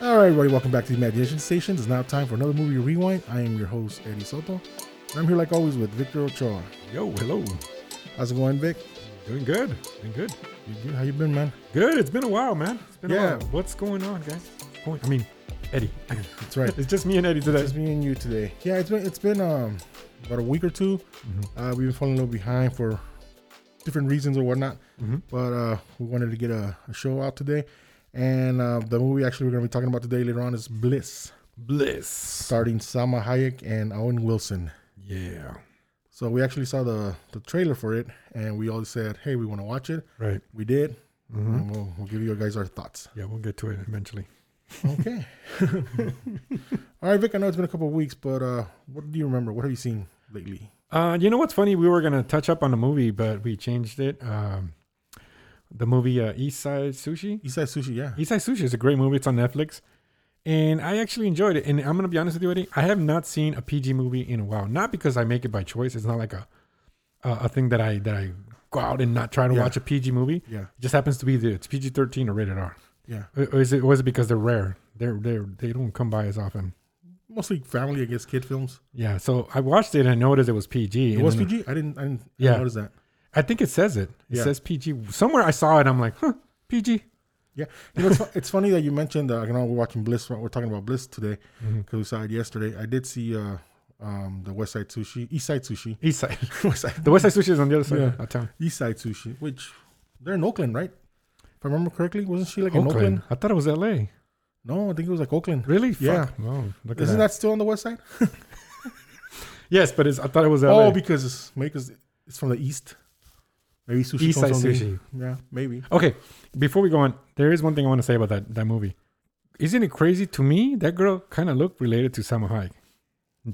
All right, everybody, welcome back to the Imagination Station. It's now time for another movie rewind. I am your host, Eddie Soto. And I'm here, like always, with Victor Ochoa. Yo, hello. How's it going, Vic? Doing good. Doing good. You good? How you been, man? Good. It's been a while, man. It's been Yeah. a while. What's going on, guys? What's going- I mean, Eddie. That's right. It's just me and Eddie today. It's me and you today. Yeah, it's been it's been um about a week or 2 Uh, we've been falling a little behind for different reasons or whatnot, but uh, we wanted to get a, a show out today. And uh, the movie actually we're going to be talking about today later on is Bliss, Bliss. starting Salma Hayek and Owen Wilson. Yeah. So we actually saw the the trailer for it, and we all said, "Hey, we want to watch it." Right. We did. And we'll, we'll give you guys our thoughts. Yeah, we'll get to it eventually. Okay. all right, Vic. I know it's been a couple of weeks, but uh, what do you remember? What have you seen lately? Uh, you know what's funny? We were gonna touch up on the movie, but we changed it. Um, the movie uh, East Side Sushi. East Side Sushi, yeah. East Side Sushi is a great movie. It's on Netflix, and I actually enjoyed it. And I'm gonna be honest with you, Eddie. I have not seen a PG movie in a while. Not because I make it by choice. It's not like a a, a thing that I that I go out and not try to Yeah. watch a PG movie. Yeah, It just happens to be the it's PG thirteen or rated R. yeah. Or or is it was it because they're rare? They're they they don't come by as often. Mostly family against kid films. Yeah. So I watched it and I noticed it was PG. It and was then- PG. I didn't. I didn't I Yeah. notice that. I think it says it. It Yeah. says PG somewhere. I saw it. I'm like, huh, PG. Yeah, you know, it's, fu- it's funny that you mentioned. Uh, you know, we're watching Bliss. We're talking about Bliss today because we saw it yesterday. I did see uh, um, the West Side Sushi, East Side Sushi, East side. West Side, The West Side Sushi is on the other side Yeah. of town. East Side Sushi, which they're in Oakland, right? If I remember correctly, wasn't she like Oakland. in Oakland? I thought it was L.A. No, I think it was like Oakland. Really? Yeah. Fuck. Wow. Look at Isn't that. that still on the West Side? Yes, but it's, I thought it was L.A. Oh, because it's because it's from the East. Maybe sushi East comes from Side the- Sushi. Yeah, maybe. Okay. Before we go on, there is one thing I want to say about that that movie. Isn't it crazy to me that girl kind of looked related to Salma Hayek?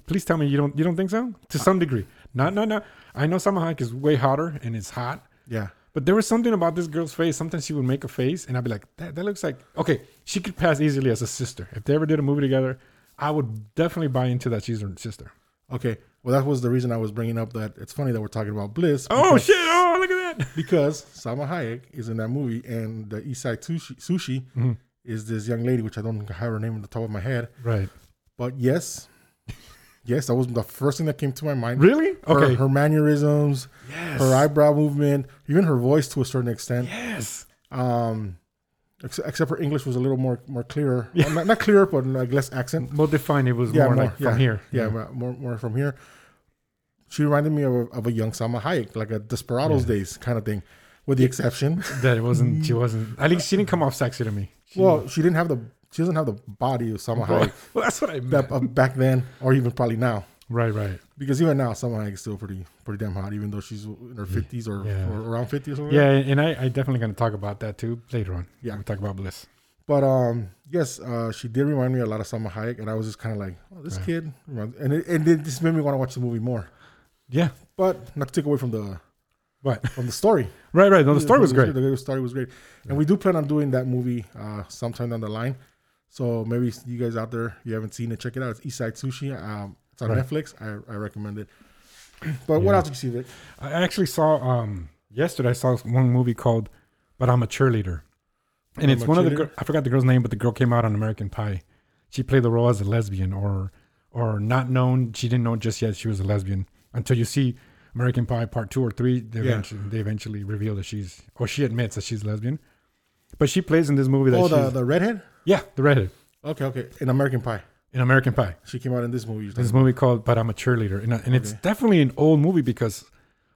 Please tell me you don't you don't think so to some degree. No, no, no. I know Salma Hayek is way hotter and it's hot, Yeah. But there was something about this girl's face. Sometimes she would make a face, and I'd be like, "That, that looks like okay." She could pass easily as a sister. If they ever did a movie together, I would definitely buy into that she's her sister. Okay. Well, that was the reason I was bringing up that it's funny that we're talking about Bliss. Oh because, shit! Oh look at that! because Salma Hayek is in that movie, and the East Side Sushi, sushi Mm-hmm. is this young lady, which I don't have her name on the top of my head. Right? But yes, yes, that was the first thing that came to my mind. Really? Her, Okay. her mannerisms, yes. her eyebrow movement, even her voice to a certain extent. yes. Um, ex- except her English was a little more more clearer. Well, not, not clearer, but like less accent. Well, defined. It was Yeah, more, more, like yeah, from here. Yeah, mo- more more from here. She reminded me of a, of a young Salma Hayek, like a Desperados days kind of thing, with the exception. That it wasn't. She wasn't. At least she didn't come off sexy to me. She- Mm. Well, she didn't have the she doesn't have the body of Salma well, Hayek that's what I meant. that, of back then, or even probably now. right. Right. Because even now, Salma Hayek is still pretty pretty damn hot, even though she's in her fifties or, Yeah. or around fifty or something. Yeah, and I, I definitely gonna talk about that too later on. Yeah. we talk about bliss. But um, yes, uh, she did remind me a lot of Salma Hayek, and I was just kind of like, oh, this Right. kid, reminds- and it, and it just made me want to watch the movie more. Yeah. But not to take away from the What? from the story. Right. Right. No, the story was great. The story was great, and we do plan on doing that movie uh, sometime down the line. So maybe you guys out there, you haven't seen it, check it out. It's East Side Sushi. Um, it's on Right. Netflix. I, I recommend it. But what Yeah. else did you see, Vic? I actually saw um yesterday. I saw one movie called "But I'm a Cheerleader," I'm and it's a one of the Cheerleader? girl, I forgot the girl's name, but the girl came out on American Pie. She played the role as a lesbian, or or not known. She didn't know just yet she was a lesbian until you see American Pie Part Two or Three. They Yeah. eventually they eventually reveal that she's or she admits that she's lesbian. But she plays in this movie that Oh, the, she's the redhead. yeah the redhead Okay, okay. In American Pie, in American Pie. she came out in this movie. you're This talking movie called "But I'm a Cheerleader," and, and it's definitely an old movie because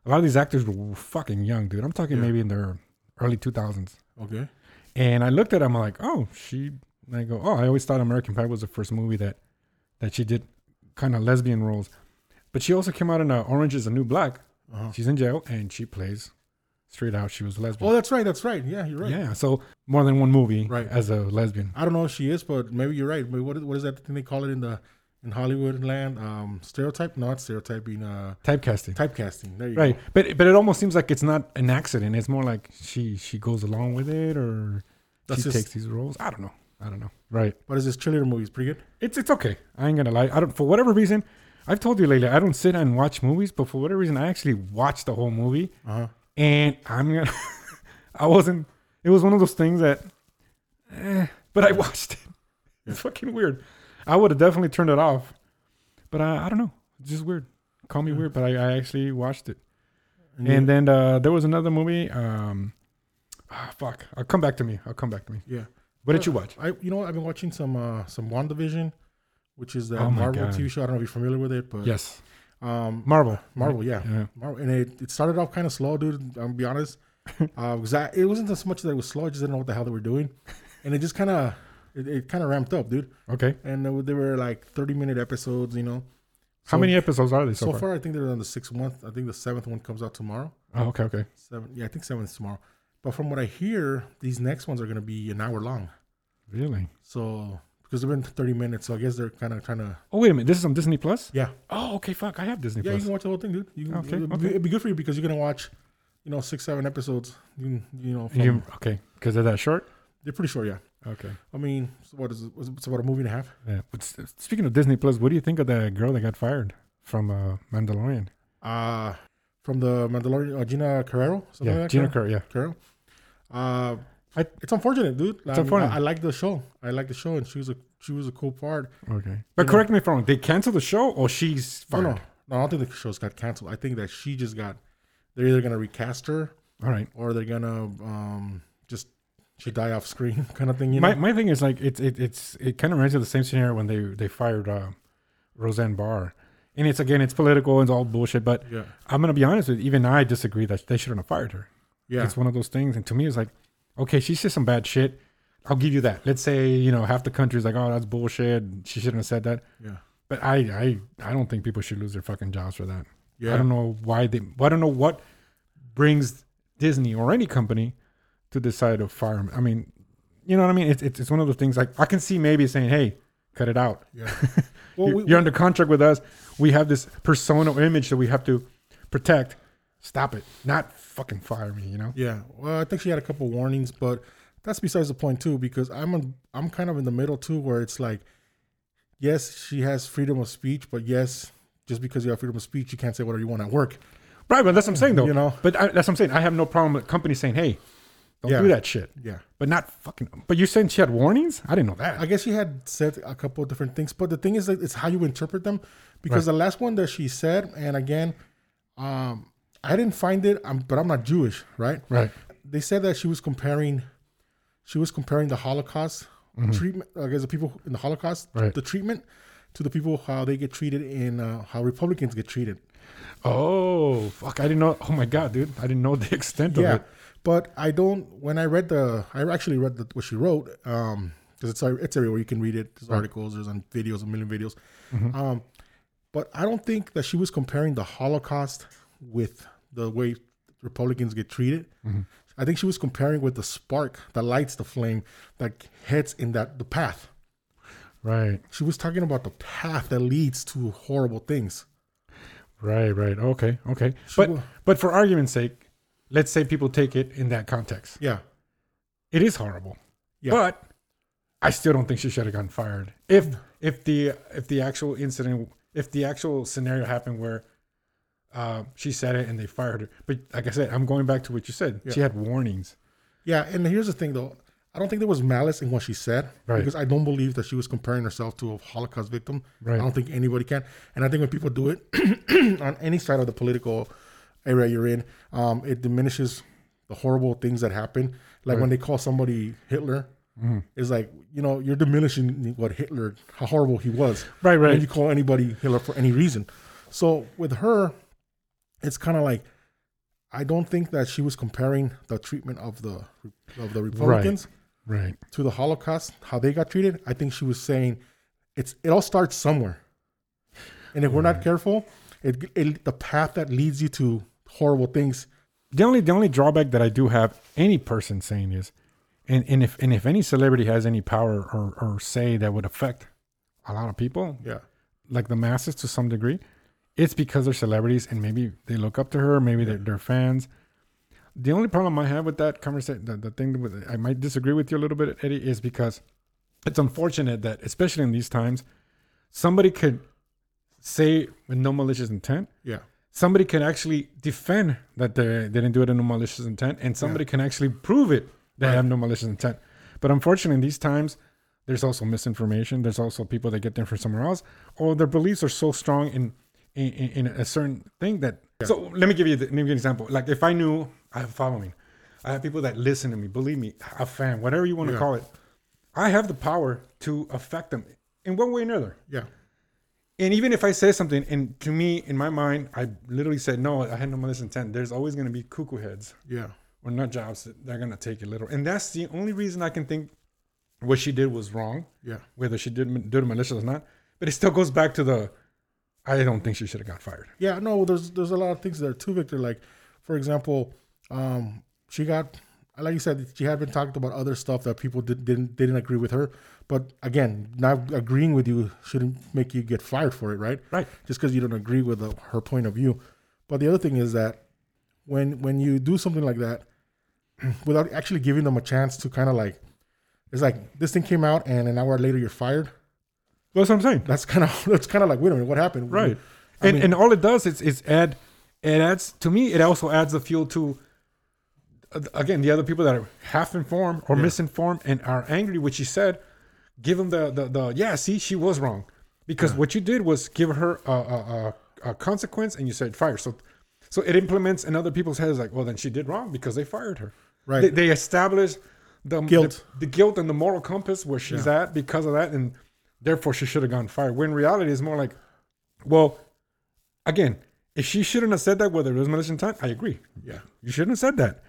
a lot of these actors were fucking young, dude. I'm talking maybe in their early 2000s. about. Okay. And I looked at, it, I'm like, oh, she. And I go, oh, I always thought American Pie was the first movie that that she did kind of lesbian roles, but she also came out in uh, Orange Is the New Black. Uh-huh. She's in jail and she plays straight out. She was a lesbian. Oh, that's right. That's right. Yeah, you're right. Yeah, so more than one movie Right. as a lesbian. I don't know if she is, but maybe you're right. But what is, what is that thing they call it in the in Hollywood land? Um, stereotype? Not stereotyping. Uh, Typecasting. typecasting. There you Right, go. but but it almost seems like it's not an accident. It's more like she she goes along with it, or That's she just- takes these roles. I don't know. I don't know. Right. What is this cheerleader movie? It's pretty good. It's it's okay. I ain't gonna lie. I don't for whatever reason. I've told you lately I don't sit and watch movies, but for whatever reason I actually watched the whole movie, Uh huh. and I'm gonna. I wasn't. It was one of those things that, eh, but I watched it. It's fucking weird. I would have definitely turned it off, but I, I don't know. It's just weird. Call me Yeah. weird, but I, I actually watched it. And then uh, there was another movie. Um, ah, fuck. I'll come back to me. I'll come back to me. yeah, What did you watch? I you know what? I've been watching some uh some WandaVision, which is the Oh my Marvel God. TV show. I don't know if you're familiar with it, but Yes, um Uh, Marvel. Marvel, yeah. Yeah. Marvel, and it, it started off kind of slow, dude. I'm gonna be honest, because I it wasn't as much that it was slow. I just didn't know what the hell they were doing, and it just kind of it, it kind of ramped up, dude. Okay. And they were- they were like 30 minute episodes, you know. How So- many episodes are they so, So far? far, I think they're on the sixth one. I think the seventh one comes out tomorrow. Oh, okay, okay. Seven, yeah, I think seventh is tomorrow. But from what I hear, these next ones are gonna be an hour long. Really? So because they've been 30 minutes, so I guess they're kind of trying to Oh, wait a minute. This is on Disney Plus? yeah Oh, okay. Fuck. I have Disney yeah you Plus. can watch the whole thing, dude. You can, Okay, it'd, okay. Be, it'd be good for you because you're gonna watch, you know, six seven episodes. You, can- you know, from, You- okay. Because they're that short? they're pretty short, yeah. Okay. I mean, so what is it? It's about a movie and a half. Yeah. But s- speaking of Disney Plus, what do you think of that girl that got fired from uh, Mandalorian? Uh from the Mandalorian, uh, Gina Carrero. something like yeah, that, Gina Carrey. Yeah. Carrero. Uh, I- it's unfortunate, dude. I mean, unfortunate. I, I like the show. I like the show, and she was a she was a cool part. Okay. Oh, But know- correct me if I'm wrong. They canceled the show or she's No, fired? no, no, I don't think the show's got canceled. I think that she just got. They're either gonna recast her All right. or they're gonna um just she die off screen kind of thing. You know? My, my thing is like it's it, it's it kind of reminds me of the same scenario when they they fired uh, Roseanne Barr, and it's again it's political it's all bullshit. But yeah, I'm gonna be honest with you, even I disagree that they shouldn't have fired her. yeah, It's one of those things, and to me it's like, okay, she said some bad shit. I'll give you that. Let's say you know half the country's like, oh that's bullshit. She shouldn't have said that. yeah, But I I I don't think people should lose their fucking jobs for that. yeah. I don't know why they. I don't know what brings Disney or any company to decide to fire 'em. I mean, you know what I mean? It's, it's it's one of those things. Like I can see maybe saying, "Hey, cut it out. Yeah. Well, you're, we, you're under contract with us. We have this persona or image that we have to protect. Stop it. Not fucking fire me. You know? Yeah, well, I think she had a couple warnings, but that's besides the point too. Because I'm a, I'm kind of in the middle too, where it's like, yes, she has freedom of speech, but yes, just because you have freedom of speech, you can't say whatever you want at work. Right. But that's what I'm saying though. You know? But I, that's what I'm saying. I have no problem with companies saying, "Hey, don't Yeah. do that shit." Yeah, But not fucking. But you're saying she had warnings? I didn't know that. I guess she had said a couple of different things, but the thing is that it's how you interpret them. Because the last one that she said, and again, um, I didn't find it, um but I'm not Jewish, right? right. they said that she was comparing she was comparing the holocaust treatment i guess the people in the holocaust Mm-hmm. Right. the treatment to the people how they get treated in uh, how republicans get treated Oh fuck! I didn't know. Oh my god, dude! I didn't know the extent of yeah it. but i don't when i read the i actually read the, what she wrote um because it's it's everywhere you can read it there's articles there's on videos a million videos um but i don't think that she was comparing the holocaust with the way republicans get treated i think she was comparing with the spark that lights the flame that heads in that the path Right, she was talking about the path that leads to horrible things right, right. Okay, okay. But wa- but for argument's sake, let's say people take it in that context. yeah It is horrible. Yeah. But I still don't think she should have gotten fired. If if the if the actual incident if the actual scenario happened where uh, she said it and they fired her. But like I said, I'm going back to what you said. She had warnings. Yeah, and here's the thing though. I don't think there was malice in what she said Right. because I don't believe that she was comparing herself to a Holocaust victim. Right. I don't think anybody can. And I think when people do it on any side of the political area you're in, um, it diminishes the horrible things that happen. Like when they call somebody Hitler, Mm-hmm. it's like, you know, you're diminishing what Hitler, how horrible he was. Right, right. When you call anybody Hitler for any reason. So with her, it's kind of like I don't think that she was comparing the treatment of the of the Republicans Right. to the Holocaust, how they got treated. I think she was saying it's it all starts somewhere, and if we're not careful, it, it the path that leads you to horrible things. the only the only drawback that I do have any person saying is, and, and if and if any celebrity has any power or, or say that would affect a lot of people, Yeah, like the masses to some degree, it's because they're celebrities and maybe they look up to her, maybe they're, they're fans. The only problem I have with that conversation, the, the thing with I might disagree with you a little bit, Eddie, is because it's unfortunate that, especially in these times, somebody could say with no malicious intent yeah, somebody can actually defend that they they didn't do it in no malicious intent, and somebody can actually prove it they have no malicious intent. But unfortunately, in these times, There's also misinformation. There's also people that get them from somewhere else, or their beliefs are so strong in in, in a certain thing that. So let me give you the, let me give you an example. Like if I knew I'm following, I have people that listen to me, believe me, a fan, whatever you want to Yeah. call it. I have the power to affect them in one way or another. Yeah. And even if I say something, and to me, in my mind, I literally said, no, I had no malicious intent. There's always going to be cuckoo heads Yeah. or nut jobs that they're going to take it literal. And that's the only reason I can think what she did was wrong, Yeah. whether she did do it malicious or not. But it still goes back to the, I don't think she should have got fired. Yeah, no, there's there's a lot of things there too, Victor. Like, for example, um, she got like you said, she had been talking about other stuff that people did, didn't didn't agree with her. But again, not agreeing with you shouldn't make you get fired for it, right? Right. Just because you don't agree with uh her point of view. But the other thing is that when when you do something like that, without actually giving them a chance to kind of like, it's like this thing came out and an hour later you're fired. That's what I'm saying. That's kind of that's kind of like wait a minute, what happened? Right. I and mean- and all it does is, is add, it adds, to me, it also adds the fuel to, uh, again, the other people that are half informed or misinformed and are angry, which she said, give them the, the, the yeah, see, she was wrong. Because what you did was give her a, a, a, a consequence and you said fire. So so it implements in other people's heads like, well, then she did wrong because they fired her. Right. They, they established the Guilt. the, the guilt and the moral compass where she's at because of that, and therefore she should have gone fired. When reality is more like, well, again, if she shouldn't have said that, whether it was malicious intent, I agree. Yeah. You shouldn't have said that.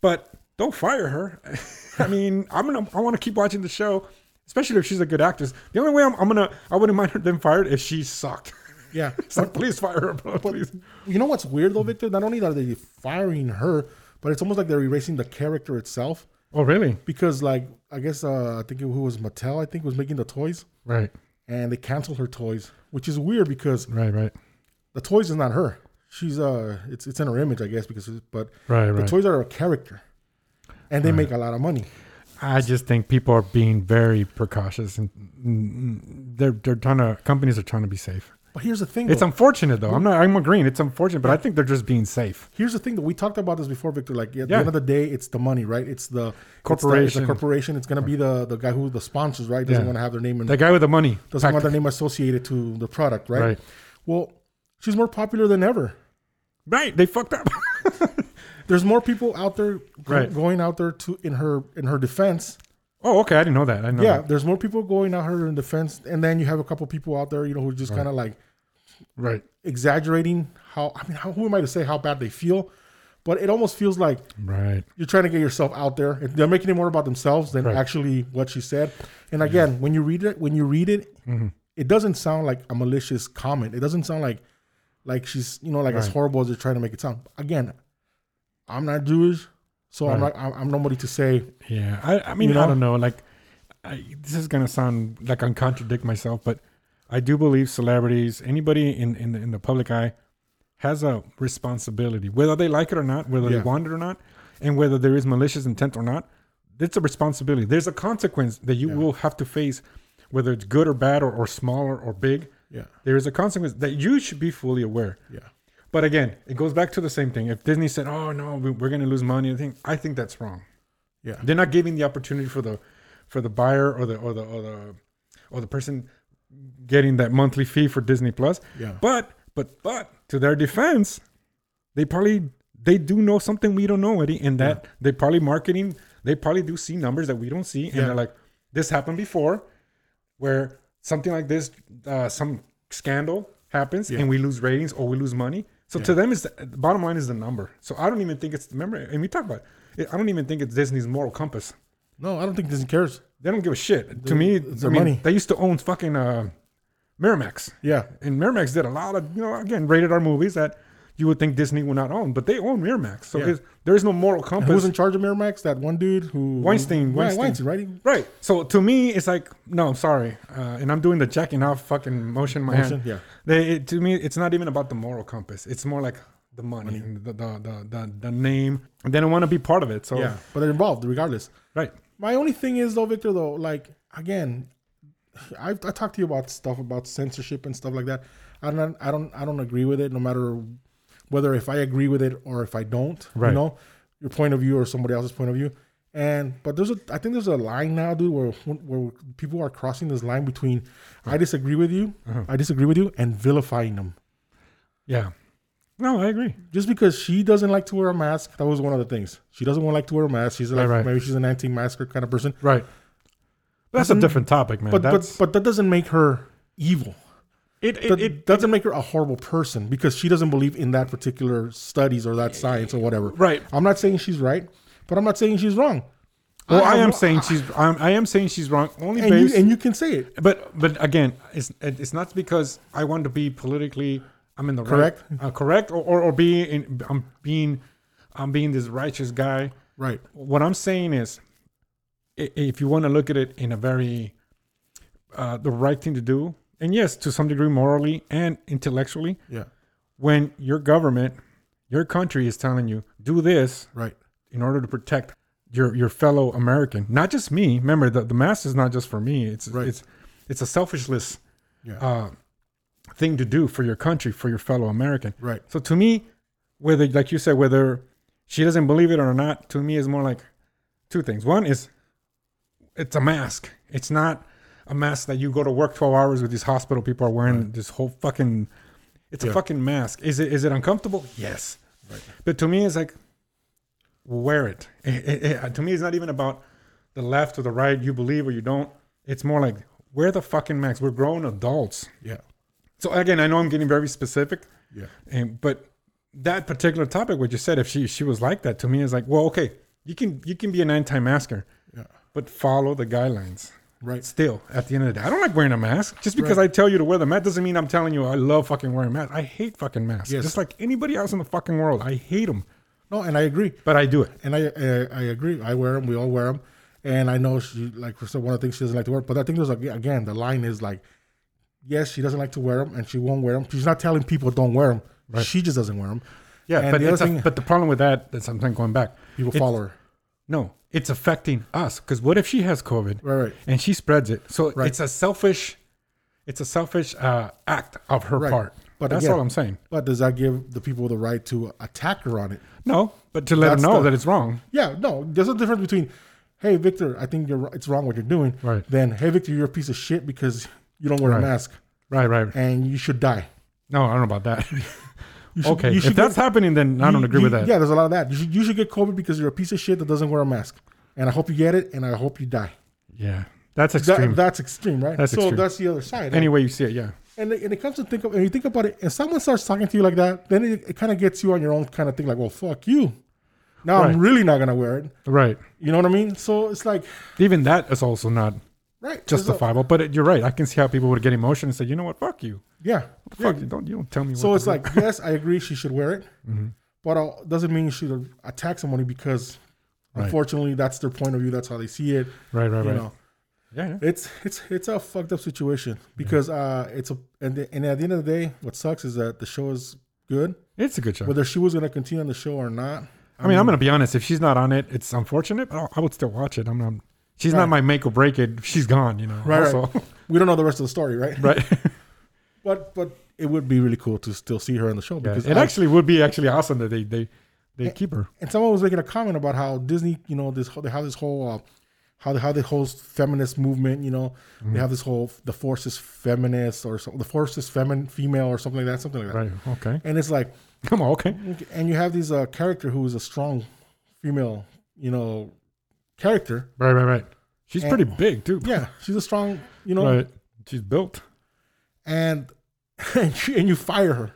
But don't fire her. I mean, I'm gonna I want to keep watching the show, especially if she's a good actress. The only way I'm, I'm gonna I wouldn't mind her them fired if she sucked. Yeah. so please fire her, bro, please. You know what's weird though, Victor? Not only are they firing her, but it's almost like they're erasing the character itself. Oh really? Because like I guess uh, I think it, who was Mattel, I think was making the toys, Right, and they canceled her toys, which is weird because right, right, the toys is not her. She's uh, it's it's in her image, I guess. Because but right, the toys are a character, and they make a lot of money. I just think people are being very precautious, and mm, they're they're trying to companies are trying to be safe. But here's the thing. It's though. unfortunate though. I'm not. I'm agreeing. It's unfortunate, but I think they're just being safe. here's the thing that we talked about this before, Victor. Like at the Yeah. end of the day, it's the money, right? It's the it's the- It's the, Corporation. corporation. It's gonna be the the guy who the sponsors, right? Doesn't Yeah. want to have their name in The guy with the money doesn't Pack- want their name associated to the product, right? Right. Well, she's more popular than ever. Right, they fucked up. There's more people out there go- Right. going out there to in her in her defense. oh, okay. I didn't know that. I know. Yeah, that. there's more people going out her in defense, and then you have a couple people out there, you know, who just kind of like Right. exaggerating how. I mean, how, who am I to say how bad they feel? But it almost feels like Right. you're trying to get yourself out there. If They're making it more about themselves than Right. actually what she said. And again, when you read it, when you read it, Mm-hmm. it doesn't sound like a malicious comment. It doesn't sound like like she's you know like as Right. horrible as they're trying to make it sound. Again, I'm not Jewish, so I'm Right. not. I'm, I'm nobody to say. Yeah. I, I mean, You know? I don't know. Like, I, this is gonna sound like I'm contradict myself, but I do believe celebrities, anybody in in the, in the public eye, has a responsibility, whether they like it or not, whether Yeah. they want it or not, and whether there is malicious intent or not. It's a responsibility. There's a consequence that you will have to face, whether it's good or bad or, or smaller or big. Yeah, There is a consequence that you should be fully aware. yeah, But again, it goes back to the same thing. If Disney said, "Oh no, we- we're going to lose money," I think I think that's wrong. yeah, They're not giving the opportunity for the for the buyer or the or the or the or the person getting that monthly fee for Disney Plus. Yeah. But but but to their defense, they probably they do know something we don't know, Eddie, and that they probably marketing. They probably do see numbers that we don't see, and Yeah. they're like, "This happened before, where something like this, uh, some scandal happens, and we lose ratings or we lose money." So to them, it's the bottom line is the number. So I don't even think it's remember, and we talk about. It, I don't even think it's Disney's moral compass. No, I don't think Disney cares. They don't give a shit. To me, it's I their mean, money. they used to own fucking uh, Miramax. Yeah, And Miramax did a lot of, you know, again, rated R movies that you would think Disney would not own, but they own Miramax. So Yeah. it's- there is no moral who was compass. in charge of Miramax? That one dude who Weinstein, Yeah, Weinstein. Weinstein, right? He- Right. So to me, it's like, no, I'm sorry. Uh, and I'm doing the checking out fucking motion in my Motion, hand. yeah. They, it, to me, it's not even about the moral compass. It's more like the money, and The, the, the, the, the name. And they don't want to be part of it. So, Yeah, but they're involved regardless. right. My only thing is though, Victor, though, like again, I I talked to you about stuff about censorship and stuff like that. I don't I don't I don't agree with it, no matter whether if I agree with it or if I don't. You Right. know, your point of view or somebody else's point of view. And but there's a I think there's a line now, dude, where where people are crossing this line between I disagree with you, Uh-huh. I disagree with you, and vilifying them. Yeah. No, I agree. Just because she doesn't like to wear a mask, that was one of the things. She doesn't want to like to wear a mask. She's like Right, right. maybe she's an anti-masker kind of person. Right. That's a different topic, man. But That's, but but that doesn't make her evil. it, it, That it, doesn't make her a horrible person because she doesn't believe in that particular studies or that science or whatever. Right. I'm not saying she's right, but I'm not saying she's wrong. Well, I, I- am saying she's. I'm, I am saying she's wrong. Only And based, you and you can say it. but but again, it's it's not because I want to be politically. I'm in the Correct. right, uh, correct, or, or or be in. I'm being, I'm being this righteous guy. Right. What I'm saying is, i- if you want to look at it in a very, uh, the right thing to do, and yes, to some degree morally and intellectually, Yeah. when your government, your country is telling you do this, Right. in order to protect your your fellow American, not just me. Remember, the, the mask is not just for me. It's Right. it's it's a selfishless Yeah. uh, thing to do for your country, for your fellow American. Right. So to me, whether like you said, whether she doesn't believe it or not, to me is more like two things. One is it's a mask. It's not a mask that you go to work twelve hours with. These hospital people are wearing this whole fucking. It's a Yeah. fucking mask. Is it is it uncomfortable? Yes. But to me, it's like wear it. Eh, It- it- it- uh, To me, it's not even about the left or the right. You believe or you don't. It's more like wear the fucking mask. We're grown adults. Yeah. So again, I know I'm getting very specific, Yeah. and but that particular topic, what you said, if she she was like that to me, is like, well, okay, you can you can be an anti-masker, Yeah. but follow the guidelines. Right. Still, at the end of the day, I don't like wearing a mask. Just because I tell you to wear the mask doesn't mean I'm telling you I love fucking wearing masks. I hate fucking masks. Yes. Just like anybody else in the fucking world, I hate them, No, and I agree. but I do it. and I, I I agree. I wear them. We all wear them. And I know she like so one of the things she doesn't like to wear. But I think there's like again the line is like, yes, she doesn't like to wear them, and she won't wear them. She's not telling people don't wear them. She just doesn't wear them. Yeah, And but the other it's a- thing- but the problem with that, that's something going back. People It- follow her. No, it's affecting us because what if she has COVID? Right, right. and she spreads it. So Right. it's a selfish, it's a selfish uh, act of her Right. part. But But that's again- all I'm saying. But does that give the people the right to attack her on it? No, but to let That's her know the- that it's wrong. Yeah, no. There's a difference between, hey Victor, I think you're it's wrong what you're doing. Right. Then hey Victor, you're a piece of shit because you don't wear Right. a mask Right, right. and you should die. No, I don't know about that. You should, okay, you should if get- that's happening, then I don't You- agree you- with that. Yeah, there's a lot of that. You should, you should get COVID because you're a piece of shit that doesn't wear a mask. And I hope you get it, and I hope you die. Yeah, that's extreme. That, that's extreme, right? That's so extreme. that's the other side. Any way you see it, yeah. and, it- and it comes to think of, and you think about it, and someone starts talking to you like that, then it, it kind of gets you on your own kind of thing, like, well, fuck you. Now Right. I'm really not gonna wear it. Right. You know what I mean? So it's like, Even that is also not right? there's a- justifiable. but it, you're right. I can see how people would get emotional and say, "You know what? Fuck you. yeah. Fuck you. Don't you don't tell me." So what it's to do." like, yes, I agree, she should wear it, Mm-hmm. but uh, doesn't mean she should attack somebody because, Right. unfortunately, that's their point of view. That's how they see it. right, right, You right. know. Yeah, yeah. It's it's it's a fucked up situation because uh it's a and the, and at the end of the day, what sucks is that the show is good. It's a good show. Whether she was gonna continue on the show or not, I mean, I'm gonna be honest. If she's not on it, it's unfortunate, but I would still watch it. I'm not. She's not Right. my make or break it. She's gone. You know. Right, right. Also. we don't know the rest of the story, right? right. But but it would be really cool to still see her on the show because it I- actually would be actually awesome that they they they keep her. and someone was making a comment about how Disney, you know, this whole- how this whole uh, how how the whole feminist movement, you know, they have this whole the force is feminist or so, the force is feminine female or something like that, something like that. Right. Okay. And it's like Come on. Okay. and you have this uh, character who is a strong female, you know, character. Right. Right. Right. She's And- pretty big too. Yeah, she's a strong, you know, Right. She's built. and and, she, and you fire her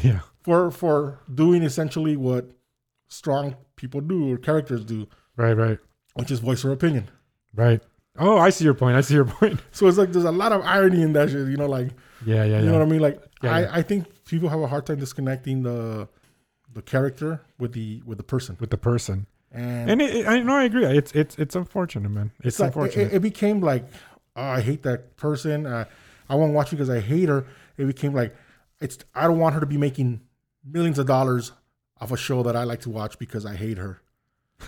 Yeah. for for doing essentially what strong people do or characters do, Right. Right. which is voice her opinion. Right. Oh, I see your point. I see your point. So it's like there's a lot of irony in that shit, you know, like Yeah. Yeah. you Yeah. know what I mean. Like Yeah, I, yeah. I think people have a hard time disconnecting the the character with the with the person. With the person. And, And it, it- I know I agree. It's it's it's unfortunate, man. It's, it's like it- unfortunate. it, it became like oh, I hate that person. Uh, I won't watch because I hate her. It became like it's I don't want her to be making millions of dollars off a show that I like to watch because I hate her.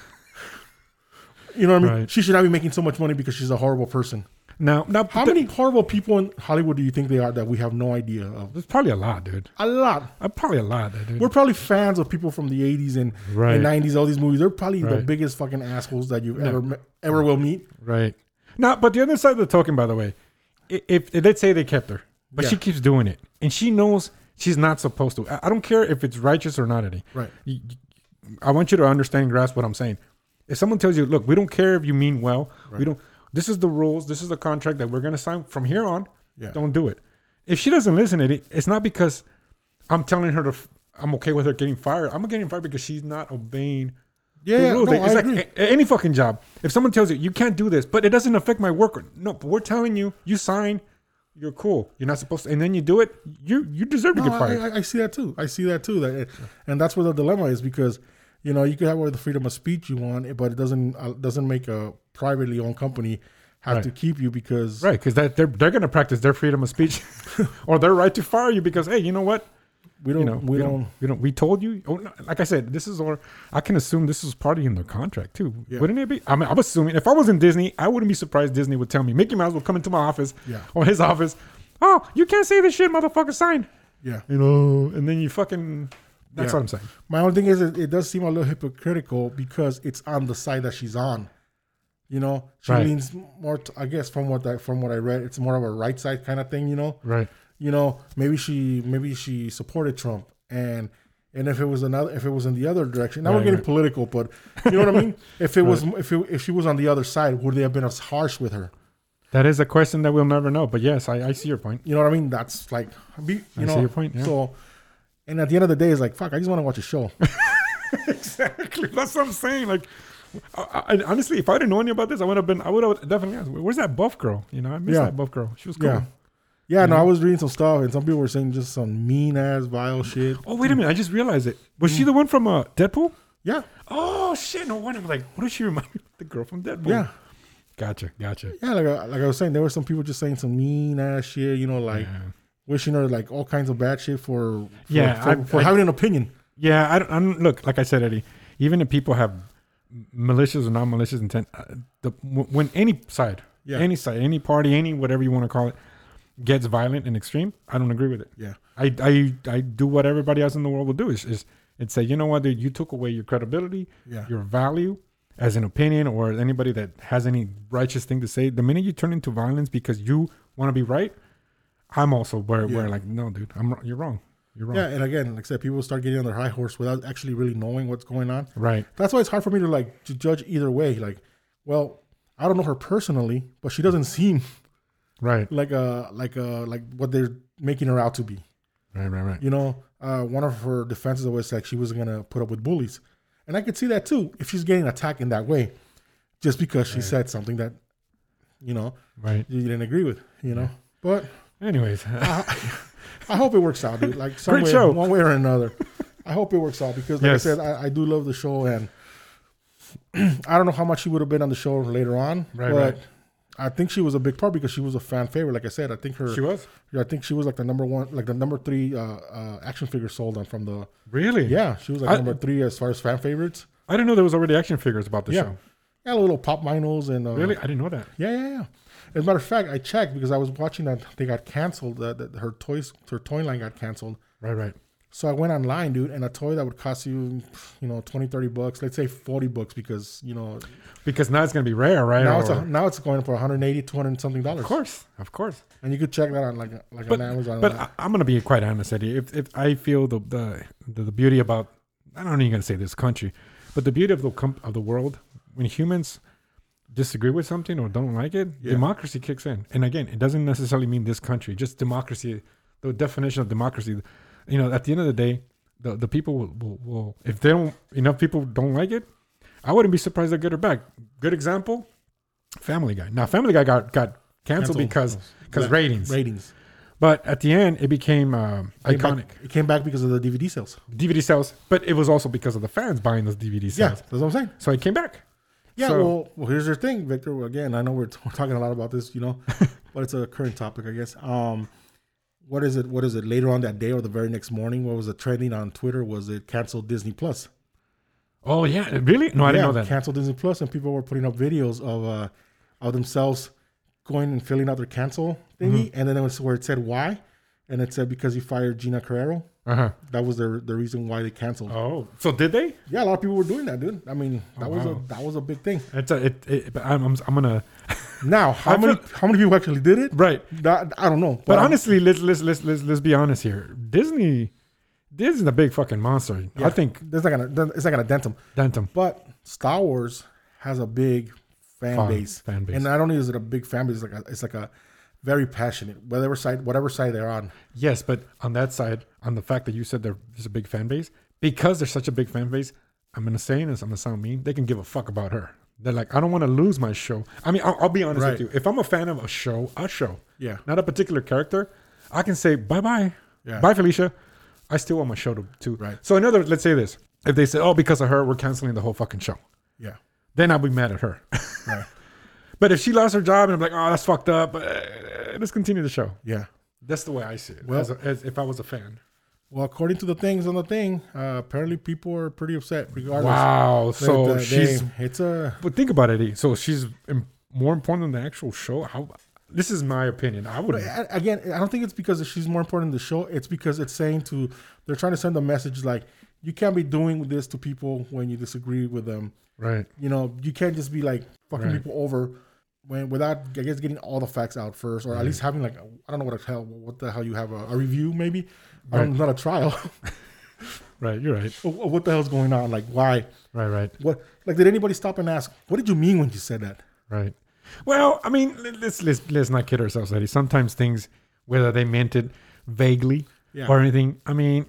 you know what I mean? Right. She should not be making so much money because she's a horrible person. Now, now, How many horrible people in Hollywood do you think they are that we have no idea of? There's probably a lot, dude. A lot. Uh, probably a lot, dude. We're probably fans of people from the 80s and, and Right. 90s, all these movies. They're probably the Right. biggest fucking assholes that you ever ever ever will meet. Right. Now, but the other side of the token, by the way, i- if, let's say they kept her, but Yeah. she keeps doing it, and she knows she's not supposed to. I, I don't care if it's righteous or not, Eddie. Right. You- you- I want you to understand and grasp what I'm saying. If someone tells you, "Look, we don't care if you mean well. We don't. This is the rules. This is the contract that we're going to sign from here on. Yeah. Don't do it." If she doesn't listen, Eddie, it's not because I'm telling her to. f- I'm okay with her getting fired. I'm getting fired because she's not obeying Yeah, the yeah, rules. no, it's I like agree. a- a- any fucking job. If someone tells you you can't do this, but it doesn't affect my work, no, but we're telling you, you sign, you're cool. You're not supposed to, and then you do it, you you deserve to No, get I, fired. Oh, I, I see that too. I see that too. That, and that's where the dilemma is because you know you could have all the freedom of speech you want, but it doesn't uh, doesn't make a privately owned company have to keep you because right? Because that they're they're gonna practice their freedom of speech, or their right to fire you because hey, you know what? we don't You know we, don't, we don't we told you. Oh, no, like I said, this is or I can assume this is probably in their contract too. Yeah. Wouldn't it be? I mean, I'm assuming if I was in Disney, I wouldn't be surprised Disney would tell me Mickey Mouse will come into my office Yeah. or his office. Oh, you can't say this shit, motherfucker. Sign. yeah. you know, and then you fucking. That's Yeah. what I'm saying. My only thing is it, it does seem a little hypocritical because it's on the side that she's on. You know, she Right. leans more. To, I guess from what I, from what I read, it's more of a right side kind of thing. You know, Right. you know, maybe she maybe she supported Trump and and if it was another if it was in the other direction. Now Right, we're getting right. political, but you know what I mean? If it was if it, if she was on the other side, would they have been as harsh with her? That is a question that we'll never know. But yes, I, I see your point. You know what I mean? That's like be, you I see know your point, yeah. So and at the end of the day, it's like fuck. I just want to watch a show. exactly. That's what I'm saying. Like, I, I, and honestly, if I didn't know any about this, I would have been. I would have definitely asked, "Where's that buff girl?" You know, I miss Yeah. that buff girl. She was cool. yeah, yeah. No, I was reading some stuff, and some people were saying just some mean ass vile shit. Oh wait a minute! I just realized it. Was she the one from uh, Deadpool? Yeah, Oh shit! No wonder. I'm like, what does she remind me? of? The girl from Deadpool. yeah. Gotcha. Gotcha. Yeah, like I, like I was saying, there were some people just saying some mean ass shit, you know, like Yeah. wishing her like all kinds of bad shit for, for Yeah, for, I- for I- having an opinion. Yeah, I don't, I don't look like I said, Eddie. Even if people have malicious or non-malicious intent, uh, the, w- when any side, Yeah. any side, any party, any whatever you want to call it, gets violent and extreme, I don't agree with it. Yeah, I I, I do what everybody else in the world will do is is and say, you know what, dude, you took away your credibility, Yeah. your value as an opinion or as anybody that has any righteous thing to say. The minute you turn into violence because you want to be right, I'm also where where Yeah. like, no, dude, I'm wr- you're wrong, you're wrong, yeah. And again, like I said, people start getting on their high horse without actually really knowing what's going on. right. That's why it's hard for me to like to judge either way. Like, well, I don't know her personally, but she doesn't seem Right, like a like a like what they're making her out to be. right, right, right. You know, uh, one of her defenses was like she was gonna put up with bullies, and I could see that too if she's getting attacked in that way, just because she said something that, you know, Right. you didn't agree with. You know, but Anyways, I hope it works out, dude. Like some Great way, show. one way or another. I hope it works out because, like Yes. I said, I, I do love the show, and I don't know how much she would have been on the show later on, Right, but right. I think she was a big part because she was a fan favorite. Like I said, I think her, she was yeah, I think she was like the number one, like the number three uh, uh, action figure sold on from the. really. Yeah, she was like I- number three as far as fan favorites. I didn't know there was already action figures about this Yeah. show. Got little pop vinyls and uh, Really, I didn't know that. Yeah, yeah, yeah. As a matter of fact, I checked because I was watching that they got canceled. That, that her toys, her toy line got canceled. Right, right. So I went online, dude, and a toy that would cost you, you know, 20, 30 bucks, let's say 40 bucks because, you know, Because now it's gonna be rare, right? now it's, Or- a, now it's going for 180, 200 and something dollars. of course, of course. And you could check that on like, like But on Amazon. but uh, I, I'm gonna be quite honest, Eddie. If if I feel the the the, the beauty about I don't even gonna say this country, but the beauty of the com- of the world when humans disagree with something or don't like it, Yeah. democracy kicks in. And again, it doesn't necessarily mean this country. Just democracy, the definition of democracy. You know, at the end of the day, the the people will, will, will if they don't enough people don't like it, I wouldn't be surprised they'll get her back. Good example, Family Guy. Now, Family Guy got got canceled, Canceled. because because Yeah. ratings. ratings. But at the end, it became um, It came iconic. back- it came back because of the DVD sales. DVD sales, but it was also because of the fans buying those DVD sales. Yeah, that's what I'm saying. So it came back. Yeah, So- well, well, here's your thing, Victor. Well, Again, I know we're, we're talking a lot about this, you know, but it's a current topic, I guess. Um, what is it? What is it? Later on that day or the very next morning, what was it trending on Twitter? Was it canceled Disney Plus? Oh yeah, really? No, I didn't know that. Canceled Disney Plus, and people were putting up videos of uh, of themselves going and filling out their cancel thingy, Mm-hmm. and then it was where it said why, and it said because you fired Gina Carrero. Uh huh. That was the the reason why they canceled. Oh, so did they? Yeah, a lot of people were doing that, dude. I mean, that Oh, was wow. a that was a big thing. It's a. It. it but I'm. I'm, I'm gonna. Now, how I many how many people actually did it? right. That, I don't know. But I'm- honestly, let's let's let's let's let's be honest here. Disney, Disney's a big fucking monster. I Yeah. think it's not gonna it's not gonna dent them. Dentum. But Star Wars has a big fan, Fan- base, fan base. and not only is it a big fan base, it's like a, it's like a very passionate whatever side whatever side they're on. Yes, but on that side, on the fact that you said there- there's a big fan base, because there's such a big fan base, I'm gonna say this. I'm gonna sound mean. They can give a fuck about her. They're like, I don't want to lose my show. I mean, I'll, I'll be honest Right. with you. If I'm a fan of a show, a show, Yeah. not a particular character, I can say bye bye, Yeah. bye Felicia. I still want my show to, to Right. So another, let's say this: if they say, oh, because of her, we're canceling the whole fucking show, Yeah, then I'll be mad at her. Right. But if she lost her job and I'm like, oh, that's fucked up, uh, let's continue the show. yeah. That's the way I see it. Well- as a, as if I was a fan. Well, according to the things on the thing, uh, apparently people are pretty upset regardless. Wow. They- So they- she's. it's a But think about it. E. So she's im- more important than the actual show. How? This is my opinion. I would. a- again. I don't think it's because she's more important than the show. It's because it's saying to they're trying to send a message like you can't be doing this to people when you disagree with them. Right. you know, you can't just be like fucking Right. people over when without I guess getting all the facts out first, or at least having like I don't know what the hell what the hell you have a, a review maybe, I don't not a trial. Right. You're right. Wh- what the hell's going on? Like why? Right. Right. What? Like did anybody stop and ask what did you mean when you said that? Right. Well, I mean, let- let's let's let's not kid ourselves, Eddie. Sometimes things, whether they meant it vaguely Yeah. or anything, I mean,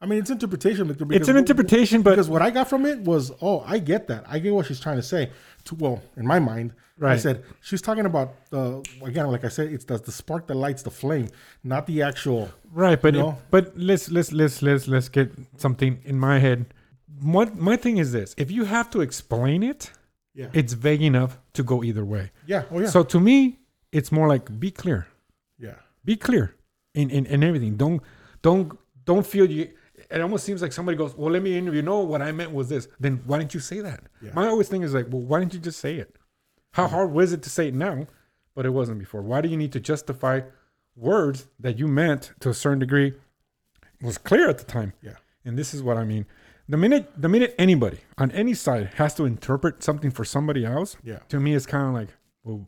I mean, it's interpretation. Because, it's an interpretation, but Because what I got from it was, oh, I get that. I get what she's trying to say. To well, in my mind, I Right. said she's talking about the again, like I said, it's the, the spark that lights the flame, not the actual. right, but you it- know? but let's let's let's let's let's get something in my head. What my thing is this: if you have to explain it, Yeah. it's vague enough to go either way. Yeah. Oh yeah. So to me, it's more like be clear. yeah. be clear in, in, in everything don't don't don't feel you it almost seems like somebody goes well let me interview no what i meant was this then why didn't you say that Yeah. my always thing is like well why didn't you just say it how hard was it to say it now but it wasn't before why do you need to justify words that you meant to a certain degree was clear at the time Yeah. and this is what i mean the minute the minute anybody on any side has to interpret something for somebody else Yeah. to me it's kind of like well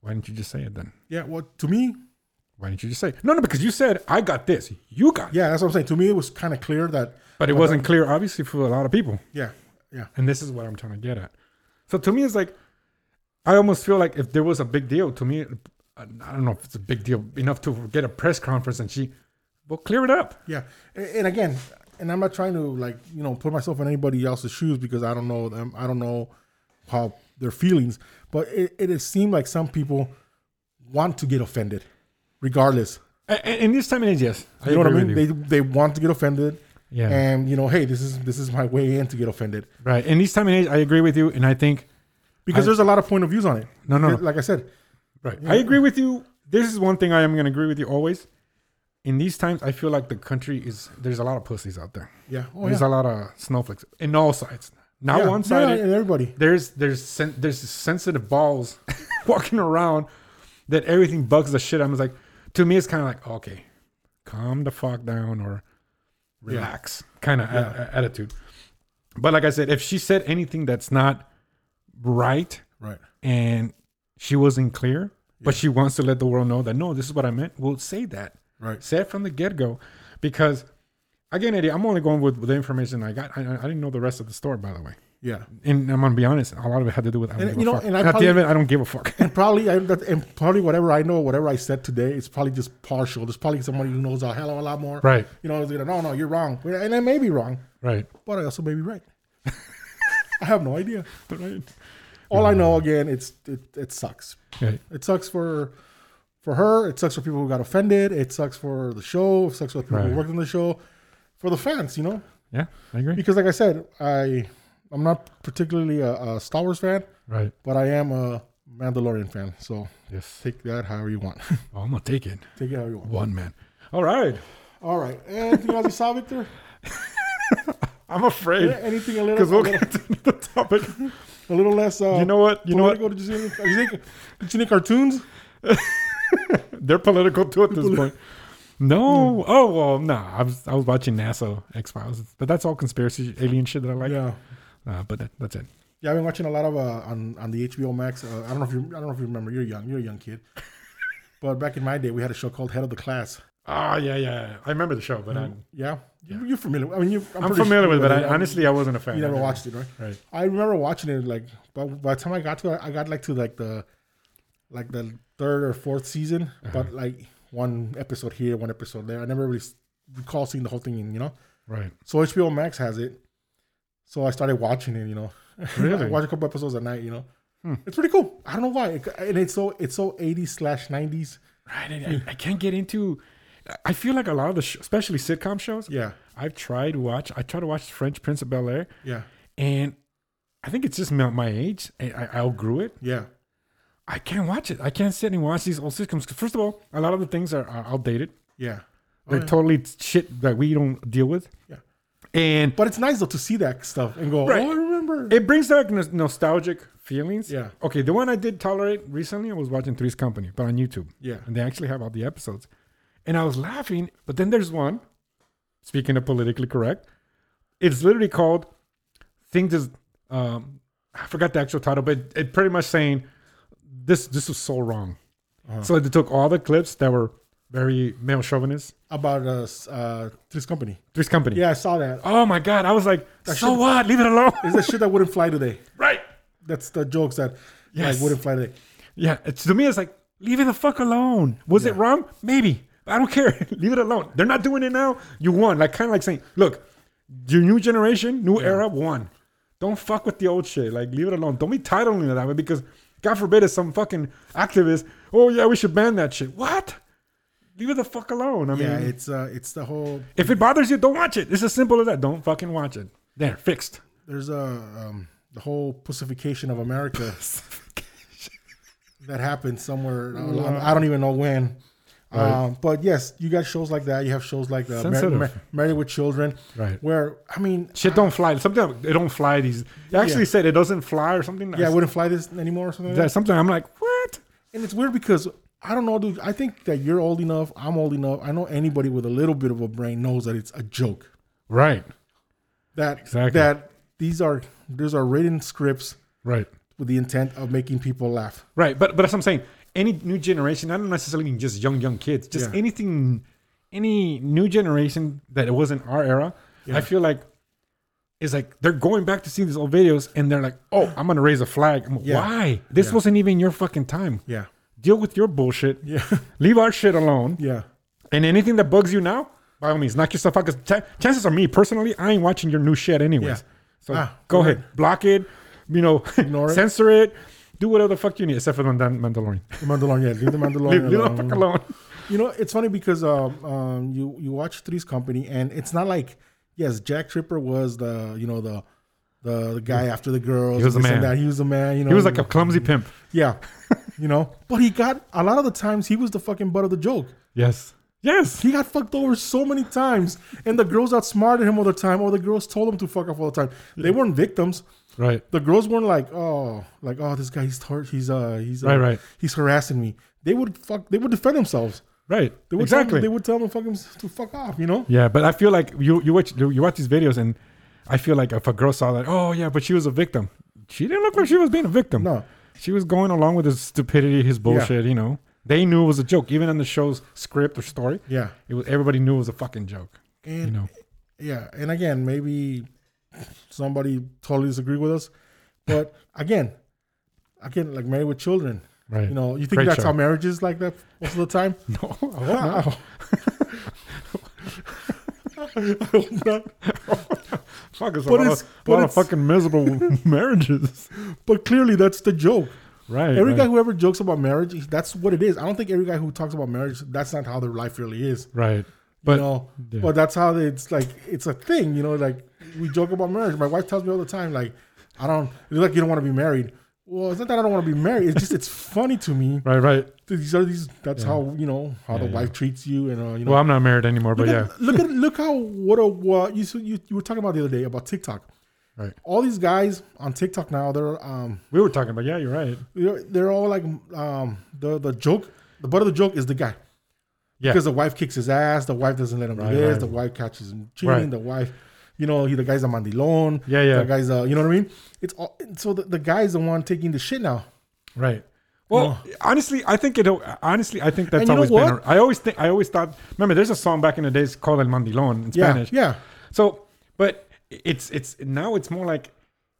why didn't you just say it then Yeah, well, to me, why didn't you just say no no because you said i got this you got it yeah, that's what I'm saying. To me, it was kind of clear that, but it wasn't clear obviously for a lot of people yeah, yeah, and this is what i'm trying to get at so to me it's like i almost feel like if there was a big deal to me i don't know if it's a big deal enough to get a press conference and she well clear it up yeah. And, and again, and I'm not trying to like you know put myself in anybody else's shoes because I don't know them. I don't know how their feelings, but it it, has seemed like some people want to get offended, regardless. and, in this time it is yes You know what I mean? They they want to get offended. Yeah. And you know, hey, this is this is my way in to get offended right in this time and age i agree with you and i think because I- there's a lot of point of views on it. No, no, no. Like I said, Right. I agree with you. This is one thing I am going to agree with you always. In these times, I feel like the country is there's a lot of pussies out there. yeah. Oh, there's a lot of snowflakes in all sides. Not yeah. one Yeah, sided. and everybody. There's there's sen- there's sensitive balls walking around that everything bugs the shit. I'm just like, to me, it's kind of like okay, calm the fuck down or relax kind of attitude. But like I said, if she said anything that's not right, Right. and she wasn't clear, but she wants to let the world know that no, this is what I meant. Well, say that. Right. Say it from the get go, because again, Eddie, I'm only going with the information I got. I, I didn't know the rest of the story, by the way. Yeah. And I'm gonna be honest, a lot of it had to do with I don't And, give you a know, fuck. and I At probably- the end of it, I don't give a fuck. and probably I, that, and probably whatever I know, whatever I said today, it's probably just partial. There's probably somebody who knows a hell of a lot more. Right. You know, is gonna no, no, you're wrong, and I may be wrong, right. but I also may be right. I have no idea. Right. All I know, again, it's it, it sucks. Right. It sucks for for her. It sucks for people who got offended. It sucks for the show. It sucks for the people who Right. worked on the show, for the fans. You know, Yeah, I agree. because like I said, I I'm not particularly a, a Star Wars fan, Right. but I am a Mandalorian fan. So Yes. take that however you want. Oh, I'm gonna take it. take it however you want. One man. All right. All right. Anything else you saw, Victor? Eh, I'm afraid Anything a little? because we'll a little- get to the topic. a little less. Uh, You know what? You know what? political. Did you see any, did you think, did you see any cartoons? They're political too at this point. Hmm. No. Oh well, nah. I was I was watching NASA X Files, but that's all conspiracy alien shit that I like. Yeah, Uh, but that, that's it. yeah. I've been watching a lot of uh, on on the HBO Max. Uh, I don't know if you I don't know if you remember. You're young. You're a young kid. but back in my day, we had a show called Head of the Class. Oh yeah, yeah. I remember the show, but I'm, Yeah, You- you're familiar. I mean, you, I'm Mm. pretty familiar sure with. it, But I, you- honestly, I wasn't a fan. you I never didn't- watched it, right? Right. I remember watching it like by, by the time I got to it, I got like to like the like the third or fourth season, but like one episode here, one episode there. I never really s- recall seeing the whole thing, in, you know. Right. So HBO Max has it, so I started watching it, you know. Really? I watch a couple episodes a night, you know. Hmm. It's pretty cool. I don't know why, It- and it's so it's so eighties slash nineties. Right. and I, I can't get into. I feel like a lot of the, sh- especially sitcom shows. Yeah, I've tried to watch. I try to watch French Prince of Bel Air, yeah, and I think it's just my, my age. I, I I outgrew it. yeah, I can't watch it. I can't sit and watch these old sitcoms. 'Cause First of all, a lot of the things are, are outdated. yeah. They're Oh, yeah. totally shit that we don't deal with. Yeah. And But it's nice though to see that stuff and go, Right. oh, I remember. it brings back nos- nostalgic feelings. Yeah. Okay, the one I did tolerate recently, I was watching Three's Company, but on YouTube. Yeah. And they actually have all the episodes. And I was laughing, but then there's one, speaking of politically correct, it's literally called Things is, um, I forgot the actual title, but it pretty much saying this this was so wrong. Uh-huh. So they took all the clips that were very male chauvinist. about uh, s- uh this company. Three's Company. Yeah, I saw that. Oh my God. I was like, so should've- what? Leave it alone. It's the shit that wouldn't fly today. right. That's the jokes that Yes. like wouldn't fly today. Yeah, it's, to me, it's like leave it the fuck alone. Was it wrong? Maybe. I don't care. leave it alone. They're not doing it now. You won. Like kind of like saying, look, your new generation, new era won. Don't fuck with the old shit. Like leave it alone. Don't be titling it that way because God forbid it's some fucking activist. Oh yeah, we should ban that shit. What? Leave it the fuck alone. I mean, Yeah, it's uh, it's the whole. if it bothers you, don't watch it. It's as simple as that. Don't fucking watch it. There, fixed. There's a um, the whole pussification of America that happened somewhere. I don't- I don't even know when. Um, but yes, you got shows like that. You have shows like uh, Mar- Sensitive. Mar- Married with Children, Right. Where I mean, Shit don't fly. Something it don't fly. These they actually said it doesn't fly or something. yeah, I wouldn't fly this anymore or something. Like that. That's something I'm like, what? And it's weird because I don't know, dude. I think that you're old enough. I'm old enough. I know anybody with a little bit of a brain knows that it's a joke. Right, That Exactly. that these are these are written scripts right, with the intent of making people laugh. right. But but that's what I'm saying. Any new generation, not necessarily just young young kids, just Yeah. anything, any new generation that it wasn't our era. I feel like it's like they're going back to see these old videos and they're like, oh, I'm gonna raise a flag. I'm like, Yeah. Why? This Yeah. wasn't even your fucking time. Yeah, Deal with your bullshit. yeah, Leave our shit alone. yeah, And anything that bugs you now, by all means, knock yourself out. Because chances are, me personally, I ain't watching your new shit anyways. Yeah. So Ah, go go ahead, block it. You know, Ignore it. censor it. Do whatever the fuck you need, except for the Mandal- Mandalorian. The Mandalorian. Yeah, leave the Mandalorian Leave, leave the alone. fuck alone. You know, it's funny because um, um, you you watch Three's Company, and it's not like yes, Jack Tripper was the you know the the, the guy after the girls. He was and the this and man. That. He was the man. You know, He was like a clumsy pimp. yeah, you know. But he got a lot of the times he was the fucking butt of the joke. Yes. Yes. He got fucked over so many times, and the girls outsmarted him all the time, or the girls told him to fuck off all the time. They weren't victims. Right. the girls weren't like, oh, like oh, this guy he's tar- he's uh he's uh, Right, right. he's harassing me. They would fuck. They would defend themselves. Right. They would tell them- exactly. they would tell them fuck him to fuck off. You know. Yeah, but I feel like you you watch you watch these videos and I feel like if a girl saw that, oh yeah, but she was a victim. She didn't look like she was being a victim. No. she was going along with his stupidity, his bullshit. You know, they knew it was a joke, even in the show's script or story. Yeah. It was everybody knew it was a fucking joke. And You know, yeah. And again, maybe somebody totally disagree with us, but again, again, like married with children. right? You know, you think Great that's show. how marriage is like that most of the time? no, I hope not. Fuck, it's a But lot, it's- of, but lot of it's- fucking miserable marriages. but clearly, that's the joke. Right. Every right. guy who ever jokes about marriage, that's what it is. I don't think every guy who talks about marriage, that's not how their life really is. Right. But you know, yeah. but that's how it's like it's a thing, you know, like we joke about marriage. My wife tells me all the time, like, I don't it's like you don't want to be married. Well, it's not that I don't want to be married, it's just it's funny to me. right, right. These are these that's how you know how the Yeah, wife treats you and uh, you know Well, I'm not married anymore, but look, yeah. at, look at look how what a what you, so you you were talking about the other day about TikTok. Right. All these guys on TikTok now, they're um, We were talking about yeah, you're right. they're, they're all like um, the the joke. The butt of the joke is the guy. Yeah. Because the wife kicks his ass, the wife doesn't let him Right, do this, right. the wife catches him cheating, Right. the wife, you know, he, the guy's a mandilon. Yeah, yeah. The guy's, uh, you know what I mean? It's all, so the, the guy's the one taking the shit now. Right. Well, honestly, I think it. Honestly, I think that's And you know always what? been. I always think. I always thought. Remember, there's a song back in the days called El Mandilon in Yeah, Spanish. yeah. So, but it's it's now it's more like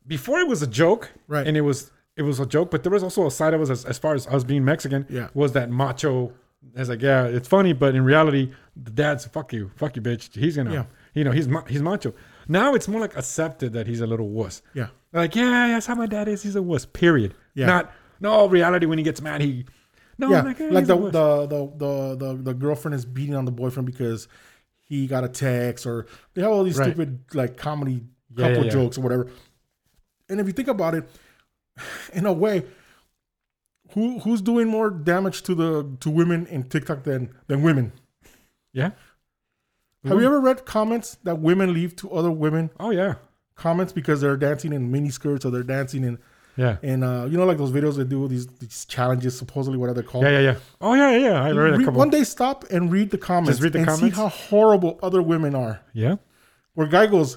before it was a joke, Right. And it was it was a joke, but there was also a side of us as, as far as us being Mexican. Yeah. Was that macho? It's like yeah, it's funny, but in reality, the dad's fuck you, fuck you, bitch. He's gonna, Yeah. you know, he's ma- he's macho. Now it's more like accepted that he's a little wuss. Yeah. Like yeah, that's how my dad is. He's a wuss. Period. Yeah. Not no reality when he gets mad he. No, yeah. like, eh, like he's a the, wuss. the, the, the, the, the girlfriend is beating on the boyfriend because he got a text or they have all these Right. stupid like comedy Yeah, couple yeah, yeah. jokes or whatever. And if you think about it, in a way, who who's doing more damage to the to women in TikTok than than women? yeah. Have you ever read comments that women leave to other women Oh yeah, comments because they're dancing in mini skirts or they're dancing in yeah, in uh, you know like those videos they do these these challenges supposedly what are they called? yeah, yeah, yeah. Oh yeah, yeah. yeah. I read a Re- couple. one day stop and read the comments read the and comments? see how horrible other women are. Yeah, Where guy goes,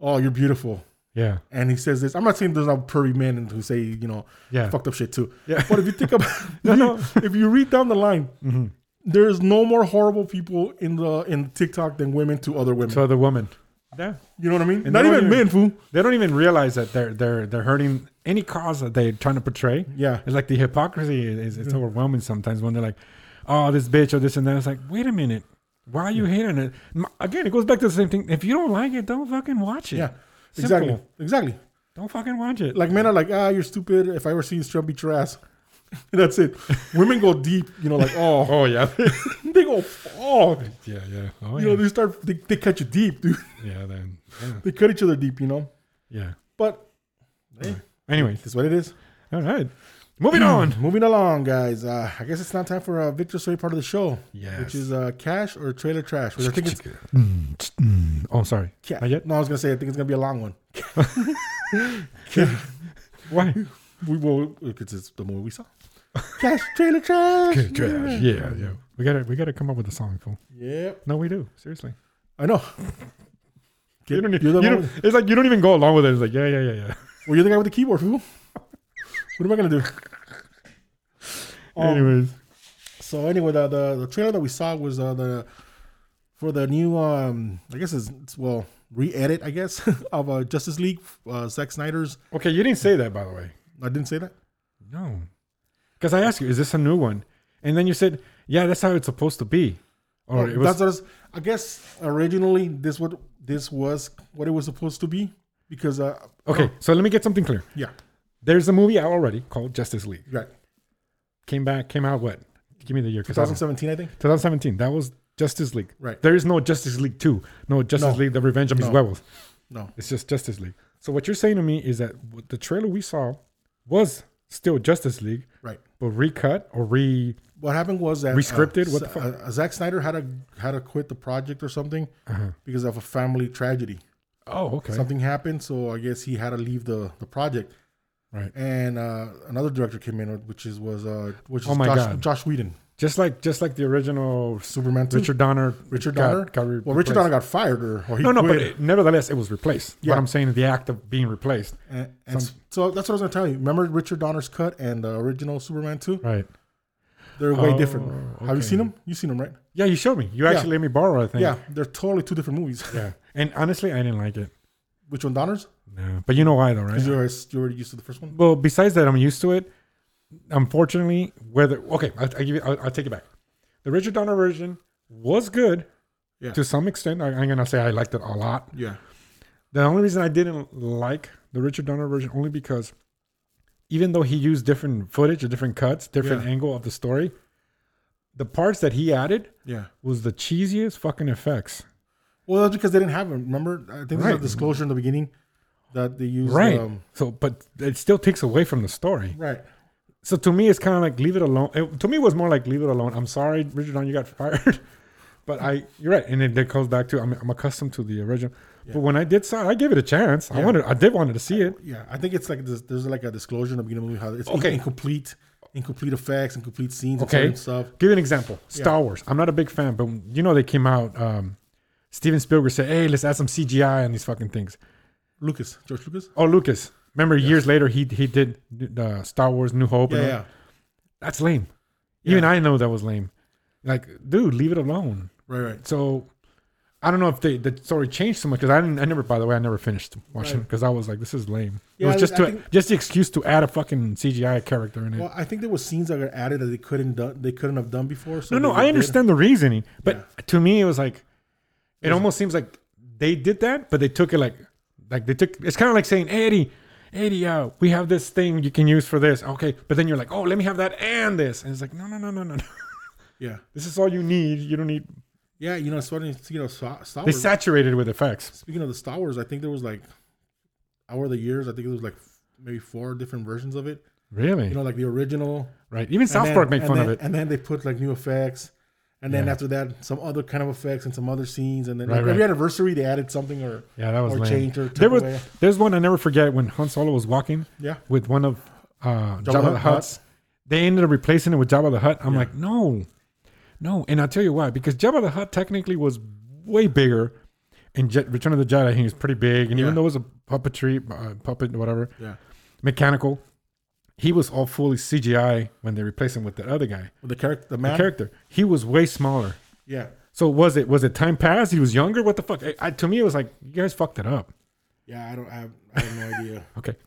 "Oh, you're beautiful," yeah. and he says this. I'm not saying there's not pervy men who say you know Yeah. fucked up shit too. Yeah. But if you think about No, no. Mm-hmm. if you read down the line, there is no more horrible people in the in TikTok than women to other women. To other women. Yeah. you know what I mean? And Not they don't even men, even- fool. They don't even realize that they're they're they're hurting any cause that they're trying to portray. Yeah. Mm-hmm. It's like the hypocrisy is it's overwhelming sometimes when they're like, oh, this bitch or this and that. It's like, wait a minute. Why are you hating it? M- Again, it goes back to the same thing. If you don't like it, don't fucking watch it. Yeah. Simple. Exactly. Exactly. Don't fucking watch it. Like men are like, ah, you're stupid. If I ever see you, strap beat your ass. That's it. Women go deep, you know, like, oh, oh yeah, they go, oh, yeah, yeah. Oh you know, yeah, they start, they, they catch you deep, dude. yeah. Then yeah. They cut each other deep, you know. yeah. But hey, Anyways, it's what it is. all right. Moving on. Moving along, guys. Uh, I guess it's now time for uh, Victor's favorite part of the show, Yes. which is uh, cash or trailer trash. Which I think it's Oh, sorry. ca- Not yet? No, I was gonna say I think it's gonna be a long one. Why? We will because it's the movie we saw. Cash trailer trash. Trash. Yeah, yeah. We gotta we gotta come up with a song, fool. Yep. No, we do. Seriously. I know. You don't, You're e- the you one don't- with- it's like you don't even go along with it. It's like, yeah, yeah, yeah, yeah. Well, you're the guy with the keyboard. Who? what am I gonna do? Um, Anyways. So anyway, the, the the trailer that we saw was uh, the for the new um I guess it's, it's well re-edit I guess of uh, Justice League uh, Zack Snyder's. Okay, you didn't say that by the way. I didn't say that. No. Because I asked you, is this a new one? And then you said, yeah, that's how it's supposed to be. Or Oh, it was that's what I, was- I guess originally this what this was what it was supposed to be because uh Okay, so let me get something clear. yeah There's a movie out already called Justice League. right Came back, came out what? Give me the year. 'cause I don't- 2017 I think 2017. That was Justice League. Right. There is no Justice League 2. No Justice No. League, The Revenge of Miss No. Werewolf. no It's just Justice League. So what you're saying to me is that what the trailer we saw was still Justice League, right but recut or re what happened was that Rescripted? uh, What the S- fuck? uh, Zack Snyder had to had to quit the project or something Uh-huh. because of a family tragedy Oh, okay. something happened so I guess he had to leave the the project Right. and uh another director came in which is was uh which is Oh my Josh, God. Josh Whedon Just like just like the original Superman 2. Richard Donner. Hmm. Richard got- Donner got re- well Richard Donner replaced. got fired or, or he No, no, quit. but it, nevertheless, it was replaced. Yeah. What I'm saying, is the act of being replaced. And, and so that's what I was gonna tell you. Remember Richard Donner's cut and the original Superman two? Right. They're way Oh, different. Have you okay. seen them? You seen them, right? Yeah, you showed me. You actually let me borrow. I think. Yeah, they're totally two different movies. Yeah. And honestly, I didn't like it. Which one, Donner's? No. But you know why though, right? Because you're, you're already used to the first one. well, besides that, I'm used to it. Unfortunately, whether okay, I, I give you, I, I'll take it back. The Richard Donner version was good Yeah. to some extent. I, I'm gonna say I liked it a lot. Yeah, The only reason I didn't like the Richard Donner version only because even though he used different footage or different cuts, different Yeah. angle of the story, the parts that he added yeah. was the cheesiest fucking effects. Well, that's because they didn't have them. Remember, I think there's a Right. disclosure in the beginning that they used. Right. Um, so, but it still takes away from the story. right. So to me, it's kind of like leave it alone. It- to me, it was more like leave it alone. I'm sorry, Richard, Don, you got fired. But I, you're right, and it, that goes back to I'm, I'm accustomed to the original. But when I did saw it, I gave it a chance. I Yeah. wanted, I did wanted to see it. Yeah, I think it's like this, there's like a disclosure in the beginning of the movie how it's Okay. incomplete, incomplete effects, incomplete scenes, and Okay. certain stuff. Give you an example. Star Wars. I'm not a big fan, but you know they came out. Um, Steven Spielberg said, "Hey, let's add some CGI on these fucking things." Lucas, George Lucas. Oh, Lucas. Remember years later he he did uh, Star Wars: New Hope. Yeah, and all- yeah, That's lame. Even Yeah. I know that was lame. Like, dude, leave it alone. right, right. So I don't know if they the story changed so much because I didn't. I never. By the way, I never finished watching Right. because I was like, this is lame. Yeah, it was just I to think- just the excuse to add a fucking CGI character in it. Well, I think there were scenes that were added that they couldn't done, they couldn't have done before. So no, no, they- they I did. understand the reasoning, but Yeah. to me, it was like it almost seems like they did that, but they took it like like they took. It's kind of like saying, "Hey, Eddie, Eddie, uh, we have this thing you can use for this, okay? But then you're like, oh, let me have that and this, and it's like, no, no, no, no, no, no. Yeah, This is all you need. You don't need. yeah. You know, it's funny. Speaking of Star Star They Wars, saturated with effects. speaking of the Star Wars, I think there was like over the years, I think it was like f- maybe four different versions of it. Really? You know, like the original. right. Even and South then- Park made and fun then- of it. And then they put like new effects. And then Yeah. after that, some other kind of effects and some other scenes. And then Right, like, every right. anniversary, they added something or Yeah, that was or lame. changed or took there was away. there's one I never forget when Han Solo was walking Yeah. with one of uh, the Jabba, Hutt. the Hutt's. They ended up replacing it with Jabba the Hutt. I'm like, no, no, and I'll tell you why. Because Jabba the Hutt technically was way bigger, and Je- Return of the Jedi he was pretty big, and even Yeah. though it was a puppetry uh, puppet whatever Yeah. mechanical, he was all fully CGI when they replaced him with that other guy, With the character, the the man. character. He was way smaller. yeah. So was it was it time passed? He was younger. What the fuck? I, I, to me, it was like you guys fucked it up. Yeah. I don't, I have, I have no idea. Okay.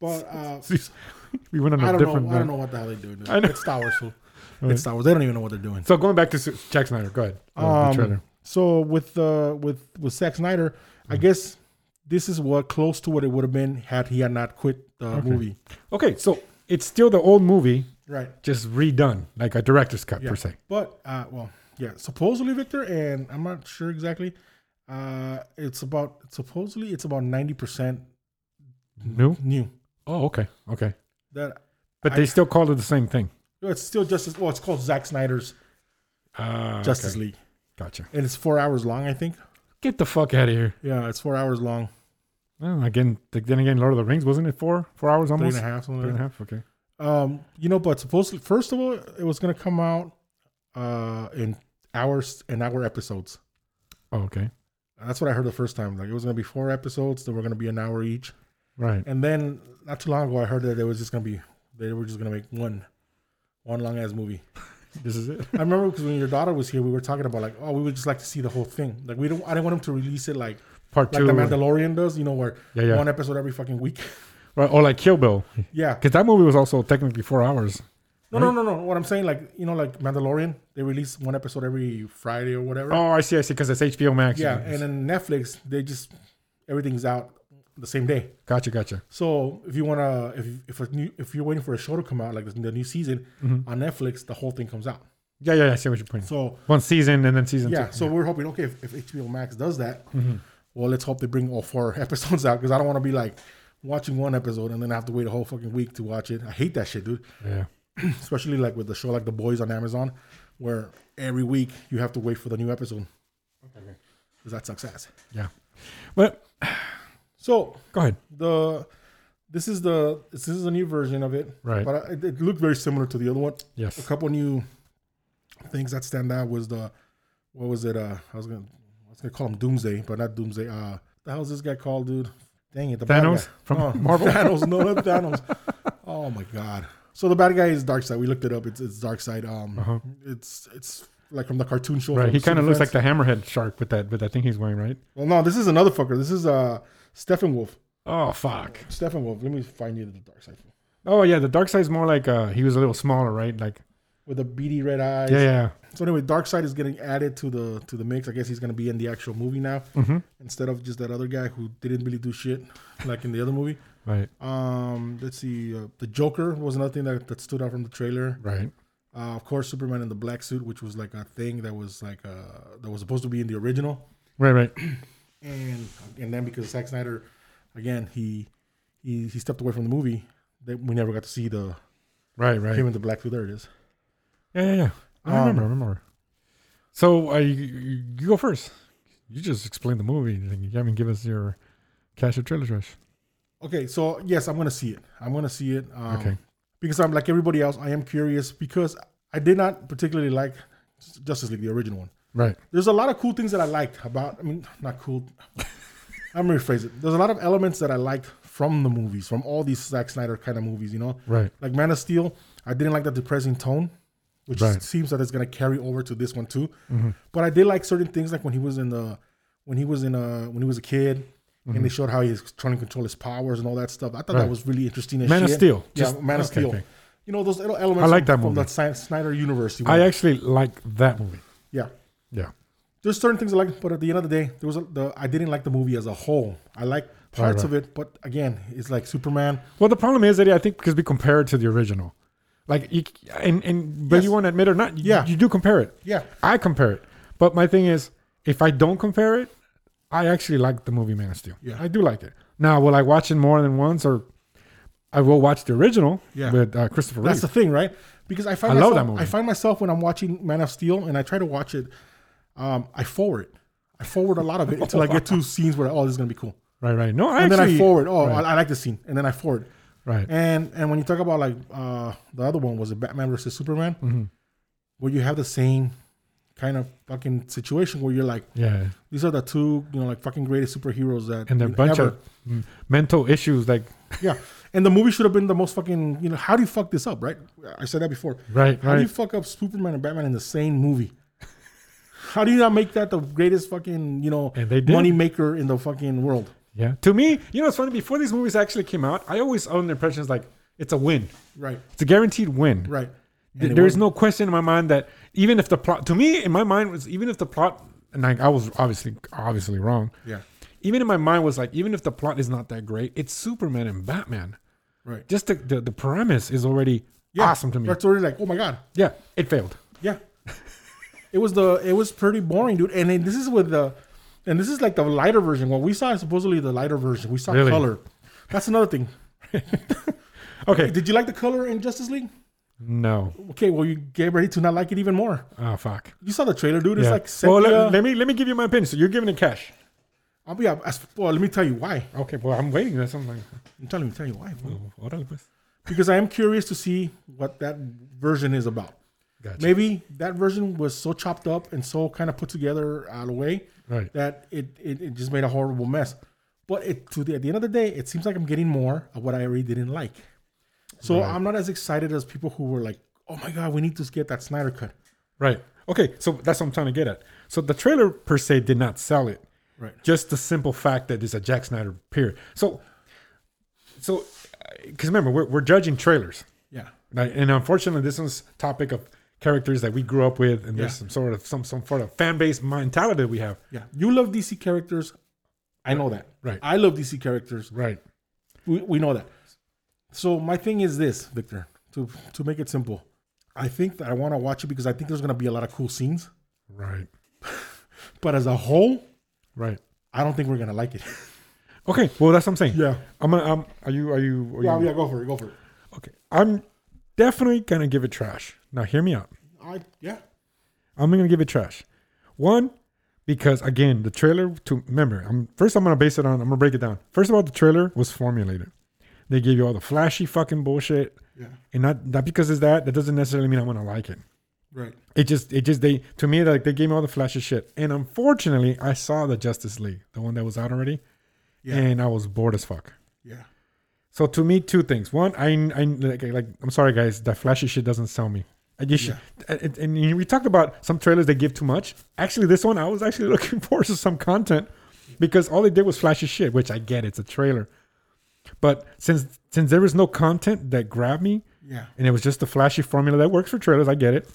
But uh, we went on a I don't different. know. I don't know what the hell they're doing. I know. It's Star Wars. fool. It's Star Wars. They don't even know what they're doing. So going back to Su- Jack Snyder, go ahead. The- the Um, trailer. so with uh, with with Zack Snyder, Mm. I guess this is what close to what it would have been had he had not quit the movie. Okay, so it's still the old movie, Right. just redone, like a director's cut Yeah. per se. But uh, well, yeah. Supposedly, Victor, and I'm not sure exactly. Uh, it's about supposedly it's about ninety percent Mm-hmm. No. new. Oh, okay, okay. That But I- they still called it the same thing. it's still Justice. Well, it's called Zack Snyder's Ah, Justice okay. League, Gotcha. and it's four hours long. I think. Get the fuck out of here. Yeah, it's four hours long. Well, again, th- then again, Lord of the Rings wasn't it four four hours Three almost? and a half. Something Three like and that. a half, Okay. Um, you know, but supposedly, first of all, it was gonna come out uh in hours and hour episodes. Oh, okay. That's what I heard the first time. Like it was gonna be four episodes that were gonna be an hour each. Right. And then not too long ago, I heard that it was just gonna be they were just gonna make one, one long ass movie. This is it. I remember because when your daughter was here, we were talking about like, oh, we would just like to see the whole thing. Like we don't, I didn't want them to release it like Part like two. the Mandalorian does, you know, where yeah, yeah. one episode every fucking week. Right, or like Kill Bill, yeah. because that movie was also technically four hours. No, no, no, no. What I'm saying, like you know, like Mandalorian, they release one episode every Friday or whatever. Oh, I see, I see, because it's HBO Max. Yeah, and then Netflix, they just everything's out the same day. gotcha, gotcha. So if you wanna, if if a new, if you're waiting for a show to come out, like the, the new season Mm-hmm. on Netflix, the whole thing comes out. Yeah, yeah, yeah. I see what you're pointing. So One season and then season yeah, Mm-hmm. two. so we're hoping okay if, if HBO Max does that, well let's hope they bring all four episodes out because I don't want to be like watching one episode and then I have to wait a whole fucking week to watch it. I hate that shit, dude. Yeah. Especially like with the show like The Boys on Amazon, where every week you have to wait for the new episode. Okay. Because that sucks ass. Yeah. But So go ahead. the this is the this is a new version of it Right. but I, it- it looked very similar to the other one a Yes. couple new things that stand out was the what was it uh i was gonna i was gonna call him doomsday but not doomsday uh the hell's this guy called dude dang it the bad Thanos guy. from No, Marvel? thanos no not thanos oh my god so the bad guy is dark side we looked it up it's it's dark side um Uh-huh. it's it's like from the cartoon show Right. from He kind of looks Superfans. like the hammerhead shark with that with that thing he's wearing, right? well no this is another fucker this is uh stephen wolf Oh fuck. stephen wolf let me find you the dark side Oh yeah, the dark side's more like uh he was a little smaller, right? Like with the beady red eyes yeah, yeah. So anyway, Darkseid is getting added to the to the mix. I guess he's gonna be in the actual movie now Mm-hmm. instead of just that other guy who didn't really do shit like in the other movie. Right. Um, let's see, uh, the Joker was another thing that, that stood out from the trailer. Right. Uh, of course, Superman in the black suit, which was like a thing that was like uh, that was supposed to be in the original, Right. Right. and and then because Zack Snyder, again he he he stepped away from the movie, that we never got to see the Right. Right. him in the black suit. There it is. Yeah. Yeah. Yeah. I Um, remember. I remember. So I, you you go first. You just explain the movie. and You haven't given us your cash or trailer trash. Okay, so yes, I'm gonna see it. I'm gonna see it. Um, Okay. Because I'm like everybody else, I am curious because I did not particularly like Justice League, the original one. Right. There's a lot of cool things that I liked about. I mean, not cool. I'm gonna rephrase it. There's a lot of elements that I liked from the movies, from all these Zack Snyder kind of movies. You know, Right. like Man of Steel, I didn't like the depressing tone, which Right. Mm-hmm. seems that it's gonna carry over to this one too. But I did like certain things, like when he was in the, when he was in a, when he was a kid, and they showed how he's trying to control his powers and all that stuff. I thought that Mm-hmm. Right. was really interesting. As Man of shit. Steel, yeah, just- Man of okay, Steel. okay. You know those little elements. I from, like that from movie. the Sci- Snyder universe. you I know? actually like that movie. yeah. Yeah. There's certain things I like, but at the end of the day, there was a, the I didn't like the movie as a whole. I like parts right. of it, but again, it's like Superman. Well, the problem is that I think because we compare it to the original, like you c- and and but Yes. you want to admit or not, you, Yeah. you do compare it. Yeah. I compare it, but my thing is, if I don't compare it, I actually like the movie Man of Steel. Yeah. I do like it. Now, will I watch it more than once, or I will watch the original Yeah. with uh, Christopher That's Reeve? the thing, right? Because I find I love myself, that movie. I find myself when I'm watching Man of Steel and I try to watch it, um, I forward. I forward a lot of it until I get to scenes where oh this is gonna be cool, right, right. No, I and actually, then I forward. Oh, right, I, I like this scene, and then I forward. right. And and when you talk about like uh, the other one was it Batman versus Superman, Mm-hmm. where you have the same kind of fucking situation where you're like yeah, these are the two you know like fucking greatest superheroes that and a you bunch ever- of mm, mental issues, like yeah. And the movie should have been the most fucking, you know, how do you fuck this up, right? I said that before. Right, How do you right. fuck up Superman and Batman in the same movie? How do you not make that the greatest fucking, you know, And they did. money maker in the fucking world? yeah. To me, you know, it's funny. Before these movies actually came out, I always owned the impression it's like it's a win. Right, It's a guaranteed win. right. Th- it there is wasn't. no question in my mind that even if the plot to me in my mind was even if the plot and like I was obviously obviously wrong. Yeah, Even in my mind was like even if the plot is not that great, it's Superman and Batman. right. Just the the, the premise is already Yeah. awesome to me. That's already like, oh my God. Yeah, it failed. Yeah. it was the, it was pretty boring, dude. And then this is with the, and this is like the lighter version. What we saw is supposedly the lighter version. We saw Really? color. That's another thing. Okay, Did you like the color in Justice League? no. Okay, well, you get ready to not like it even more. Oh fuck. You saw the trailer, dude. It's Yeah. like well, sepia. let, let me let me give you my opinion. So you're giving it cash. I'll be, as, well, let me tell you why. Okay, well I'm waiting. That's something. I'm telling you, tell you why. bro. Órale, pues. Because I am curious to see what that version is about. Gotcha. Maybe that version was so chopped up and so kind of put together out of the way Right. that it, it, it just made a horrible mess. But it, to the, at the end of the day, it seems like I'm getting more of what I already didn't like. So I'm not as excited as people who were like, "Oh my god, we need to get that Snyder cut." Right. Okay, so that's what I'm trying to get at. So the trailer per se did not sell it. Right. Just the simple fact that it's a Jack Snyder period. So, so, because remember we're, we're judging trailers, Yeah. Like, and unfortunately this one's topic of characters that we grew up with, and Yeah. there's some sort of some some sort of fan base mentality that we have. Yeah. You love DC characters. I know that. Right. I love DC characters. Right. We, we know that. So my thing is this, Victor, to to make it simple. I think that I want to watch it because I think there's going to be a lot of cool scenes, Right. but as a whole, Right. I don't think we're going to like it. Okay. Well, that's what I'm saying. Yeah. I'm gonna. Um, are you? Are you? Are yeah, you yeah, go for it. Go for it. Okay. I'm definitely gonna give it trash. Now hear me out. I yeah. I'm gonna give it trash. One, because again, the trailer to remember, I'm first I'm gonna base it on I'm gonna break it down. First of all, the trailer was formulated. They gave you all the flashy fucking bullshit. Yeah. And not not because it's that, that doesn't necessarily mean I'm gonna like it. Right. It just it just they to me like they gave me all the flashy shit. And unfortunately, I saw the Justice League, the one that was out already. Yeah. And I was bored as fuck. Yeah. So to me, two things. One, I, I like, like I'm sorry guys, that flashy shit doesn't sell me. I just and, and we talked about some trailers they give too much. Actually, this one I was actually looking forward to some content because all they did was flashy shit, which I get, it's a trailer. But since since there was no content that grabbed me, Yeah. and it was just the flashy formula that works for trailers. I get it.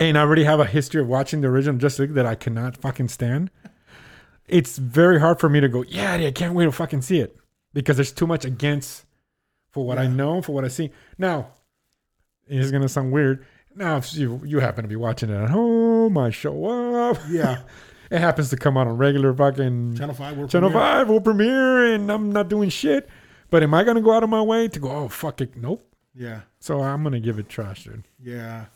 And I already have a history of watching the original Justice League that I cannot fucking stand. It's very hard for me to go, yeah, yeah, I can't wait to fucking see it because there's too much against for what I know, for what I see. Now, it's going to sound weird. Now, if you, you happen to be watching it at home, I show up. Yeah. It happens to come out on regular fucking Channel 5 World Channel Premiere. 5 will premiere and I'm not doing shit. But am I going to go out of my way to go, oh, fuck it? Nope. Yeah. So I'm gonna give it trash, dude. Yeah.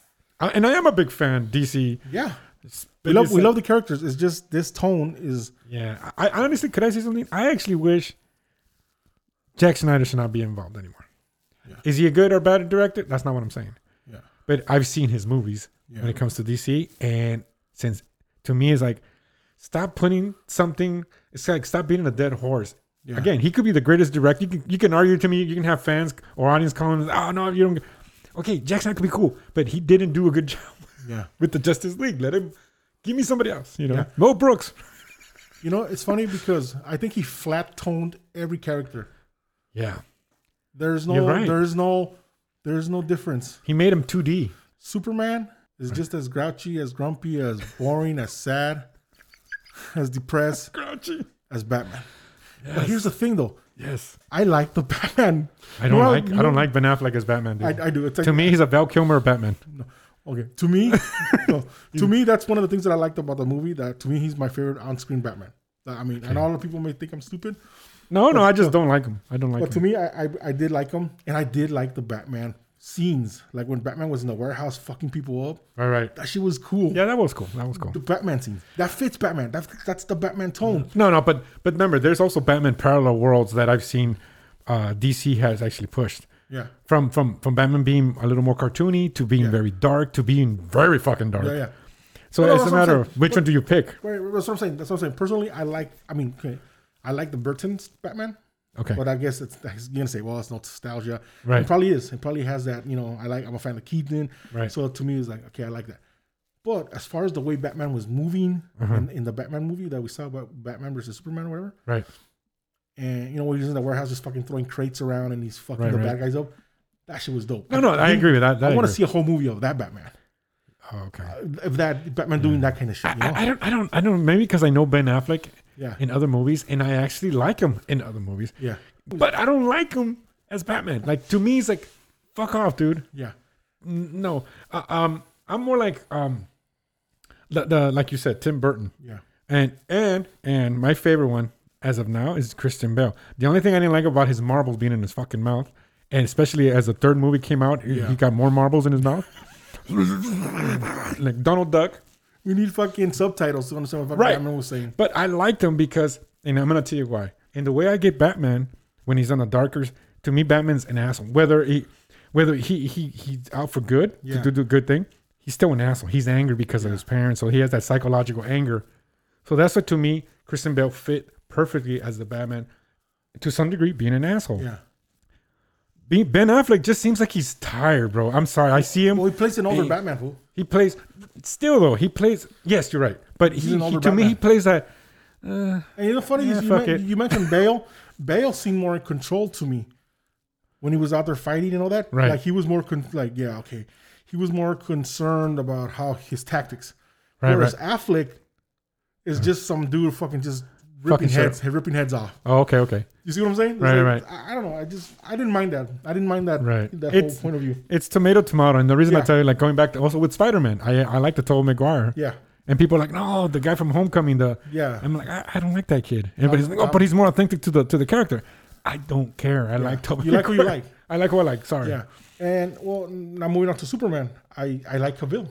I, and I am a big fan DC Yeah. We love we love the characters. It's just this tone is Yeah, I, I honestly could I say something? I actually wish Jack Snyder should not be involved anymore. Yeah. Is he a good or bad director? That's not what I'm saying. Yeah. But I've seen his movies yeah. when it comes to DC, and since to me it's like stop putting something. It's like stop beating a dead horse. yeah. Again, he could be the greatest director. You can, you can argue to me. You can have fans or audience comments. Oh no, you don't. get-" Okay, Jack Snyder could be cool, but he didn't do a good job yeah. with the Justice League. Let him give me somebody else. You know, Yeah. Mo Brooks. You know, it's funny because I think he flat toned every character. Yeah. There's no You're right. there's no there's no difference. He made him 2D. Superman is just as grouchy, as grumpy, as boring, as sad, as depressed Grouchy. as Batman. But here's the thing though. Yes. I like the Batman. I don't Well, like I don't you- like Ben Affleck as Batman. Dude. I, I do. It's like, to me, he's a Val Kilmer Batman. okay. To me, no, to me, that's one of the things that I liked about the movie. That to me, he's my favorite on-screen Batman. That- I mean, and all the people may think I'm stupid, No, no, I just don't like him. I don't like but to him. me, I, I I did like him, and I did like the Batman scenes. Like when Batman was in the warehouse fucking people up, All right. that shit was cool. Yeah, that was cool. That was cool. The Batman scenes that fits Batman. That's that's the Batman tone. No, no, but but remember, there's also Batman parallel worlds that I've seen. Uh, DC has actually pushed Yeah, from from from Batman being a little more cartoony to being Yeah. very dark to being very fucking dark. yeah, yeah. So No, no, it's that's a what I'm matter of saying. which one do you pick? Right, right, that's what I'm saying. That's what I'm saying. Personally, I like. I mean, okay, I like the Burton's Batman. Okay. But I guess it's that's- you're gonna say, well, it's nostalgia. Right. It probably is. It probably has that. You know, I like. I'm a fan of Keaton. Right. So to me, it's like, okay, I like that. But as far as the way Batman was moving Uh-huh. in, in the Batman movie that we saw about Batman versus Superman or whatever, Right. and you know, when he's in the warehouse, just fucking throwing crates around and he's fucking Right, the right. bad guys up. That shit was dope. No, no, I agree with that. that I want to agree. see a whole movie of that Batman, Oh, okay. of that Batman doing that kind of shit. You know? I, I don't. I don't. I don't. Maybe because I know Ben Affleck yeah, in other movies, and I actually like him in other movies. yeah, But I don't like him as Batman. Like to me, he's like, fuck off, dude. yeah, N- No, uh, um, I'm more like um, the, the like you said, Tim Burton, yeah, and and and my favorite one as of now is Christian Bale. The only thing I didn't like about his marbles being in his fucking mouth, and especially as the third movie came out, he- Yeah. he got more marbles in his mouth, like Donald Duck. We need fucking subtitles to understand what fucking Right. Batman was saying. But I liked him because, and I'm gonna tell you why. And the way I get Batman when he's on the darker, to me, Batman's an asshole. Whether he, whether he he he's out for good Yeah. to do, do a good thing, he's still an asshole. He's angry because of his parents, so he has that psychological anger. So that's what to me, Kristen Bell fit perfectly as the Batman, to some degree, being an asshole. Yeah. Be- Ben Affleck just seems like he's tired, bro. I'm sorry. I see him. Well, he plays an older Hey. Batman fool. He plays still though. He plays. Yes, you're right. But he, an he- to older me, Batman. he plays that. Uh, And you know, funny Yeah, is you, fuck men- it. you mentioned Bale. Bale seemed more in control to me when he was out there fighting and all that. Right. Like he was more con- like yeah okay, he was more concerned about how his tactics. Right, Whereas Affleck is just some dude fucking just ripping Fucking shit. heads, ripping heads off. oh, okay, okay. You see what I'm saying? It's Right, like, I, I don't know. I just I didn't mind that. I didn't mind that. Right. That It's- whole point of view. It's tomato tomato, and the reason I Yeah. tell you, like going back to also with Spider Man, I I like the Tobey Maguire, Yeah. and people are like, no, the guy from Homecoming, the Yeah. I'm like, I, I don't like that kid. Everybody's like, oh, I'm- but he's more authentic to the to the character. I don't care. I like Tobey. You like who you Maguire. like. I like who I like. Sorry. Yeah. And well, now moving on to Superman, I I like Cavill.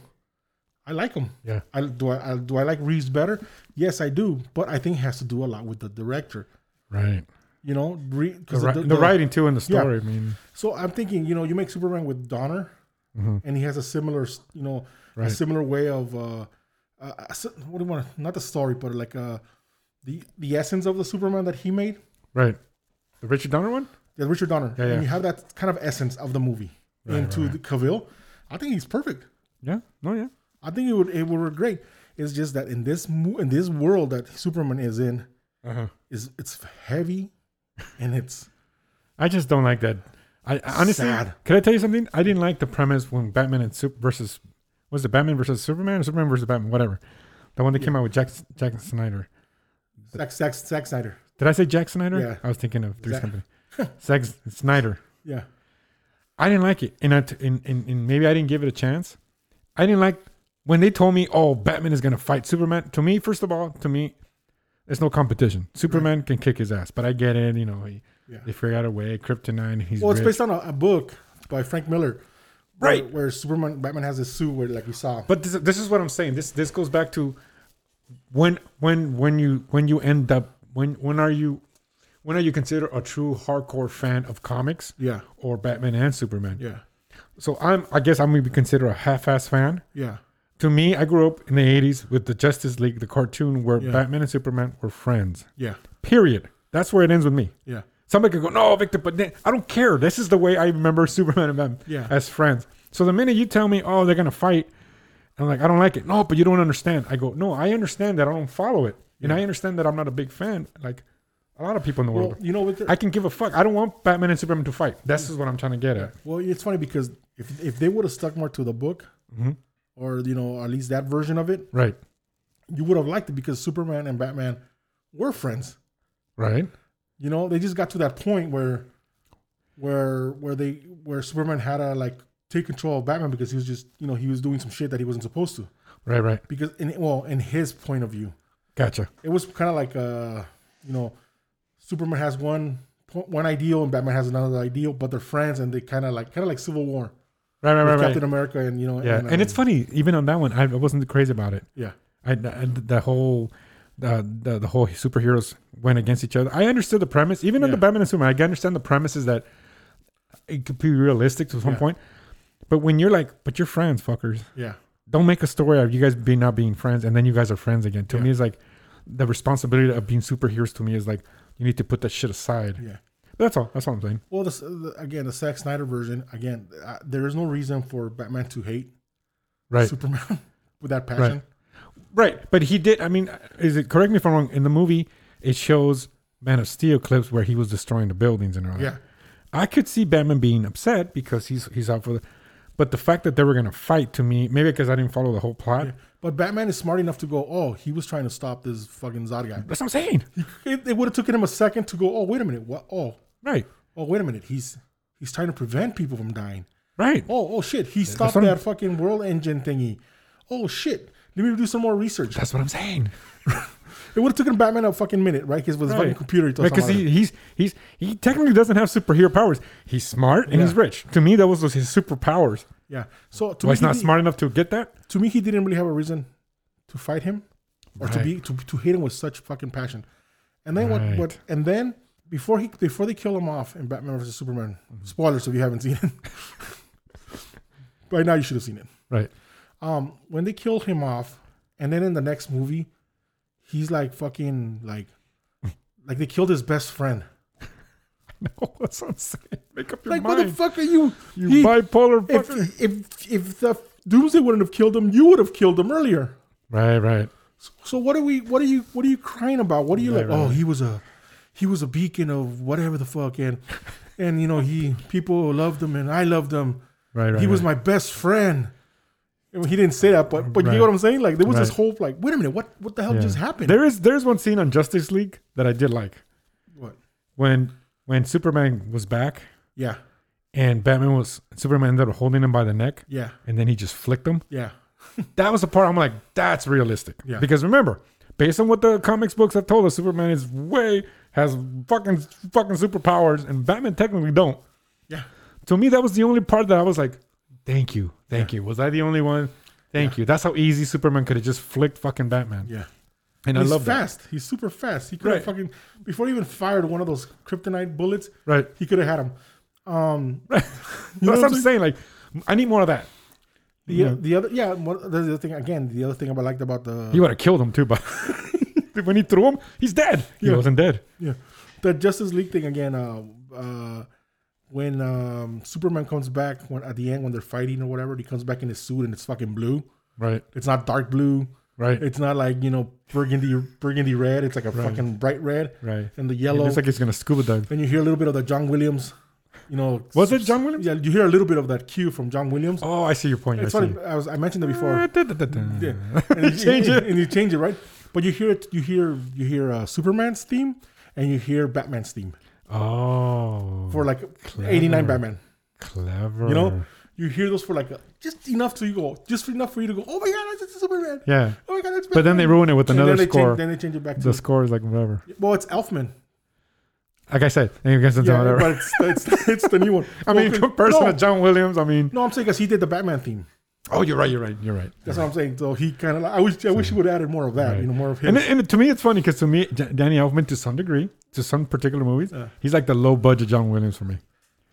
I like him. Yeah. I do I, I do I like Reeves better? Yes, I do, but I think it has to do a lot with the director. Right. You know, re, The, 'cause ri- the writing too, and the Yeah. story. I mean, So I'm thinking, you know, you make Superman with Donner, and he has a similar, s- you know, a Mm-hmm. Right. similar way of uh, uh, a s- what do you want? Not the story, but like uh, the the essence of the Superman that he made. right. The Richard Donner one. Yeah, Richard Donner. Yeah, yeah. And you have that kind of essence of the movie into the Cavill. I think he's perfect. Yeah. No. Yeah. I think it would it would work great. It's just that in this mo- in this world that Superman is in Uh huh. is it's heavy, and it's I just don't like that. I I- honestly, Sad. could I tell you something? I didn't like the premise when Batman and Super versus was it Batman versus Superman or Superman versus Batman, whatever. The one that came out with Jack Jack Snyder. Zack Zack Zack Snyder. Did I say Jack Snyder? Yeah. I was thinking of Three's Zack. Company. Zack Snyder. Yeah, I didn't like it, and I t- and, and, and maybe I didn't give it a chance. I didn't like when they told me, "Oh, Batman is gonna fight Superman." To me, first of all, to me, there's no competition. Superman can kick his ass, but I get it. You know, he, Yeah. they figure out a way. Kryptonite. He's well, it's rich. based on a, a book by Frank Miller, Right. Where, where Superman, Batman has this suit where like we saw. But this, this is what I'm saying. This this goes back to when when when you when you end up when when are you when are you considered a true hardcore fan of comics yeah, or Batman and Superman? yeah, So I'm I guess I'm gonna be considered a half-ass fan. yeah, To me, I grew up in the '80s with the Justice League, the cartoon where Yeah. Batman and Superman were friends. yeah, Period. That's where it ends with me. yeah, Somebody could go, no, Victor, but then- I don't care. This is the way I remember Superman and Batman Yeah. as friends. So the minute you tell me, oh, they're gonna fight, I'm like, I don't like it. No, but you don't understand. I go, no, I understand that. I don't follow it, and I understand that I'm not a big fan. Like a lot of people in the Well, world, you know what? I can give a fuck. I don't want Batman and Superman to fight. This is what I'm trying to get at. Well, it's funny because if if they would have stuck more to the book, or you know at least that version of it, Right. you would have liked it because Superman and Batman were friends. Right. You know, they just got to that point where, where where they where Superman had to like take control of Batman because he was just you know he was doing some shit that he wasn't supposed to Right. Right. because in well in his point of view Gotcha. it was kind of like uh you know Superman has one po- one ideal and Batman has another ideal but they're friends and they kind of like kind of like Civil War Right. Right. with Right. Captain right. America and you know Yeah. um, And it's funny, even on that one, I I wasn't crazy about it. yeah I, I the whole uh, the the whole superheroes went against each other. I understood the premise, even in the Yeah. Batman and Superman. I understand the premise is that it could be realistic to some Yeah. point, but when you're like, but you're friends, fuckers. yeah Don't make a story of you guys be not being friends, and then you guys are friends again. To Yeah. me, it's like the responsibility of being superheroes. To me, is like you need to put that shit aside. yeah That's all. That's all I'm saying. well this the, again the Zack Snyder version again uh, there is no reason for Batman to hate Right. Superman with that passion Right, but he did. I mean, is it correct me if I'm wrong? In the movie, it shows Man of Steel clips where he was destroying the buildings and all that. yeah I could see Batman being upset because he's he's out for the, but the fact that they were gonna fight to me, maybe because I didn't follow the whole plot. yeah but Batman is smart enough to go oh he was trying to stop this fucking Zod guy That's what I'm saying, it, it would have taken him a second to go oh wait a minute what oh right? oh wait a minute he's he's trying to prevent people from dying Right. Oh, oh shit! He stopped what I'm- that fucking world engine thingy. Oh shit! Let me do some more research. That's what I'm saying. It would have taken Batman a fucking minute, right? Because with his fucking computer, he tells because somebody. he, he's he's he technically doesn't have superhero powers. He's smart and he's Yeah. rich. To me, that was those his superpowers. yeah. So to Well, me, he's he not di- smart enough to get that. To me, he didn't really have a reason to fight him or to Right. be to, to hate him with such fucking passion. And then what? Right. What? And then before he before they kill him off in Batman versus Superman, Mm-hmm. spoilers if you haven't seen it. By now, you should have seen it. Right. um when they kill him off and then in the next movie he's like fucking like like they killed his best friend No, that's what I'm saying. Make up your like mind. motherfucker you you he- bipolar if, fucker. if if the doomsday wouldn't have killed him you would have killed him earlier Right. Right. so what are we what are you what are you crying about what are you Right, like right, oh right. he was a he was a beacon of whatever the fuck and and you know he people loved him and i loved him Right. Right. he was right. my best friend. And He didn't say that, but but you Right. know what I'm saying? Like there was this Right. whole like, wait a minute, what what the hell Yeah. just happened? There is there's one scene on Justice League that I did like. What? when when Superman was back Yeah, and Batman was Superman ended up holding him by the neck yeah, and then he just flicked him. yeah, That was the part I'm like, that's realistic. Yeah. Because remember, based on what the comics books have told us, Superman is way has fucking fucking superpowers and Batman technically don't. yeah. To me, that was the only part that I was like, thank you, thank you. Was I the only one? Thank you. That's how easy Superman could have just flicked fucking Batman. Yeah, And I he's love that. fast. He's super fast. He could Right. have fucking before he even fired one of those kryptonite bullets, Right. he could have had him. Um, know That's what what I'm I'm saying. Like, I need more of that. the, the other, yeah, one, the other thing again, the other thing I liked about the You would have killed him too, but when he threw him, he's dead. He Yeah. wasn't dead. Yeah, the Justice League thing again. Uh, uh, when um, Superman comes back, when at the end when they're fighting or whatever, he comes back in his suit and it's fucking blue. Right. It's not dark blue. Right. It's not like you know burgundy burgundy red. It's like a fucking bright red right. and the It yellow. looks like he's gonna scuba dive. and you hear a little bit of the John Williams. You know, Was it John Williams? Yeah, you hear a little bit of that cue from John Williams. Oh, I see your point. it's I see. funny. I was I mentioned it before. Yeah, Yeah. and you Change it. and you change it right. But you hear it. You hear you hear uh, Superman's theme and you hear Batman's theme Oh. for like eighty nine Batman. clever. You know, you hear those for like a, just enough to you go, just enough for you to go. Oh my god, that's that's Superman. Yeah. Oh my god, that's. But then they ruin it with And another then they score. Change, then they change it back to the score is like whatever. Well, it's Elfman. Like I said, and you Yeah, but it's, it's, it's the new one. I mean, in Well, comparison no, to John Williams, I mean, no, I'm saying because he did the Batman theme. oh, you're right, you're right, you're right. That's what I'm saying. So he kind of, I wish, I wish he would have added more of that. Right. You know, more of him. And, and to me, it's funny because to me, J- Danny Elfman, to some degree, to some particular movies, Yeah. he's like the low budget John Williams for me.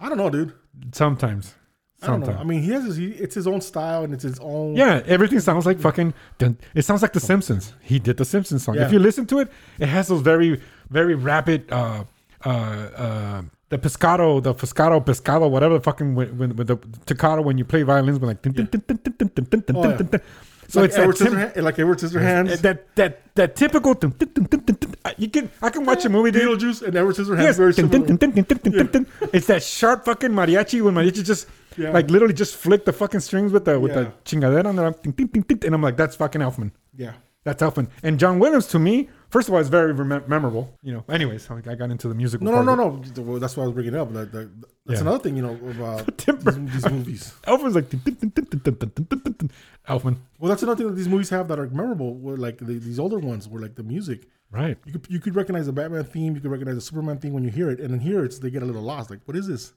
I don't know, dude. Sometimes, I don't know. sometimes. I mean, he has his, he, it's his own style and it's his own. Yeah, everything sounds like fucking. dun- It sounds like The Simpsons. He did The Simpsons song. Yeah. If you listen to it, it has those very, very rapid. Uh, uh, uh, the pescado, the pescado, pescado, whatever the fucking when, when, with the staccato when you play violins, but like. dun- dun- dun- dun- dun- dun- dun- dun- Oh, dun- yeah. dun- dun. So So like it's it's Edward that, tim- Scissorhands. Like Edward Scissorhands. that that that typical. dun- dun- dun- dun- dun- dun. I- You can I can watch a movie. dude. Beetlejuice and Edward Scissorhands. Yes. Very Dun- similar. dun- dun- dun- dun- dun- dun- dun- dun. It's that sharp fucking mariachi when mariachi just Yeah. like literally just flick the fucking strings with the with Yeah. the chingadera and then I'm ting, ting, ting, ting, and I'm like that's fucking Elfman. Yeah. That's Elfman. And John Williams to me, first of all, is very remem- memorable. You know. Anyways, I I got into the musical. No, no, no, part of no. Well, That's what I was bringing up. That, that, that's Yeah. another thing, you know, about timbre. these, these movies. it. Elfman's like ting, ting, ting, ting, ting, ting, ting, ting, ting, ting, ting. Elfman. Well, that's another thing that these movies have that are memorable. Were like the, these older ones, were like the music. Right. You could you could recognize the Batman theme. You could recognize the Superman theme when you hear it, and then here it's they get a little lost. Like, what is this?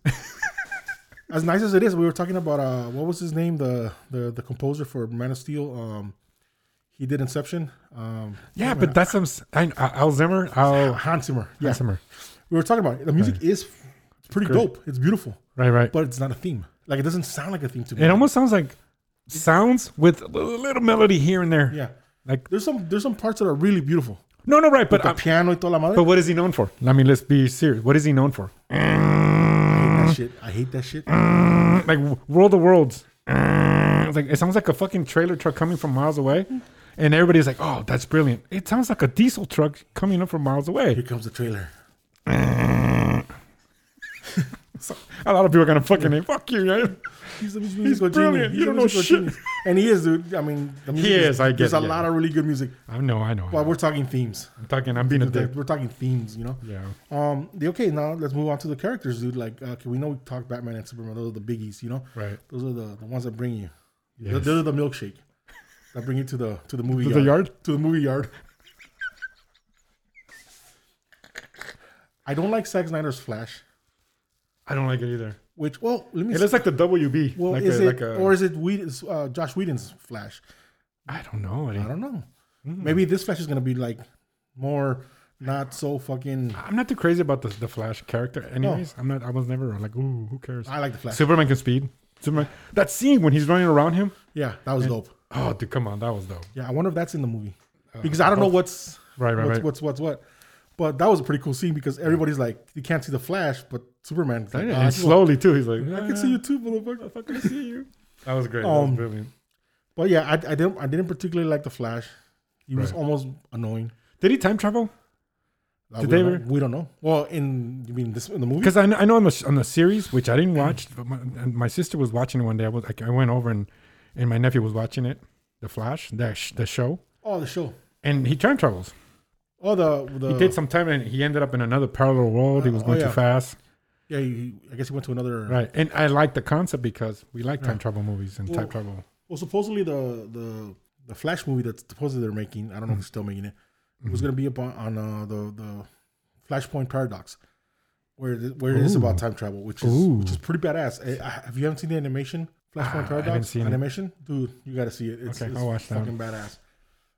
as nice as it is, we were talking about uh, what was his name, the the the composer for Man of Steel. Um, he did Inception. Um, oh, Yeah, but that's some s- I, I, Alzheimer. Al, Hans Zimmer. Yeah, Alzheimer. we were talking about it. The music is it's pretty Great. dope. It's beautiful, Right. Right. but it's not a theme. Like, it doesn't sound like a theme to me. It almost sounds like sounds with a little melody here and there. yeah. Like There's some there's some parts that are really beautiful. no, no, right. But The I'm- piano y toda la madre. But what is he known for? I mean, let's be serious. What is he known for? I hate that shit. I hate that shit. Like W- World of Worlds. It's like it sounds like a fucking trailer truck coming from miles away, and everybody's like, "Oh, that's brilliant." It sounds like a diesel truck coming up from miles Here away. comes the trailer. A lot of people are gonna fucking hey, fuck you, right? He's a musical He's brilliant. He's You a don't know musical shit. genius. And he is, dude. I mean, the music is, I get There's it, a yeah. lot of really good music. I know, I know. But I know. we're talking themes. I'm talking. I'm being a dick. We're talking themes, you know? Yeah. Um, the- okay, now let's move on to the characters, dude. Like, uh, okay, we know we talked Batman and Superman. Those are the biggies, you know? Right. Those are the, the ones that bring you. Yes. They're, they're the milkshake that bring you to the to the movie To yard. the yard. To the movie yard. I don't like Zack Snyder's Flash, I don't like it either. which, well, let me It looks like the WB. Well, like is a, it like a, or is it Whedon's, uh, Josh Whedon's Flash? I don't know. I I don't, don't know. Mm-hmm. Maybe this Flash is gonna be like more not so fucking. I'm not too crazy about the, the Flash character. Anyways, I'm not. I was never like, ooh, who cares? I like the Flash. Superman can speed. Superman. That scene when he's running around him. Yeah, that was dope. Oh, dude, come on, that was dope. Uh, oh, Yeah, I wonder if that's in the movie because I don't know what's Right, right, what's, right. what's what's what. But that was a pretty cool scene because everybody's like, you can't see the Flash, but Superman's like, and "Ah, I, just want- slowly too, he's like, I can see you too, motherfucker. I can see you. That was great. Um, that was brilliant. But yeah, I, I didn't I didn't particularly like the Flash. He was Right. almost annoying. Did he time travel? Uh, Did we, they don't ever- know. we don't know. Well, in you mean this in the movie? Because I, kn- I know on the sh- on the series, which I didn't watch, but my, and my sister was watching it one day. I was like, I went over and and my nephew was watching it, The Flash, the sh- the show, Oh, the show. and he time travels. Oh, the the He did some time and he ended up in another parallel world. He was Oh, going yeah. too fast, Yeah, you, I guess he went to another. right? And I like the concept because we like time Yeah. travel movies and Well, time travel. Well, supposedly the the the Flash movie that supposedly they're making, I don't know if Mm-hmm. they're still making it, it was going to be upon on uh, the the Flashpoint paradox, where the, where it is about time travel, which is Ooh. which is pretty badass. Eh, I, I, if you haven't seen the animation Flashpoint Ah, I haven't paradox seen it. animation, dude, you got to see it. It's, Okay, it's I'll watch that. fucking badass.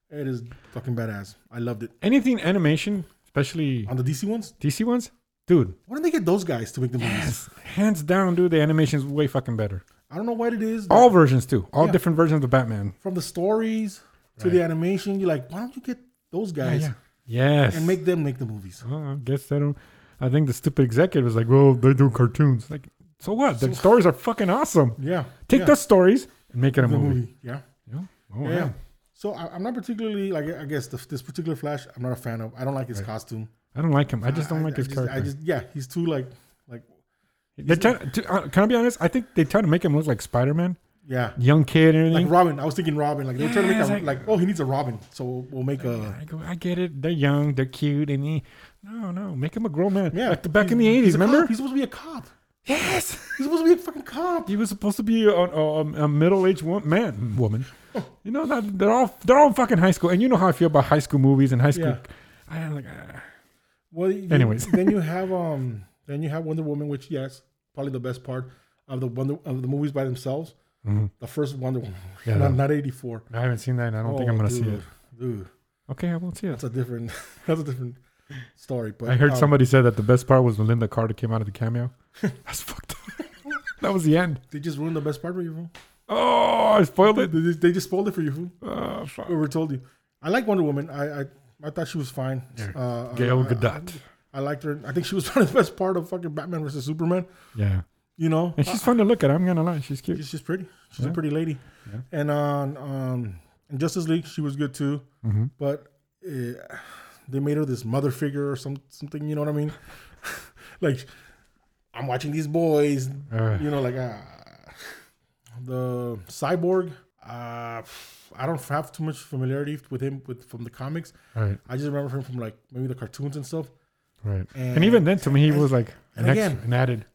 It is fucking badass. I loved it. Anything animation, especially On the DC ones, DC ones, dude. why don't they get those guys to make the movies? Yes, hands down, dude. The animation's way fucking better. I don't know what it is. All versions too. All Yeah. different versions of Batman. from the stories to the animation, you're like, why don't you get those guys Yes. and make them make the movies? Oh, I guess they don't. I think the stupid executive was like, "Well, they do cartoons." Like, so what? The stories are fucking awesome. Yeah, Take yeah. those stories and make it a the movie. movie. Yeah. Yeah. Oh, yeah, yeah. So I, I'm not particularly like I guess the, this particular Flash. I'm not a fan of. I don't like his costume. I don't like him. I just don't like I his just, character. I just yeah, he's too like like they try, to, uh, can I be honest? I think they try to make him look like Spider-Man, yeah. young kid, and Like everything. Robin, I was thinking Robin. Like they were trying to Yeah, make a, it's like, like- oh he needs a Robin, so we'll, we'll make a I go, I get it. They're young. They're cute. And he, no, no, make him a grown man. yeah. Like the, back he's- in the he's eighties, a cop. remember? He's supposed to be a cop. Yes. He's supposed to be a fucking cop. He was supposed to be a, a, a middle-aged wo- man, woman. You know, that they're all they're all in fucking high school, and you know how I feel about high school movies and high school. Yeah. I am like, ah. Well, you- Anyways. then you have um, then you have Wonder Woman, which yes, probably the best part of the Wonder of the movies by themselves. Mhm. The first Wonder Woman, Yeah, not, no. not eighty four. I haven't seen that, and I don't think I'm gonna see it. Oh, Dude, Okay, I won't see it. that's a different, that's a different story. But I heard um, somebody said that the best part was when Linda Carter came out of the cameo. That's fucked. up. that was the end. they just ruined the best part for you. fool. Oh, I spoiled They it. just, they just spoiled it for you. fool. Oh, fuck. Whoever told you. I like Wonder Woman. I I, I thought she was fine. Yeah. Uh, Gail I- I- Gadot. I, liked her. I think she was probably the best part of fucking Batman versus Superman. Yeah, You know, and she's fun to look at. I'm gonna lie, she's cute. She's, she's pretty. She's a Yeah. pretty lady. Yeah. And on um, in Justice League, she was good too. Mhm. But uh, they made her this mother figure or some something. You know what I mean? like I'm watching these boys. Uh, You know, like uh, the cyborg. Uh, I don't have too much familiarity with him with from the comics. Right, I just remember him from like maybe the cartoons and stuff. right. And, And even then, to me, he was like and an extra, again- an added.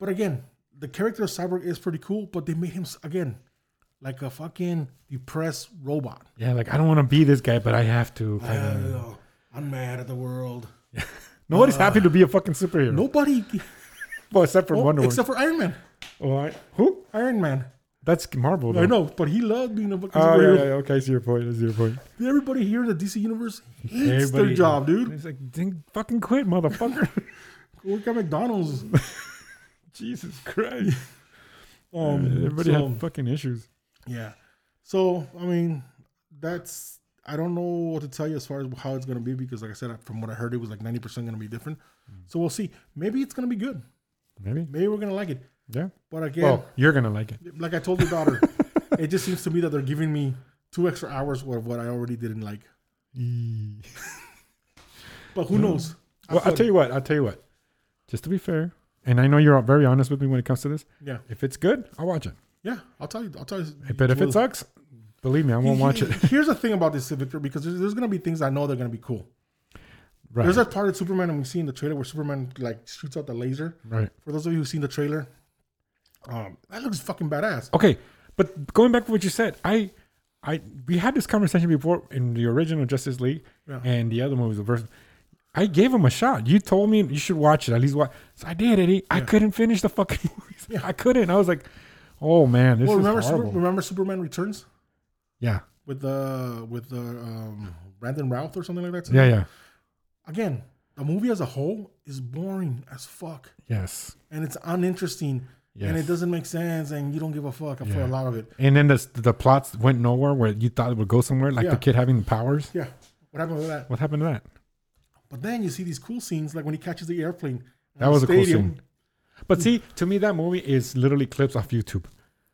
But again, the character of Cyborg is pretty cool, but they made him s- again like a fucking depressed robot. Yeah, like I don't want to be this guy, but I have to. kind of- Uh, I'm mad at the world. Nobody's Uh, happy to be a fucking superhero. Nobody well, except for oh, Wonder Woman. except for Iron Man. Well, I- who? Iron Man. That's Marvel. Though. I know, but he loved being a fucking Oh, yeah, superhero. yeah, yeah. Okay, I see your point. I see your point. Everybody here in the DC universe hates their job, dude. It's like, then fucking quit, motherfucker. Work at McDonald's. Jesus Christ. Um, Everybody so, had fucking issues. yeah. So I mean, that's I don't know what to tell you as far as how it's gonna be because, like I said, from what I heard, it was like ninety percent gonna be different. Mm. So we'll see. Maybe it's gonna be good. Maybe. Maybe we're gonna like it. Yeah. But again, Well, you're gonna like it. like I told your daughter, it just seems to me that they're giving me two extra hours of what I already didn't like. But who knows? Well, I'll tell you what. I'll tell you what. Just to be fair, and I know you're very honest with me when it comes to this. Yeah, If it's good, I'll watch it. yeah. I'll tell you. I'll tell you. But if it sucks, believe me, I won't watch it. Here's the thing about this, Victor, because there's, there's gonna be things I know they're gonna be cool. Right. There's that part of Superman and we see in the trailer where Superman like shoots out the laser. Right. For those of you who've seen the trailer, um, that looks fucking badass. Okay, but going back to what you said, I, I, we had this conversation before in the original Justice League Yeah. and the other movies. The first, I gave him a shot. You told me you should watch it at least. Watch. So I did, Eddie. I couldn't finish the fucking movies. I couldn't. I was like, oh man, this Well, is remember, Super, horrible. remember Superman Returns yeah, with the with the um, Brandon Routh or something like that. yeah, yeah. Again, the movie as a whole is boring as fuck. Yes. and it's uninteresting and Yes. it doesn't make sense and you don't give a fuck for Yeah. a lot of it. And then the the plots went nowhere where you thought it would go somewhere, like Yeah. the kid having powers. Yeah. What happened with that? What happened to that? But then you see these cool scenes like when he catches the airplane. at That the was a cool stadium. scene. But see, to me, that movie is literally clips off YouTube.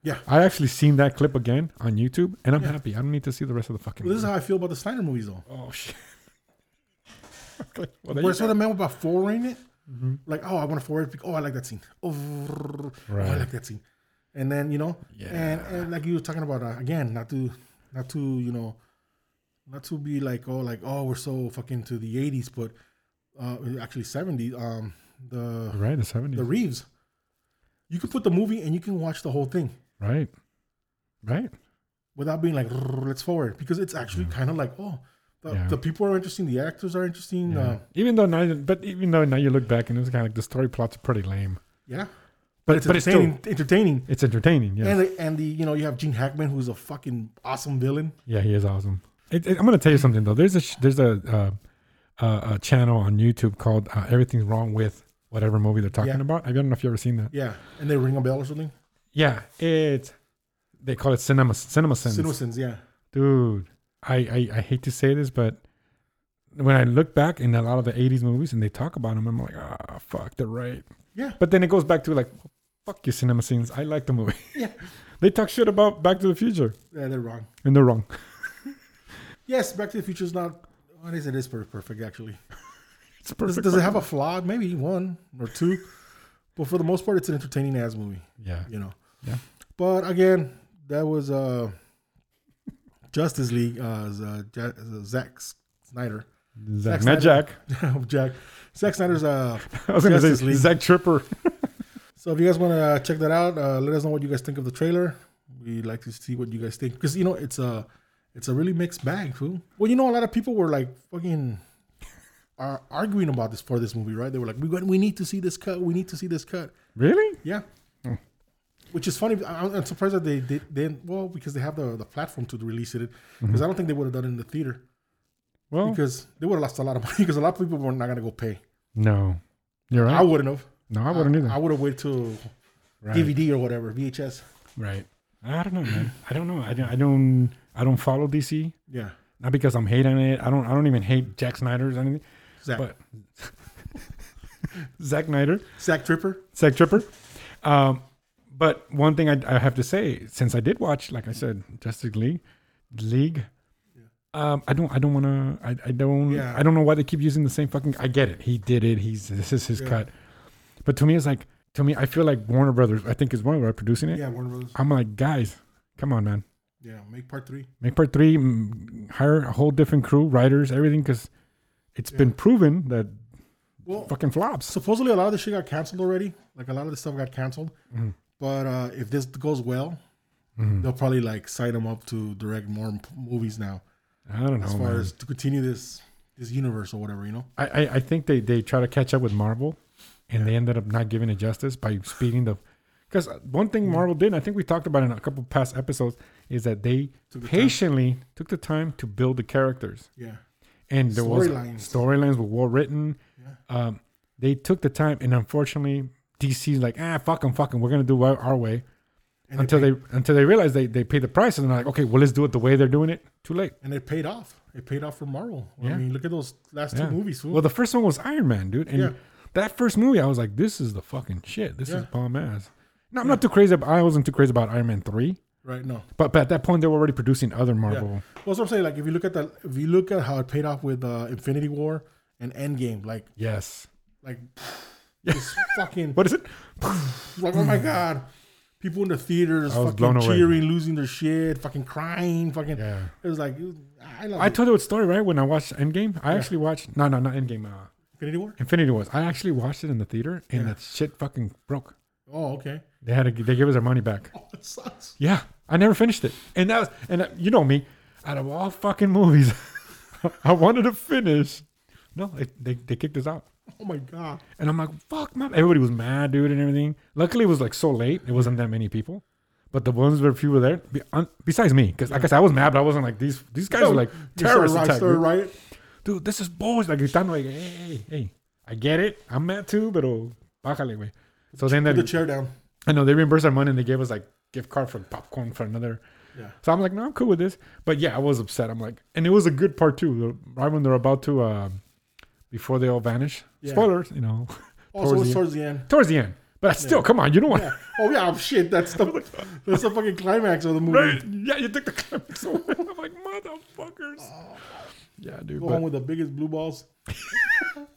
Yeah. I actually seen that clip again on YouTube, and I'm happy. I don't need to see the rest of the fucking. This is movie. how I feel about the Snyder movies though. oh shit. okay. Well, there Where you Mm-hmm. it's go. sort of man about forwarding it. Like, oh, I want to forward. Oh, I like that scene. Oh, oh, I Right. like that scene. And then you know, and, Yeah. and like you were talking about uh, again, not to, not to you know, not to be like oh like oh we're so fucking to the '80s, but uh, actually '70s. Um, the right, the seventies. the Reeves. You can put the movie and you can watch the whole thing right. Right. without being like, "Rrr, let's forward, because it's actually kind of like, oh, the, Yeah. the people are interesting, the actors are interesting. Yeah. Uh, Even though now, but even though now you look back and it's kind of like the story plots are pretty lame, yeah. but It's but it's entertaining. still entertaining. it's entertaining. Yes. And, the, and the, you know, you have Gene Hackman, who's a fucking awesome villain. Yeah, he is awesome. It, it- I'm gonna tell you something though. There's a sh- there's a uh, uh, a channel on YouTube called uh, Everything's Wrong with whatever movie they're talking Yeah. about. I don't know if you ever seen that. Yeah. And they ring a bell or something. Yeah, it's they call it cinema cinema sense. Citizens, yeah. Dude, I, I I hate to say this, but when I look back in a lot of the '80s movies and they talk about them, I'm like, ah, fuck, they're right. Yeah. But then it goes back to like, fuck your cinema scenes. I like the movie. Yeah. they talk shit about Back to the Future, Yeah, they're wrong. and they're wrong. Yes, Back to the Future is not, what is it? It is per- perfect, actually. It's Does, perfect. does it have a flaw? Maybe one or two. but for the most part, it's an entertaining ass movie. yeah. you know. Yeah. But again, that was uh Justice League uh, Z- uh, Ja- uh, Zack Snyder, Zack, Snyder. not Jack. Jack, Zack Snyder's. Uh, I was going to Justice say League. Zach Tripper. so if you guys want to uh, check that out, uh, let us know what you guys think of the trailer. We like to see what you guys think because you know it's a it's a really mixed bag, fool. Well, you know, a lot of people were like fucking are arguing about this for this movie, right? They were like, "We got- we need to see this cut. We need to see this cut." Really? Yeah. Hmm. Which is funny. I- I'm, I'm surprised that they did then. Well, because they have the, the platform to release it. Because Mm-hmm. I don't think they would have done it in the theater Well, because they would have lost a lot of money because a lot of people were not gonna go pay. no. You're right. I wouldn't have. no, I wouldn't either. I would have waited till right. DVD or whatever VHS. Right. I don't know, man. I don't know. I don't. I don't. I don't follow DC. Yeah. Not because I'm hating it. I don't. I don't even hate Jack Snyder's anything. Zach. But Zack Snyder, Zach Tripper. Zack Tripper. Um, but one thing I, I have to say, since I did watch, like I said, Justice League, League. Um, I don't. I don't want to. I, I don't. Yeah. I don't know why they keep using the same fucking. I get it. He did it. He's this is his Yeah. cut. But to me, it's like to me. I feel like Warner Brothers. I think is Warner Brothers producing it. Yeah, Warner Brothers. I'm like, guys, come on, man. Yeah, make part three. Make part three, mm, hire a whole different crew, writers, everything, because it's been proven that Well, fucking flops. supposedly a lot of this shit got canceled already. Like a lot of this stuff got canceled. But uh, if this goes well, they'll probably like sign him up to direct more m- movies now, I don't know. as far man. as to continue this this universe or whatever. You know? I, I, I think they, they try to catch up with Marvel, and they ended up not giving it justice by speeding the. Because one thing Marvel did, and I think we talked about it in a couple past episodes, is that they Took the time. patiently took the time to build the characters. Yeah. and there was Storylines. storylines were well written. Um, they took the time, and unfortunately, DC's like, ah, fuck them, fuck 'em, We're gonna do our, our way And until it paid, they until they realize they they pay the price, and they're like, okay, well, let's do it the way they're doing it. Too late. and it paid off. It paid off for Marvel. Yeah. I mean, look at those last Yeah. two movies. fool. Well, the first one was Iron Man, dude, and Yeah. that first movie, I was like, this is the fucking shit. This is Yeah. bomb ass. No, I'm not too crazy. About, I wasn't too crazy about Iron Man three, right? No. but but at that point, they were already producing other Marvel. Well, that's what I'm saying. Like if you look at the if you look at how it paid off with uh, Infinity War and Endgame, like Yes. like just fucking What is it? like, oh my god, people in the theaters I was blown fucking away. cheering, losing their shit, fucking crying, fucking. Yeah. It was like it- I love I it. told you a story right when I watched Endgame. I actually watched no no not Endgame. Uh, Infinity War. Infinity Wars. I actually watched it in the theater, and Yeah. that shit fucking broke. Oh, okay. They had to, they gave us our money back. Oh, it sucks. Yeah, I never finished it, and that was, and uh, you know me, out of all fucking movies, I wanted to finish. No, it, they they kicked us out, Oh my god. and I'm like, fuck, man. Everybody was mad, dude, and everything. Luckily, it was like so late; it wasn't that many people. But the ones where few were there, be, un, besides me, because like I said, I was mad, but I wasn't like these. These guys are like You started terrorist riot, attack, started dude. riot. dude, this is bullshit. Like, gritando, like, hey, hey, hey, I get it. I'm mad too, but bájale, güey. So then, Put the that, chair down. I know they reimbursed our money and they gave us like gift card for popcorn for another. Yeah. So I'm like, no, I'm cool with this. But yeah, I was upset. I'm like, and it was a good part too. Right when they're about to, um, before they all vanish. Yeah. Spoilers, you know, Oh, so Towards it's the- towards the end. towards the end. But still, come on, you don't want. Yeah. Oh yeah. Oh, shit. That's the that's the fucking climax of the movie. Right? Yeah, you took the clip. So I'm like, motherfuckers. Yeah, dude. Oh. Go but- home with the biggest blue balls.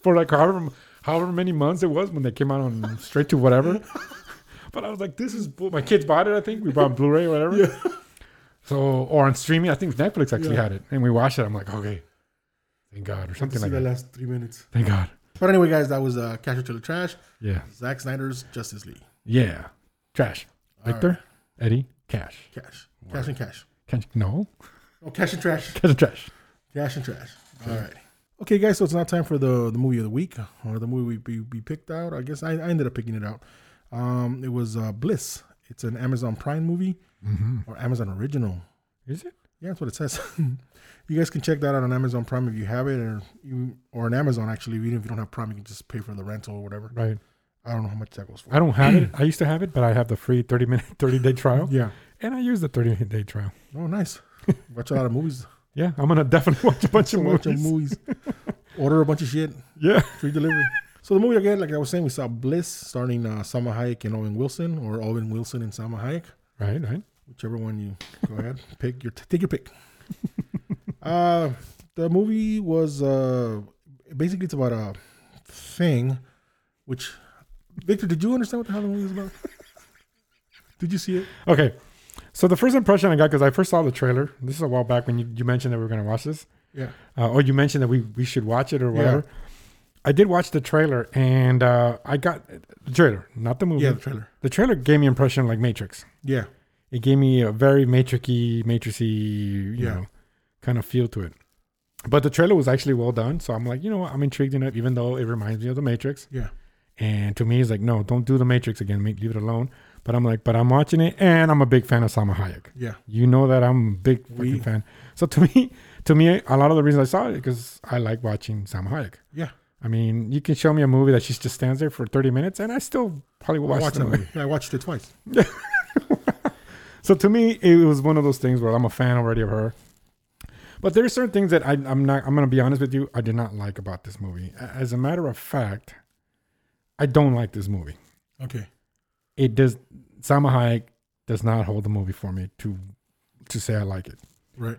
for like however however many months it was when they came out on straight to whatever. but I was like, this is bull- my kids bought it. I think we bought Blu-ray or whatever. So or on streaming, I think Netflix actually Yeah. had it, and we watched it. I'm like, okay, thank God or something See like the that. last three minutes. Thank God. But anyway, guys, that was uh, Cash or Trailer Trash. Yeah, Zack Snyder's Justice League. yeah. Trash. Victor, Eddie, Cash. Cash. Cash and cash. Cash. No, Oh, cash and trash. Cash and Trash. Cash and trash. All right. Okay, guys. So it's now time for the the movie of the week or the movie we we, we picked out. I guess I, I ended up picking it out. Um, it was uh, Bliss. It's an Amazon Prime movie or Amazon original. Is it? Yeah, that's what it says. you guys can check that out on Amazon Prime if you have it, or you or on Amazon actually. Even if you don't have Prime, you can just pay for the rental or whatever. Right. I don't know how much that goes for. I don't have it. I used to have it, but I have the free 30 minute, 30 day trial, Yeah. and I use the 30 day trial. Oh, nice. Watch a lot of movies. Yeah, I'm gonna definitely watch a bunch of Watch movies. a movies. Order a bunch of shit. Yeah. free delivery. So the movie again, like I was saying, we saw Bliss starring uh, Salma Hayek and Owen Wilson, or Owen Wilson and Salma Hayek, Right. Right. whichever one you go ahead pick your take your pick. uh, the movie was uh, basically it's about a thing, which Victor, did you understand what the hell the movie was about? did you see it? Okay. So the first impression I got because I first saw the trailer. This is a while back when you, you mentioned that we were going to watch this, Yeah, uh, or you mentioned that we, we should watch it or Yeah. whatever. I did watch the trailer, and uh, I got the trailer, not the movie. yeah, the trailer. The trailer gave me impression like Matrix. Yeah, It gave me a very matrixy, matrixy, you Yeah. know, kind of feel to it. But the trailer was actually well done, so I'm like, you know, what? I'm intrigued enough, even though it reminds me of The Matrix. Yeah. And to me, it's like, no, don't do The Matrix again. Make, leave it alone. But I'm like, but I'm watching it, and I'm a big fan of Salma Hayek. Yeah. You know that I'm a big fucking We- fan. So to me, to me, a lot of the reasons I saw it because I like watching Salma Hayek. Yeah. I mean, you can show me a movie that she just stands there for 30 minutes, and I still probably will I watch, watched the that movie. movie. Yeah, I watched it twice. So to me, it was one of those things where I'm a fan already of her. But there's certain things that I, I'm not. I'm gonna be honest with you. I did not like about this movie. A- As a matter of fact, I don't like this movie. Okay. It does. Salma Hayek does not hold the movie for me to to say I like it. Right.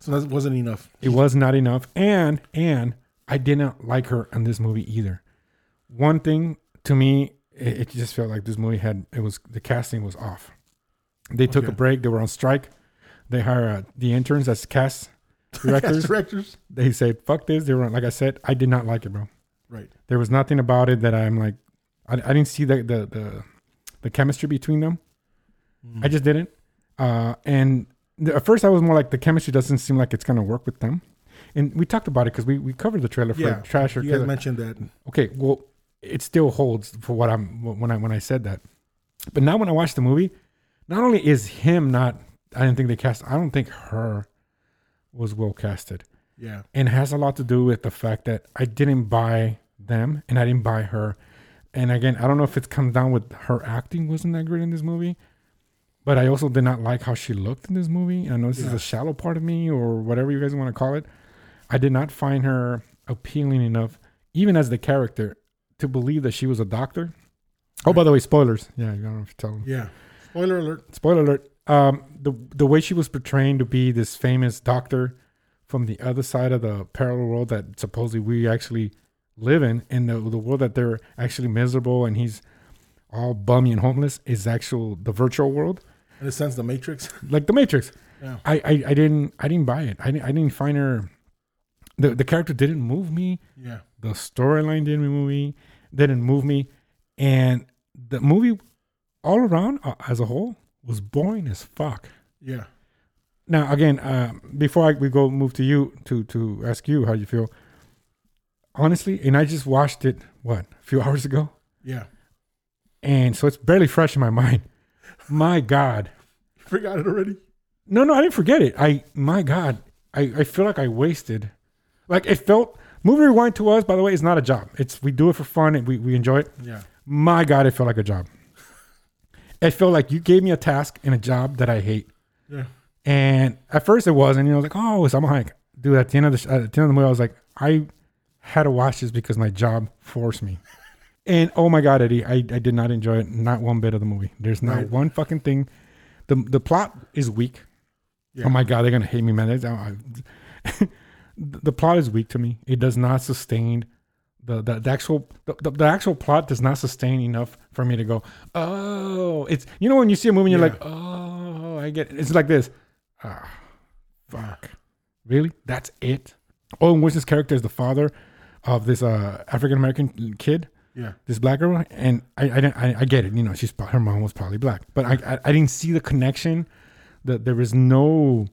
So that wasn't enough. It was not enough, and and I didn't like her in this movie either. One thing to me, it, it just felt like this movie had it was the casting was off. They took a Okay. break. They were on strike. They hire uh, the interns as cast As directors. directors. They said, "Fuck this." They were like I said, I did not like it, bro. Right. There was nothing about it that I'm like, I, I didn't see the, the the the chemistry between them. I just didn't. Uh, and the, at first, I was more like the chemistry doesn't seem like it's gonna work with them. And we talked about it because we, we covered the trailer for Yeah, Trash or You guys Killer. mentioned that. Okay, well, it still holds for what I'm when I when I said that. But now when I watch the movie, not only is him not, I didn't think they cast. I don't think her was well casted Yeah. and it has a lot to do with the fact that I didn't buy them and I didn't buy her. And again, I don't know if it comes down with her acting wasn't that great in this movie, but I also did not like how she looked in this movie. And I know this is Yeah. a shallow part of me or whatever you guys want to call it. I did not find her appealing enough, even as the character, to believe that she was a doctor. Oh, by the way, spoilers. Yeah, I don't know if you tell them Yeah. Spoiler alert. spoiler alert um the the way she was portraying to be this famous doctor from the other side of the parallel world that supposedly we actually live in in the, the world that they're actually miserable and he's all bummy and homeless is actual the virtual world In a sense, the Matrix. like the matrix Yeah. I, I i didn't i didn't buy it i didn't, I didn't find her the, the character didn't move me Yeah. the storyline didn't move me didn't move me and the movie all around uh, as a whole was boring as fuck Yeah. now again uh, before I, we go move to you to to ask you how you feel honestly and i just watched it what a few hours ago Yeah. and so it's barely fresh in my mind my god Forgot it already. no no i didn't forget it i my god i, I feel like i wasted like it felt movie rewind to us by the way is not a job it's we do it for fun and we, we enjoy it Yeah. my god it felt like a job it felt like you gave me a task and a job that i hate Yeah. And at first it wasn't. You know, I was like, oh, it's Salma Hayek. Dude, at the end of the sh- at the end of the movie, I was like, I had to watch this because my job forced me. And oh my god, Eddie, I, I did not enjoy it. Not one bit of the movie. There's not Right. one fucking thing. The the plot is weak. Yeah. Oh my god, they're gonna hate me, man. That's- I- I- the plot is weak to me. It does not sustain the the, the actual the, the, the actual plot does not sustain enough for me to go. Oh, it's you know when you see a movie and you're Yeah. like, oh, I get it. It's like this. Ah, fuck. Really? That's it? Owen Wilson's character is the father of this uh, African American kid, Yeah. this black girl, and I I, didn't, I I get it. You know, she's pro- her mom was probably black, but I I, I didn't see the connection. That there was no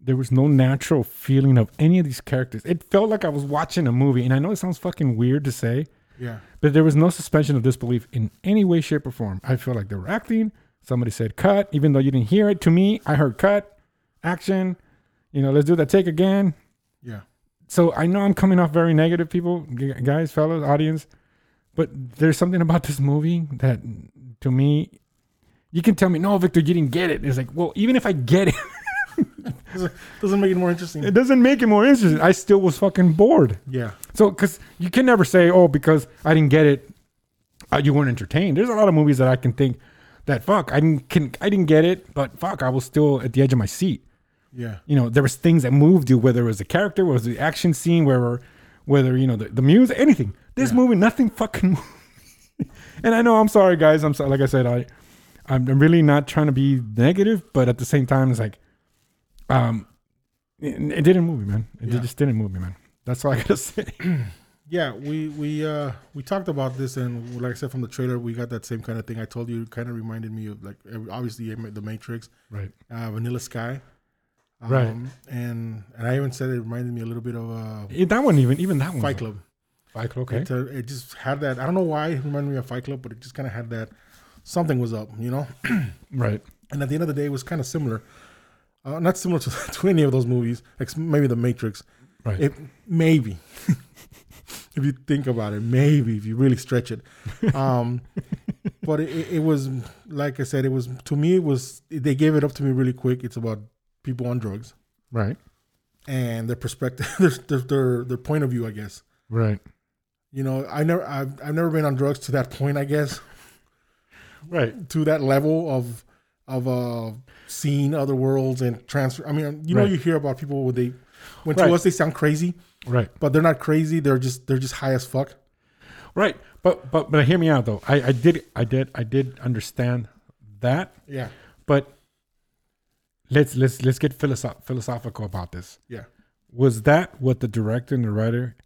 there was no natural feeling of any of these characters. It felt like I was watching a movie, and I know it sounds fucking weird to say, Yeah. but there was no suspension of disbelief in any way, shape, or form. I feel like they were acting. Somebody said cut, even though you didn't hear it. To me, I heard cut, action. You know, let's do that take again. Yeah. So I know I'm coming off very negative, people, g- guys, fellows, audience. But there's something about this movie that, to me, you can tell me, no, Victor, you didn't get it. It's like, well, even if I get it, Doesn't, doesn't make it more interesting. it doesn't make it more interesting. I still was fucking bored. Yeah. So, because you can never say, oh, because I didn't get it, uh, you weren't entertained. There's a lot of movies that I can think that fuck, I didn't, can, I didn't get it, but fuck, I was still at the edge of my seat. Yeah. You know, there was things that moved you, whether it was the character, whether it was the action scene, whether, whether you know the, the music, anything. This movie, nothing fucking. moved me. and I know, I'm sorry, guys. I'm sorry. Like I said, I, I'm I'm really not trying to be negative, but at the same time, it's like, um, it, it didn't move me, man. It Yeah. just didn't move me, man. That's all I gotta say. Yeah, we we uh we talked about this, and like I said from the trailer, we got that same kind of thing. I told you, it kind of reminded me of like obviously the Matrix, Right. uh, Vanilla Sky. Um, Right. And and I even said it reminded me a little bit of uh, Eh, That one, even even that one. Fight Club. Fight Club. Okay. It's a- it just had that. I don't know why it reminded me of Fight Club, but it just kind of had that. Something was up, you know. right. And at the end of the day, it was kind of similar. Uh, not similar to, to any of those movies, ex- maybe The Matrix. Right. It maybe, if you think about it, maybe if you really stretch it. Um, but it- it, it was like I said, it was to me. It was they gave it up to me really quick. It's about people on drugs right. and their perspective, their, their their their point of view, I guess. Right. You know, I never I've, I've never been on drugs to that point. I guess Right. to that level of of uh seeing other worlds and transfer i mean you know Right. you hear about people when they when Right. to us they sound crazy Right. but they're not crazy they're just they're just high as fuck Right. But but but hear me out though. I I did I did I did understand that, yeah but let's let's let's get philosoph- philosophical about this. yeah Was that what the director and the writer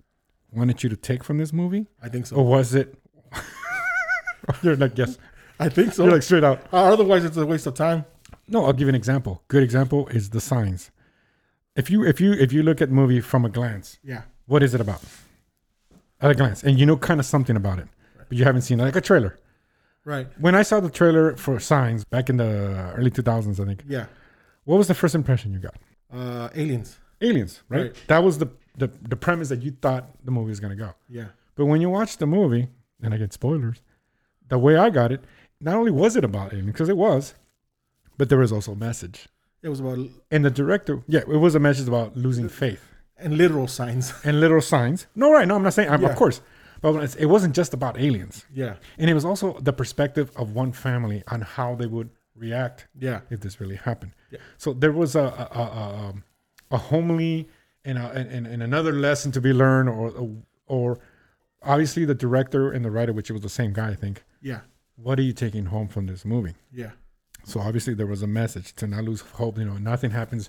wanted you to take from this movie, i think so or was it? You're like yes. i think so You're like straight out. Uh, otherwise it's a waste of time No, I'll give you an example. Good example is the signs. If you if you if you look at movie from a glance, yeah what is it about? At a glance, and you know kind of something about it, but you haven't seen it, like a trailer. right When I saw the trailer for Signs back in the early 2000s, I think, yeah what was the first impression you got? uh aliens Aliens, right? Right. That was the, the the premise that you thought the movie was gonna go. yeah But when you watch the movie, and I get spoilers, the way I got it, not only was it about aliens because it was, but there was also a message. it was about And the director, yeah, it was a message about losing faith and literal signs and literal signs. No, right? No, I'm not saying. I'm, Yeah. Of course, but when it's- it wasn't just about aliens, yeah and it was also the perspective of one family on how they would react yeah if this really happened. Yeah. So there was a a, a, a, um, a homely and, a, and and another lesson to be learned, or or obviously the director and the writer, which it was the same guy, I think. yeah What are you taking home from this movie? yeah So obviously there was a message to not lose hope. You know, nothing happens.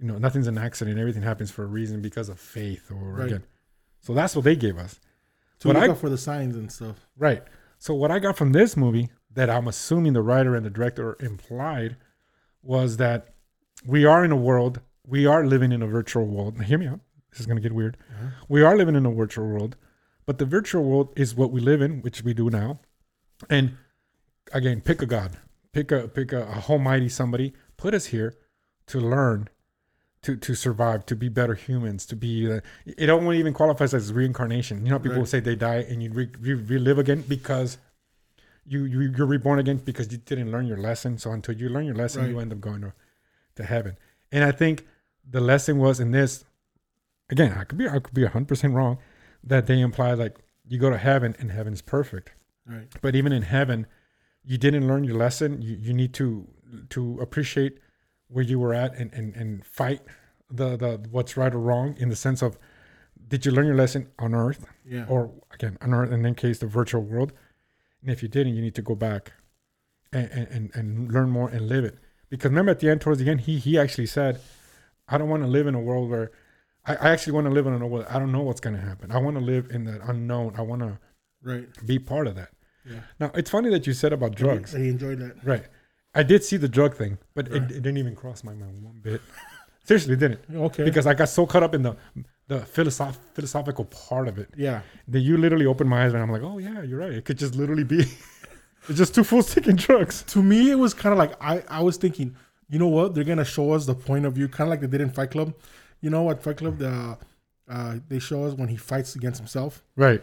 You know, nothing's an accident. Everything happens for a reason because of faith. Or Right. again, so that's what they gave us. to What look I- out for the signs and stuff Right. So what I got from this movie that I'm assuming the writer and the director implied was that we are in a world. We are living in a virtual world. Now, hear me out. This is gonna get weird. We are living in a virtual world, but the virtual world is what we live in, which we do now. And again, pick a god, pick a pick a, a almighty somebody, put us here to learn, to to survive, to be better humans, to be. Uh, it don't even qualifies as reincarnation. You know, people Right. will say they die and you re, re, relive again because you, you you're reborn again because you didn't learn your lesson. So until you learn your lesson, you Right. end up going to, to heaven. And I think the lesson was in this. Again, I could be I could be hundred percent wrong. That they imply like you go to heaven and heaven's perfect right but even in heaven you didn't learn your lesson you, you need to to appreciate where you were at and and, and fight the, the what's right or wrong in the sense of did you learn your lesson on earth yeah or again on earth and in case the virtual world and if you didn't you need to go back and and, and, and learn more and live it because remember at the end towards the end he he actually said i don't want to live in a world where i, I actually want to live in a world i don't know what's going to happen i want to live in that unknown i want to right be part of that yeah now it's funny that you said about drugs, he, he enjoyed that right? I did see the drug thing, but it, Right. it didn't even cross my mind one bit. Seriously, it didn't okay because I got so caught up in the the philosoph- philosophical part of it yeah that you literally opened my eyes and I'm like, oh yeah, you're right. It could just literally be it's just two fools taking drugs. to me it was kind of like I, I was thinking you know what they're gonna show us the point of view kind of like they did in fight club you know what fight club the uh, they show us when he fights against himself Right,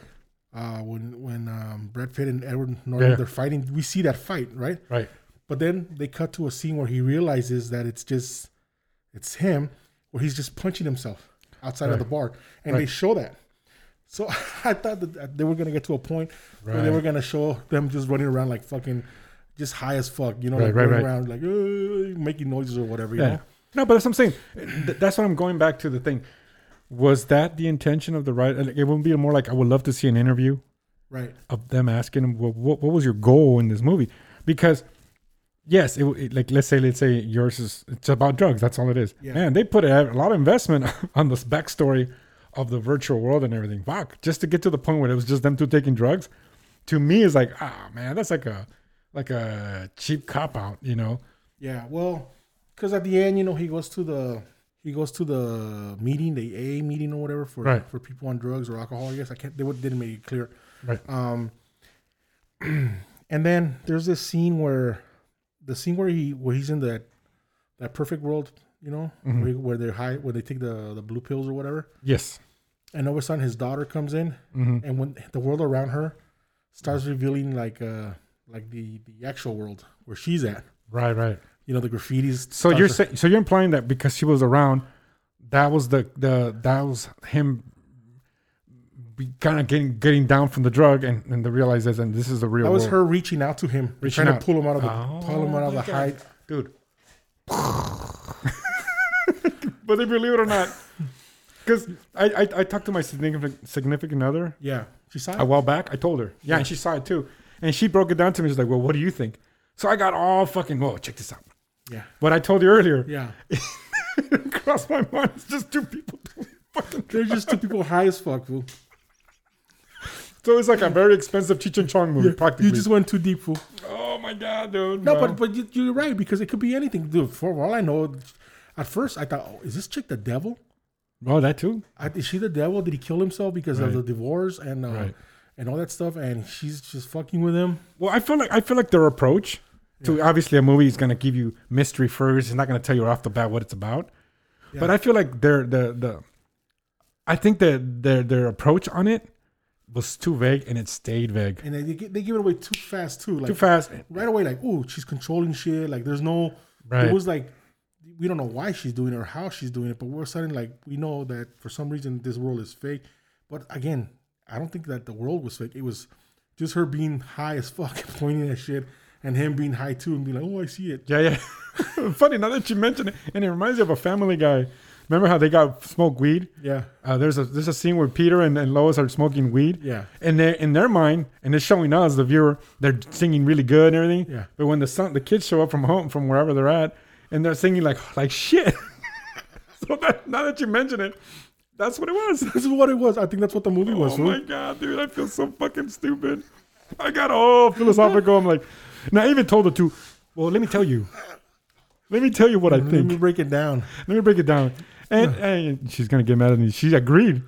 uh, when when um, brad pitt and edward norton Yeah. they're fighting we see that fight right right, but then they cut to a scene where he realizes that it's just it's him where he's just punching himself outside of Right. the bar and Right. they show that so i thought that they were going to get to a point where they Right. were going to show them just running around like fucking just high as fuck you know Right, like right, running right. around like "Uh," making noises or whatever you yeah. know No, but that's what I'm saying. Th- That's what I'm going back to the thing. Was that the intention of the writer? Like, It would be more like I would love to see an interview right of them asking him, well, what, what was your goal in this movie? Because, yes, it, it like let's say let's say yours is it's about drugs. That's all it is. Yeah. Man, they put a, a lot of investment on this backstory of the virtual world and everything. Fuck, just to get to the point where it was just them two taking drugs. To me, is like ah man, that's like a like a cheap cop out, you know? yeah well because at the end you know he goes to the he goes to the meeting, the AA meeting or whatever for Right. for people on drugs or alcohol. I guess I can't. They would- didn't make it clear. Right. Um, and then there's this scene where the scene where he where he's in that that perfect world, you know, Mm-hmm. where, he- where they're high, where they take the the blue pills or whatever. Yes. And all of a sudden, his daughter comes in, Mm-hmm. and when the world around her starts revealing like uh like the the actual world where she's at, Right. Right. you know, the graffitis. So starts you're to- sa- so you're implying that because she was around, that was the the that was him. Kind of getting getting down from the drug and and the realizes and this is the real that was world. her reaching out to him, Reaching trying out. to pull him out of the Oh pull him out of my the God. hide. dude. Whether you believe it or not, because I, I I talked to my significant significant other Yeah, she saw. a It. while back. I told her, yeah, and she saw it too, and she broke it down to me. She's like, "Well, what do you think?" So I got all fucking. Whoa, check this out. Yeah, What I told you earlier yeah. crossed my mind. It's just two people. doing fucking- They're just two people high as fuck, fool. So it's like a very expensive Cheech and Chong movie, practically. You just went too deep, fool. oh my god, dude. No, bro. but but you, you're right because it could be anything, dude. For all I know, at first I thought, oh, is this chick the devil? oh, that too. I, is she the devil? Did he kill himself because of Right. the divorce and uh, Right. and all that stuff? And she's just fucking with him. Well, I feel like I feel like their approach to obviously a movie is going to give you mystery first. It's not going to tell you off the bat what it's about. But Yeah. I feel like their the the I think that their their approach on it was too vague and it stayed vague. And they they gi- they give it away too fast too, like too fast. right away. Like, oh, she's controlling shit. Like, there's no. Right. It was like we don't know why she's doing it or how she's doing it, but we're suddenly like we know that for some reason this world is fake. But again, I don't think that the world was fake. It was just her being high as fuck, and pointing at shit, and him being high too, and being like, oh, I see it. Yeah, yeah. Funny now that you mention it, and it reminds me of a Family Guy. Remember how they got smoke weed? Yeah. Uh, there's a there's a scene where Peter and, and Lois are smoking weed. Yeah. And they in their mind, and they're showing us the viewer, they're singing really good and everything. Yeah. But when the son, the kids show up from home from wherever they're at, and they're singing like like shit. so that, now that you mention it, that's what it was. This is what it was. I think that's what the movie was. Oh fool. my god, dude, I feel so fucking stupid. I got all philosophical. I'm like, and I even told the two. Well, let me tell you. Let me tell you what I Let me think. break it down. Let me break it down. And, and she's gonna get mad at me. She agreed.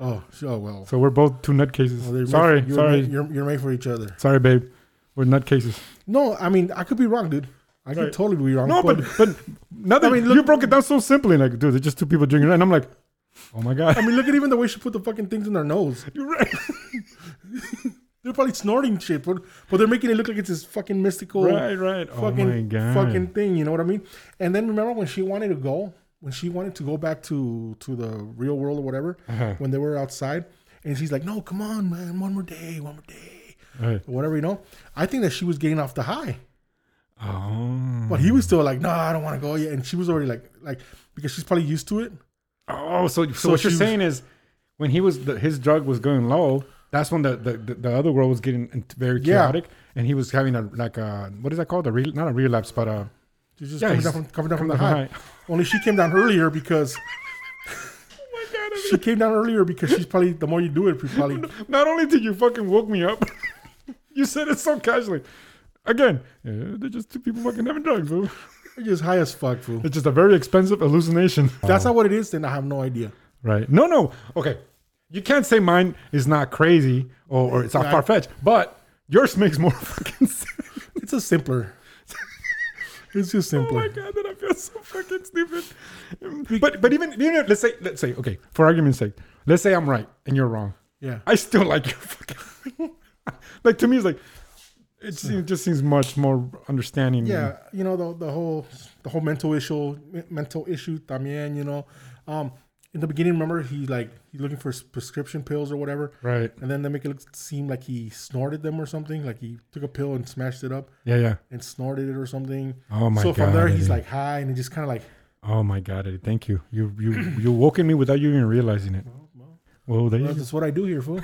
Oh, so oh, well. So we're both two nutcases. Well, they're made- sorry, you're sorry, made- you're, you're made for each other. sorry, babe. We're nutcases. No, I mean, I could be wrong, dude. I could Right. totally be wrong. No, but but now that I mean, look- you broke it down so simply, like, dude, they're just two people drinking, and I'm like, oh my god, I mean, look at even the way she put the fucking things in their nose. you're right. They're probably snorting shit, but but they're making it look like it's this fucking mystical right, right. oh my fucking god. fucking thing. You know what I mean? And then remember when she wanted to go, when she wanted to go back to to the real world or whatever, Uh-huh. when they were outside, and she's like, "No, come on, man, one more day, one more day, Right. or whatever." You know, I think that she was getting off the high. Oh. But he was still like, no, I don't want to go yet. And she was already like, like because she's probably used to it. Oh, so so, So what you're she was- saying is, when he was the, his drug was going low, that's when the the, the, the other world was getting in- very Yeah. chaotic, and he was having a like a what is that called? A re, not a relapse, but a She's just Yeah, coming he's- down from, coming down from the coming high. down Only she came down earlier because oh my god. I she came down earlier because she's probably the more you do it, you probably Not only did you fucking woke me up, you said it so casually. Again, eh, they're just two people fucking having drugs. Bro. you're just high as fuck, fool. If It's just a very expensive hallucination. Oh, that's not what it is, then I have no idea. right. No, no. Okay. You can't say mine is not crazy or, or it's not Yeah. far fetched, but yours makes more fucking sense. It's a simpler. it's just Oh my simpler. god, that I feel so fucking stupid. But but even you know, let's say let's say okay, for argument's sake, let's say I'm right and you're wrong. yeah. I still like your fucking like to me it's like it seems, just seems much more understanding. yeah, you know the the whole the whole mental issue me- mental issue también, you know. Um in the beginning remember he like he's looking for s- prescription pills or whatever. Right. And then they make it look, seem like he snorted them or something, like he took a pill and smashed it up Yeah, yeah. and snorted it or something. Oh my so from there, God, he's Eddie. like high, and it just kind of like, Oh my god, Eddie, thank you. You you you woken me without you even realizing it. Well, there you well, go. that's what I do here, fool.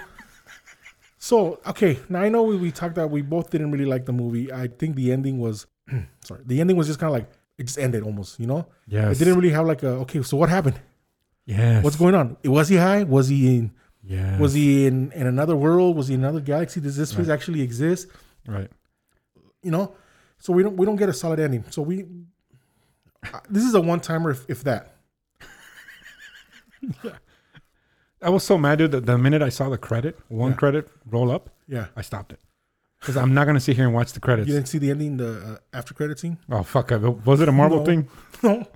so okay, now I know we, we talked that we both didn't really like the movie. I think the ending was, sorry, the ending was just kind of like it just ended almost, you know. Yes. It didn't really have like a okay. So what happened? Yes. What's going on? Was he high? Was he in? Yes. Was he in, in another world? Was he in another galaxy? Does this place actually exist? right? you know so we don't we don't get a solid ending so we I- this is a one timer if, if that I was so mad, dude. That the minute I saw the credit, one Yeah. credit roll up, Yeah. I stopped it because I'm not gonna sit here and watch the credits. You didn't see the ending, the uh, after credit scene? Oh fuck! I- Was it a Marvel No. thing? No.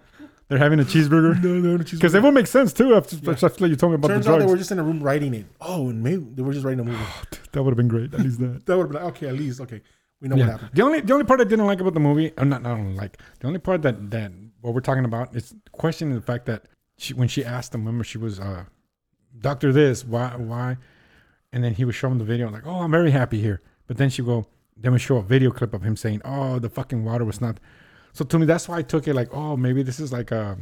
They're having a cheeseburger No, no, because because that would make sense too. After, after you told me about Turns the out they drugs, were just in a room writing it. Oh, and maybe they were just writing a movie. that would have been great. At least that. that would have been like, okay, at least, okay, we know what Yeah. happened. The only the only part I didn't like about the movie, I'm not, not only like the only part that that what we're talking about is questioning the fact that she, when she asked him, remember she was uh, doctor this, why why, and then he was showing the video like, oh, I'm very happy here, but then she go, then we show a video clip of him saying, oh, the fucking water was not. So to me, that's why I took it like, oh, maybe this is like a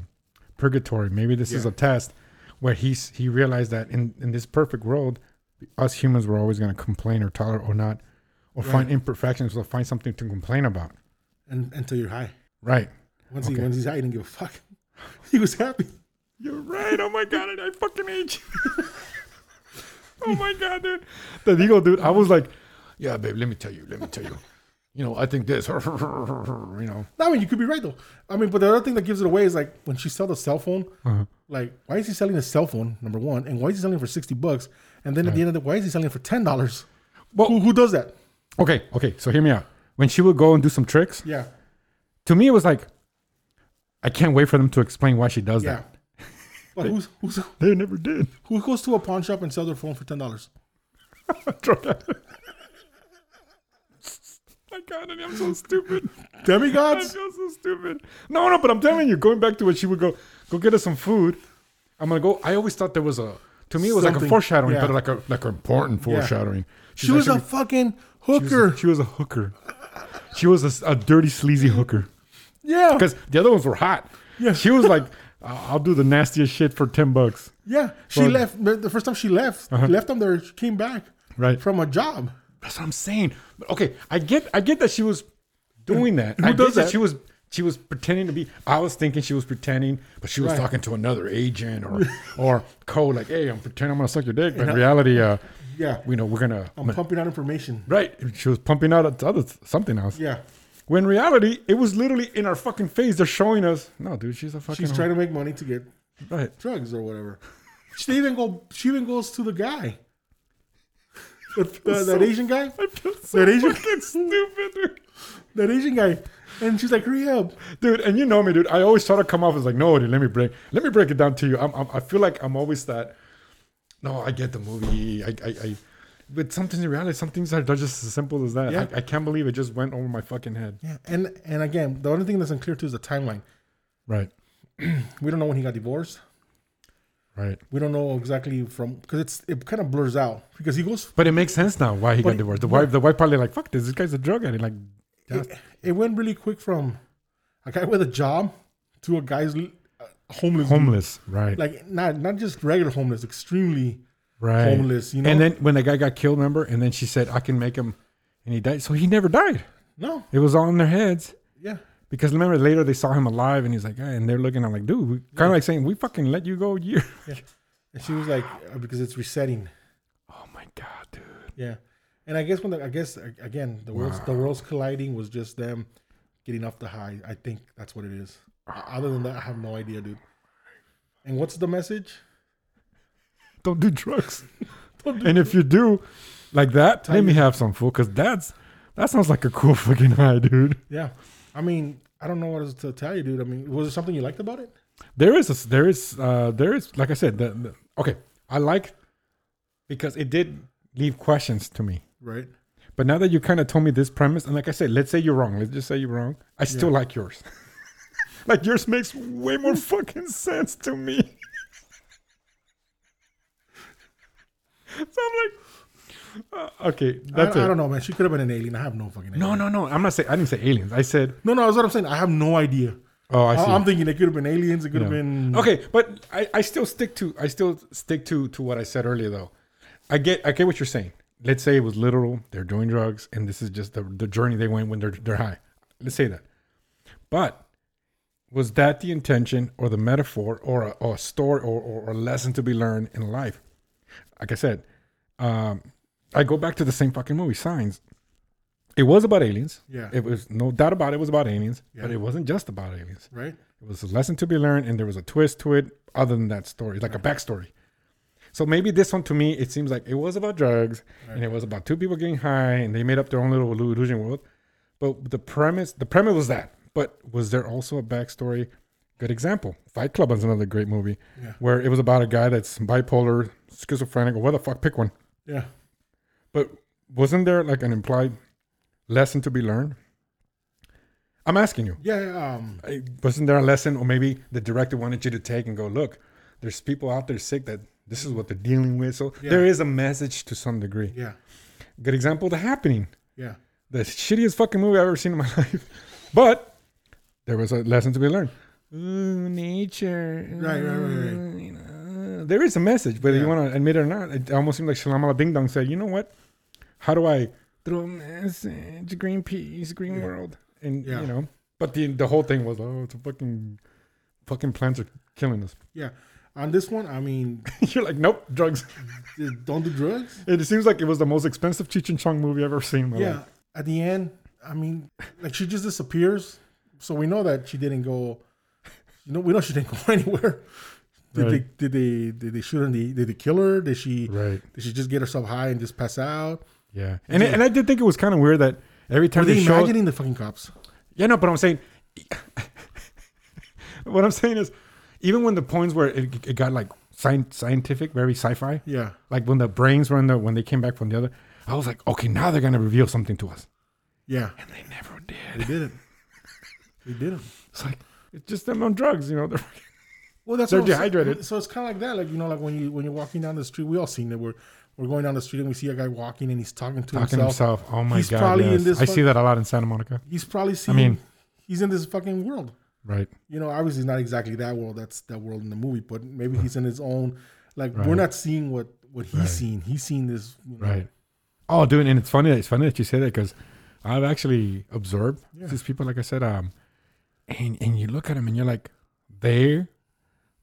purgatory, maybe this is Yeah. a test where he's he realized that in in this perfect world, us humans were always going to complain or tolerate or not or find imperfections or find something to complain about. And until you're high. Right. Once he Okay. once he's high, he didn't give a fuck. He was happy. You're right. Oh my god, I fucking hate you. oh my god, dude. The eagle dude, I was like, Yeah, babe, let me tell you, let me tell you. You know, I think this you know. No, I mean, you could be right though. I mean, but the other thing that gives it away is like when she sells a cell phone. Uh-huh. Like, why is he selling a cell phone? Number one, and why is he selling it for sixty bucks? And then at the end of the, why is he selling it for ten dollars? Well- who, who does that? Okay, okay, so hear me out. When she would go and do some tricks, Yeah, to me it was like I can't wait for them to explain why she does yeah. that. But who's, who's They never did. who goes to a pawn shop and sells their phone for ten dollars? I got it. I'm so stupid. I Demigods. feel so stupid. No, no, but I'm telling you, going back to what she would go, go get us some food. I'm gonna go. I always thought there was a. To me, it was like a Something. foreshadowing, Yeah. but like a like an important foreshadowing. She's She was a actually- fucking she was a- hooker. She was a hooker. She was a, s- a dirty, sleazy hooker. Yeah, Because the other ones were hot. Yeah. She was like, "I- I'll do the nastiest shit for ten bucks. yeah. She Well- Uh-huh. left the the first time she left, left them there. She came back Right. from a job. That's what I'm saying. But okay, I get I get that she was doing that. I does get that? that? she was she was pretending to be I was thinking she was pretending, but she was Right. talking to another agent or or code like, hey, I'm pretending I'm gonna suck your dick, but in reality, uh Yeah. you know, we're gonna I'm pumping out information. Right. She was pumping out the other something else. Yeah, When in reality, it was literally in our fucking face. They're showing us, no, dude, she's a fucking she's trying to make money to get right. drugs or whatever. She even go. She even goes to the guy, The- the- that Asian guy, I feel so That Asian- fucking stupid, dude. that Asian guy, and she's like, "Hurry up!" dude. And you know me, dude. I always try to come off as like, no, dude. Let me break. Let me break it down to you. I'm, I'm, I feel like I'm always that. No, I get the movie. I, I, I but sometimes in reality, some things are they're just as simple as that. Yeah. I, I can't believe it just went over my fucking head. Yeah, and and again, the only thing that's unclear too is the timeline. Right. We don't know when he got divorced. Right. We don't know exactly from because it's it kind of blurs out because he goes. But it makes sense now why he But got it- divorced. The wife, the wife probably like, fuck this. This guy's a drug addict. Like, It, it went really quick from a guy with a job to a guy's l- uh, homeless, homeless. Right. like not not just regular homeless, extremely right. homeless, you know? And then when the guy got killed, remember? And then she said, I can make him, and he died. So he never died. no, It was all in their heads. yeah, Because remember later they saw him alive and he's like, hey, and they're looking at him like, dude, we, kind of like saying, we fucking let you go a year. yeah. And she was like, uh, because it's resetting. Oh my god, dude. Yeah, and I guess when the, I guess a- again the worlds the worlds colliding was just them getting off the high. I think that's what it is. O- Other than that, I have no idea, dude. And what's the message? Don't do drugs. and if you do, like that, let me have some fool, because that's that sounds like a cool fucking high, dude. Yeah, I mean, I don't know what else to tell you, dude. I mean, was there something you liked about it? There is a, there is uh there is like I said, the, the, okay, I like because it did leave questions to me. Right. But now that you kind of told me this premise, and like I said, let's say you're wrong. Let's just say you're wrong. I still like yours. like yours makes way more fucking sense to me. so I'm like, uh, I, okay, that's it. I don't know, man. She could have been an alien. I have no fucking idea. no, no, no. I'm not saying. I didn't say aliens. I said. no, no. That's what I'm saying. I have no idea. Oh, I see. I, am thinking it could have been aliens. It could have been okay, but I, I still stick to I still stick to to what I said earlier though. I get I get what you're saying. Let's say it was literal. They're doing drugs, and this is just the the journey they went when they're they're high. Let's say that. But was that the intention, or the metaphor, or a, or a story, or, or a lesson to be learned in life? Like I said, um, I go back to the same fucking movie, Signs. It was about aliens. Yeah. It was no doubt about it was about aliens, Yeah. but it wasn't just about aliens. right? It was a lesson to be learned, and there was a twist to it other than that story, like a backstory. So maybe this one to me, it seems like it was about drugs, and it was about two people getting high, and they made up their own little illusion world. But the premise, the premise was that. But was there also a backstory? Good example. Fight Club is another great movie Yeah. where it was about a guy that's bipolar, schizophrenic, or what the fuck, pick one. Yeah. But wasn't there like an implied lesson to be learned? I'm asking you. Yeah. Um, I- wasn't there a lesson or maybe the director wanted you to take and go look there's people out there sick that this is what they're dealing with so Yeah. there is a message to some degree yeah. good example the happening Yeah. the shittiest fucking movie i've ever seen in my life but there was a lesson to be learned Ooh, nature Right, right, right, Ooh, you know. there is a message whether you Yeah. want to admit it or not it almost seemed like shalamala ding dong said you know what how do i throw a message green peace green Yeah. world and Yeah. you know but the the whole thing was oh it's a fucking fucking plants are killing us On this one, I mean, you're like nope drugs just don't do drugs. it seems like it was the most expensive cheech and chong movie i've ever seen in my Yeah. life. At the end, I mean, like she just disappears. So we know that she didn't go. You know, we know she didn't go anywhere. Did Right. they? Did they? Did they shoot her? in the- Did they kill her? Did she? right Did she just get herself high and just pass out? yeah and, and i did think it was kind of weird that every Are time they they showed imagining the fucking cops? Yeah, no, but I'm saying, what I'm saying is, even when the points where it, it got like scien- scientific, very sci-fi, Yeah. like when the brains were in the when they came back from the other, I was like, okay, now they're gonna reveal something to us, Yeah. and they never They did. did it. They did it. It's like it's just them on drugs, you know. They're, Well, that's They're what I'm saying. dehydrated. So it's kind of like that, like you know, like when you when you're walking down the street, we all seen it. We're we're going down the street and we see a guy walking and he's talking to talking to himself. himself. Oh my He's god, probably in yes. this I fuck- see that a lot in Santa Monica. He's probably seeing. mean- he's in this fucking world. Right. You know, obviously not exactly that world. That's that world in the movie, but maybe he's in his own. Like we're Right. not seeing what what he's seeing. He's seeing this. You know, Right. Oh, dude, and it's funny. It's funny that you say that because I've actually observed Yeah. these people. Like I said, um, and and you look at them and you're like, they,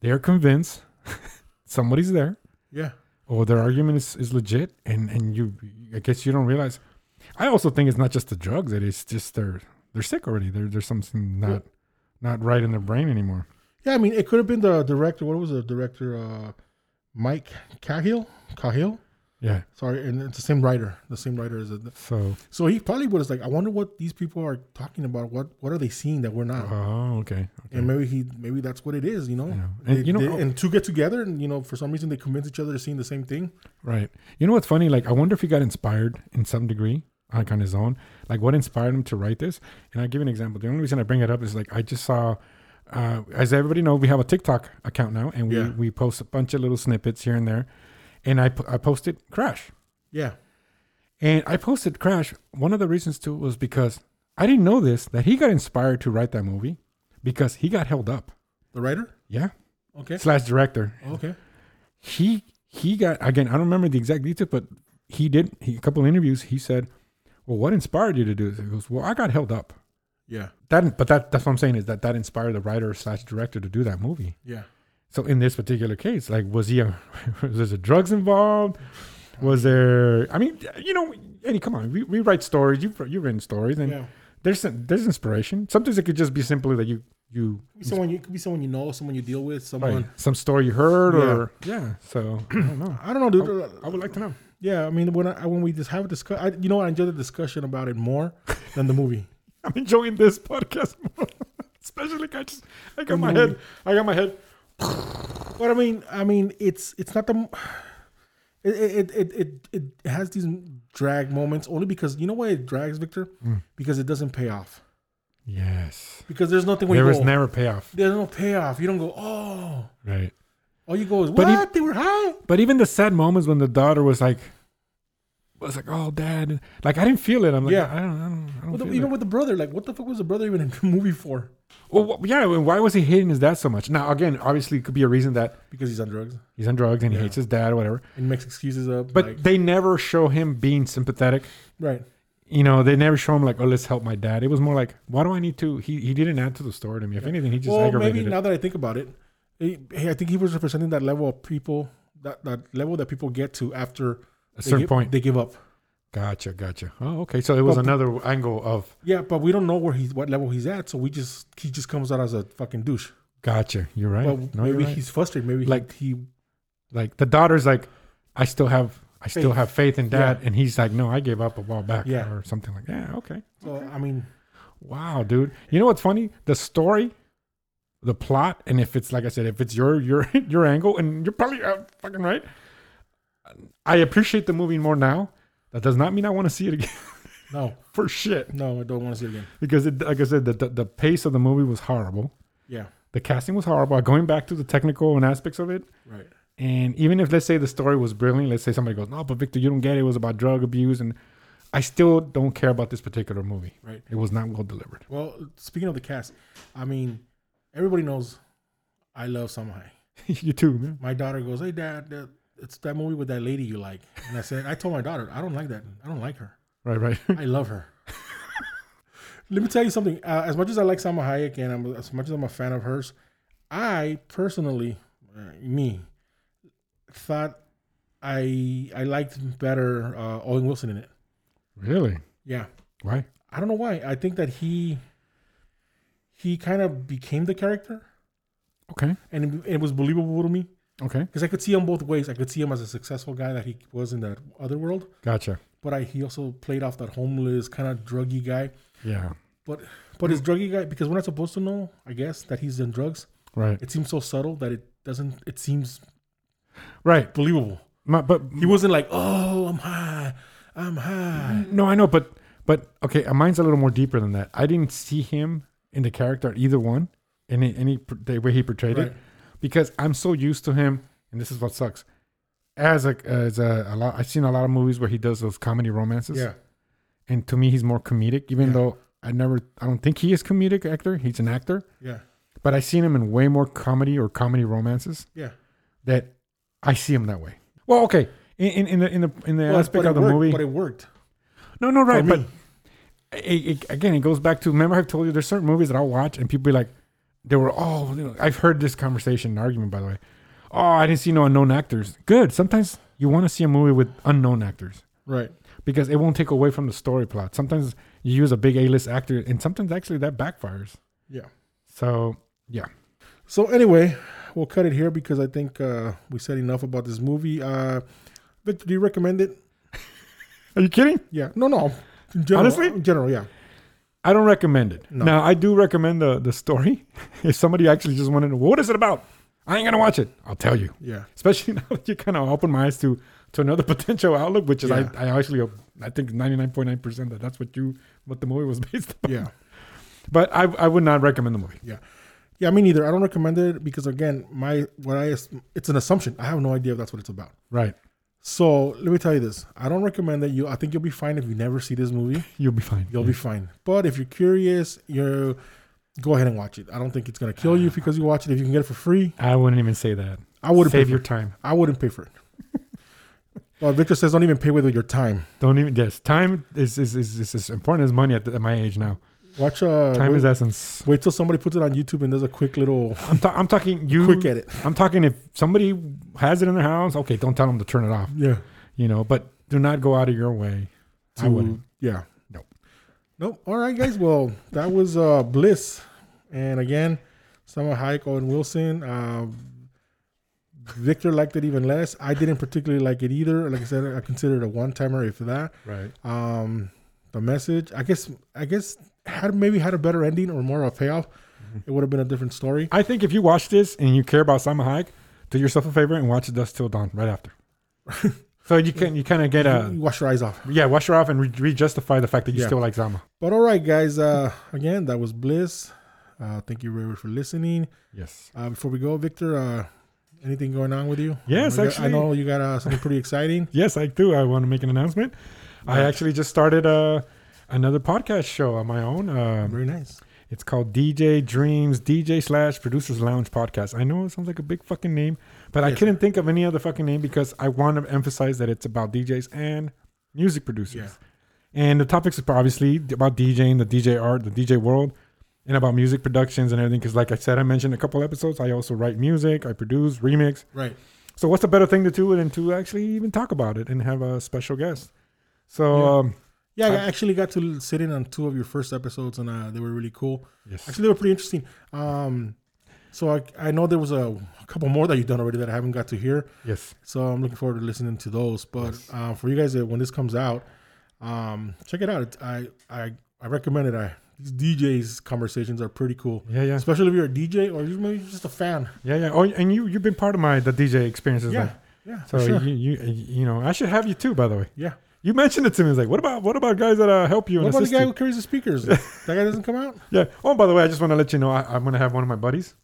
they are convinced somebody's there, Yeah. or their argument is, is legit, and and you, I guess you don't realize. I also think it's not just the drugs; it is just they're they're sick already. There there's something not not right in their brain anymore. Yeah. I mean, it could have been the director. What was the director? Uh, Mike Cahill. Cahill. Yeah. Sorry, and it's the same writer. The same writer as the, So. So he probably was like, I wonder what these people are talking about. What what are they seeing that we're not? Oh, okay. And maybe he maybe that's what it is, you know. Yeah. They- And you know- they- and two get together, and you know, for some reason they convince each other to seeing the same thing. Right. You know what's funny? Like, I wonder if he got inspired in some degree, like on his own. Like, what inspired him to write this? And I'll give you an example. The only reason I bring it up is like, I just saw, uh, as everybody know, we have a TikTok account now, and we, Yeah. we post a bunch of little snippets here and there. And I, po- I posted Crash. Yeah, And I posted Crash. One of the reasons, too, was because I didn't know this, that he got inspired to write that movie because he got held up. the writer. Yeah. Okay, Slash director okay, he he got again i don't remember the exact detail but he did he, a couple of interviews he said well what inspired you to do this he goes well i got held up yeah, that but that that's what i'm saying is that that inspired the writer slash director to do that movie yeah, so in this particular case like was he a, was there drugs involved was there i mean you know Eddie, come on we, we write stories you've you've written stories and yeah. there's there's inspiration sometimes it could just be simply that you you Could be someone you could be someone you know, someone you deal with, someone. right, some story you heard Yeah. or yeah so i don't know I don't know, dude. i would like to know Yeah, I mean, when I, when we just have a discuss, I, you know, I enjoy the discussion about it more than the movie. I'm enjoying this podcast more. Especially I just I got my head I got my head But I mean, I mean, it's it's not the. It it it it, it has these drag moments only because you know why it drags, Victor? Mm. Because it doesn't pay off. Yes. Because there's nothing. Where There you was go, never payoff. There's no payoff. You don't go. Oh, Right. all you go is But what? he- they were high. But even the sad moments when the daughter was like was like, Oh dad like I didn't feel it. I'm like Yeah. yeah. I don't I don't, I don't With the, feel even it." with the brother, like what the fuck was the brother even in the movie for? Well, wh- yeah, well, why was he hating his dad so much? Now again, obviously it could be a reason that Because he's on drugs he's on drugs and Yeah. he hates his dad or whatever. and makes excuses up. But like- they never show him being sympathetic. right, You know, they never show him like, oh, let's help my dad. It was more like, why do I need to? He he didn't add to the story to me. If anything, he just well, aggravated maybe it. now that I think about it, he, he- I think he was representing that level of people, that that level that people get to after a certain give, point. they give up. Gotcha, gotcha. Oh, okay. So it was Well, another angle of Yeah, but we don't know where he's what level he's at, so we just he just comes out as a fucking douche. gotcha. You're right. But No, you're maybe right. he's frustrated. Maybe Like- like he, like the daughter's like, I still have, I still Faith. have faith in Yeah. dad, and he's like, no, I gave up a while back, Yeah. or something like that. Okay. so I mean, Wow, dude. You know what's funny? The story, the plot, and if it's like I said, if it's your your your angle, and you're probably uh, fucking right. I appreciate the movie more now. That does not mean I want to see it again no, for shit. no, I don't want to see it again. Because it, like I said, the, the the pace of the movie was horrible. Yeah, The casting was horrible. Going back to the technical and aspects of it, right. and even if let's say the story was brilliant, let's say somebody goes, "No, but Victor, you don't get it. It was about drug abuse," and I still don't care about this particular movie. Right. It was not well delivered. Well, speaking of the cast, I mean, everybody knows I love Samhain. you too, man. My daughter goes, "Hey, dad, that, it's that movie with that lady you like." And I said, "I told my daughter, I don't like that. I don't like her. Right, right. I love her." Let me tell you something. Uh, as much as I like Salma Hayek and I'm, as much as I'm a fan of hers, I personally, uh, me, thought I I liked better uh, Owen Wilson in it. really? Yeah, Why? I don't know why. I think that he he kind of became the character, Okay. and it, it was believable to me Okay. because I could see him both ways. I could see him as a successful guy that he was in that other world, Gotcha. but I, he also played off that homeless kind of druggy guy. Yeah. But but his druggy guy because we're not supposed to know, I guess, that he's in drugs. Right. It seems so subtle that it doesn't. It seems Right. believable. My, but He wasn't like, oh, I'm high, I'm high. no, I know, but but okay, uh, mine's a little more deeper than that. I didn't see him in the character either one in any, any pr- the way he portrayed it Right. because I'm so used to him, and this is what sucks. As a as a, a lot, I've seen a lot of movies where he does those comedy romances. Yeah, and to me he's more comedic even Yeah. though i never i don't think he is comedic actor he's an actor yeah, but i've seen him in way more comedy or comedy romances yeah. that i see him that way well okay in in, in the in the in the But- aspect but it of the worked, movie but it worked. no no right for but me. it, it, again it goes back to remember i've told you there's certain movies that i'll watch and people be like they were oh you know, i've heard this conversation and argument by the way oh i didn't see no unknown actors good sometimes you want to see a movie with unknown actors Right. because it won't take away from the story plot. Sometimes you use a big A-list actor, and sometimes actually that backfires. Yeah. So yeah, So anyway, we'll cut it here because I think uh, we said enough about this movie. Uh, Victor, do you recommend it? are you kidding? Yeah. No, no. In general, Honestly? in general, yeah. I don't recommend it. No. Now I do recommend the the story. if somebody actually just wanted to, what is it about? I ain't gonna watch it. I'll tell you. Yeah. Especially now that you kind of open my eyes to to another potential outlook, which is Yeah. I, I actually I think ninety nine point nine percent that that's what you what the movie was based on. Yeah. But I I would not recommend the movie. Yeah, me neither. I don't recommend it because again, my what I as- it's an assumption. I have no idea if that's what it's about. Right. So let me tell you this. I don't recommend that you I think you'll be fine if you never see this movie. You'll be fine. You'll be fine. But if you're curious, you go ahead and watch it. I don't think it's gonna kill Ah. you because you watch it. If you can get it for free, I wouldn't even say that. I wouldn't pay Save for your it. time. I wouldn't pay for it. well, Victor says don't even pay with your time. Don't even. Yes, time is is is, is as important as money at, the, at my age now. Watch uh Time wait, is essence. wait till somebody puts it on YouTube and does a quick little I'm, ta- I'm talking you. quick edit. I'm talking if somebody has it in their house. Okay, don't tell them to turn it off. Yeah. You know, but do not go out of your way. I to- wouldn't. Mm. Yeah. Nope. Nope. All right, guys. Well, that was uh, Bliss, and again, Summer Hayek, Owen Wilson. Uh, Victor liked it even less. I didn't particularly like it either. Like I said, I consider it a one-timer if that. Right. Um, the message, I guess, I guess had maybe had a better ending or more of a payoff. It would have been a different story. I think if you watch this and you care about Simon Hayek, do yourself a favor and watch Dust Till Dawn right after. so you can you kind of get a you wash your eyes off. yeah wash her off and re- re-justify the fact that you Yeah. still like Zama. But all right, guys. Uh, again, that was Bliss. Uh, thank you very much for listening. Yes. Uh, before we go, Victor, uh, anything going on with you? Yes, I know- actually. I know you got uh, something pretty exciting. Yes, I do. I want to make an announcement. I actually just started uh, another podcast show on my own. Um, Very nice. It's called DJ Dreams, DJ slash Producers Lounge Podcast. I know it sounds like a big fucking name, but I Yes. couldn't think of any other fucking name because I want to emphasize that it's about DJs and music producers. And the topics is obviously about DJing, the DJ art, the DJ world, and about music productions and everything. Because, like I said, I mentioned a couple episodes, I also write music, I produce, remix. Right. So, what's a better thing to do than to actually even talk about it and have a special guest? So Yeah. um, Yeah, I I'm- actually got to sit in on two of your first episodes, and uh, they were really cool. yes, Actually, they were pretty interesting. Um, so I, I know there was a, a couple more that you've done already that I haven't got to hear. yes, So I'm looking forward to listening to those. But Yes. uh, for you guys, that when this comes out, um, check it out. It's- I I I recommend it. I these DJs conversations are pretty cool, yeah, yeah, especially if you're a DJ or you're maybe just a fan. yeah, yeah. Oh, and you you've been part of my the DJ experiences. yeah, then. yeah. So for sure. you, you you know I should have you too. By the way, Yeah. you mentioned it to me. It's like, what about what about guys that uh, help you? What and about the assist guy you? who carries the speakers? that guy doesn't come out. Yeah. Oh, by the way, I just want to let you know I, I'm gonna have one of my buddies.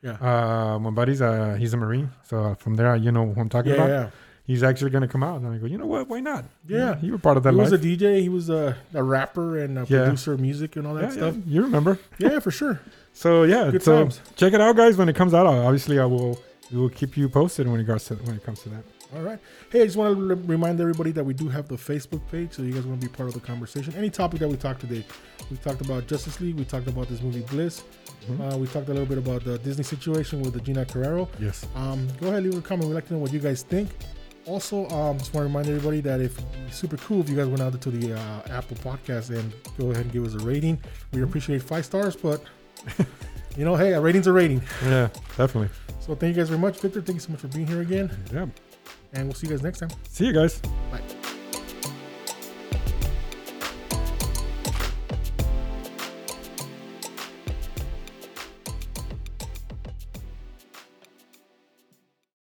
Yeah. Uh, my buddies. Uh, he's a marine, so uh, from there, you know who I'm talking Yeah, about. yeah. He's actually gonna come out, and I go, you know what? Why not? You Yeah. know, you were part of He that life. was a DJ. He was a, a rapper and a Yeah. producer of music and all that yeah, stuff. yeah, you remember? Yeah. for sure. So yeah, Good so times. check it out, guys. When it comes out, I'll- obviously I will we will keep you posted when it regards to when it comes to that. All right. Hey, I just want to remind everybody that we do have the Facebook page, so you guys want to be part of the conversation. Any topic that we talked today, we talked about Justice League, we talked about this movie Bliss, Mm-hmm. uh, we talked a little bit about the Disney situation with the Gina Carrero. Yes. Um, go ahead, leave a comment. We'd like to know what you guys think. Also, um, just want to remind everybody that if super cool if you guys went out to the uh, Apple Podcast and go ahead and give us a rating. We appreciate five stars, but you know, hey, a rating's a rating. Yeah, definitely. So thank you guys very much, Victor. Thank you so much for being here again, Yeah. and we'll see you guys next time. See you guys. Bye.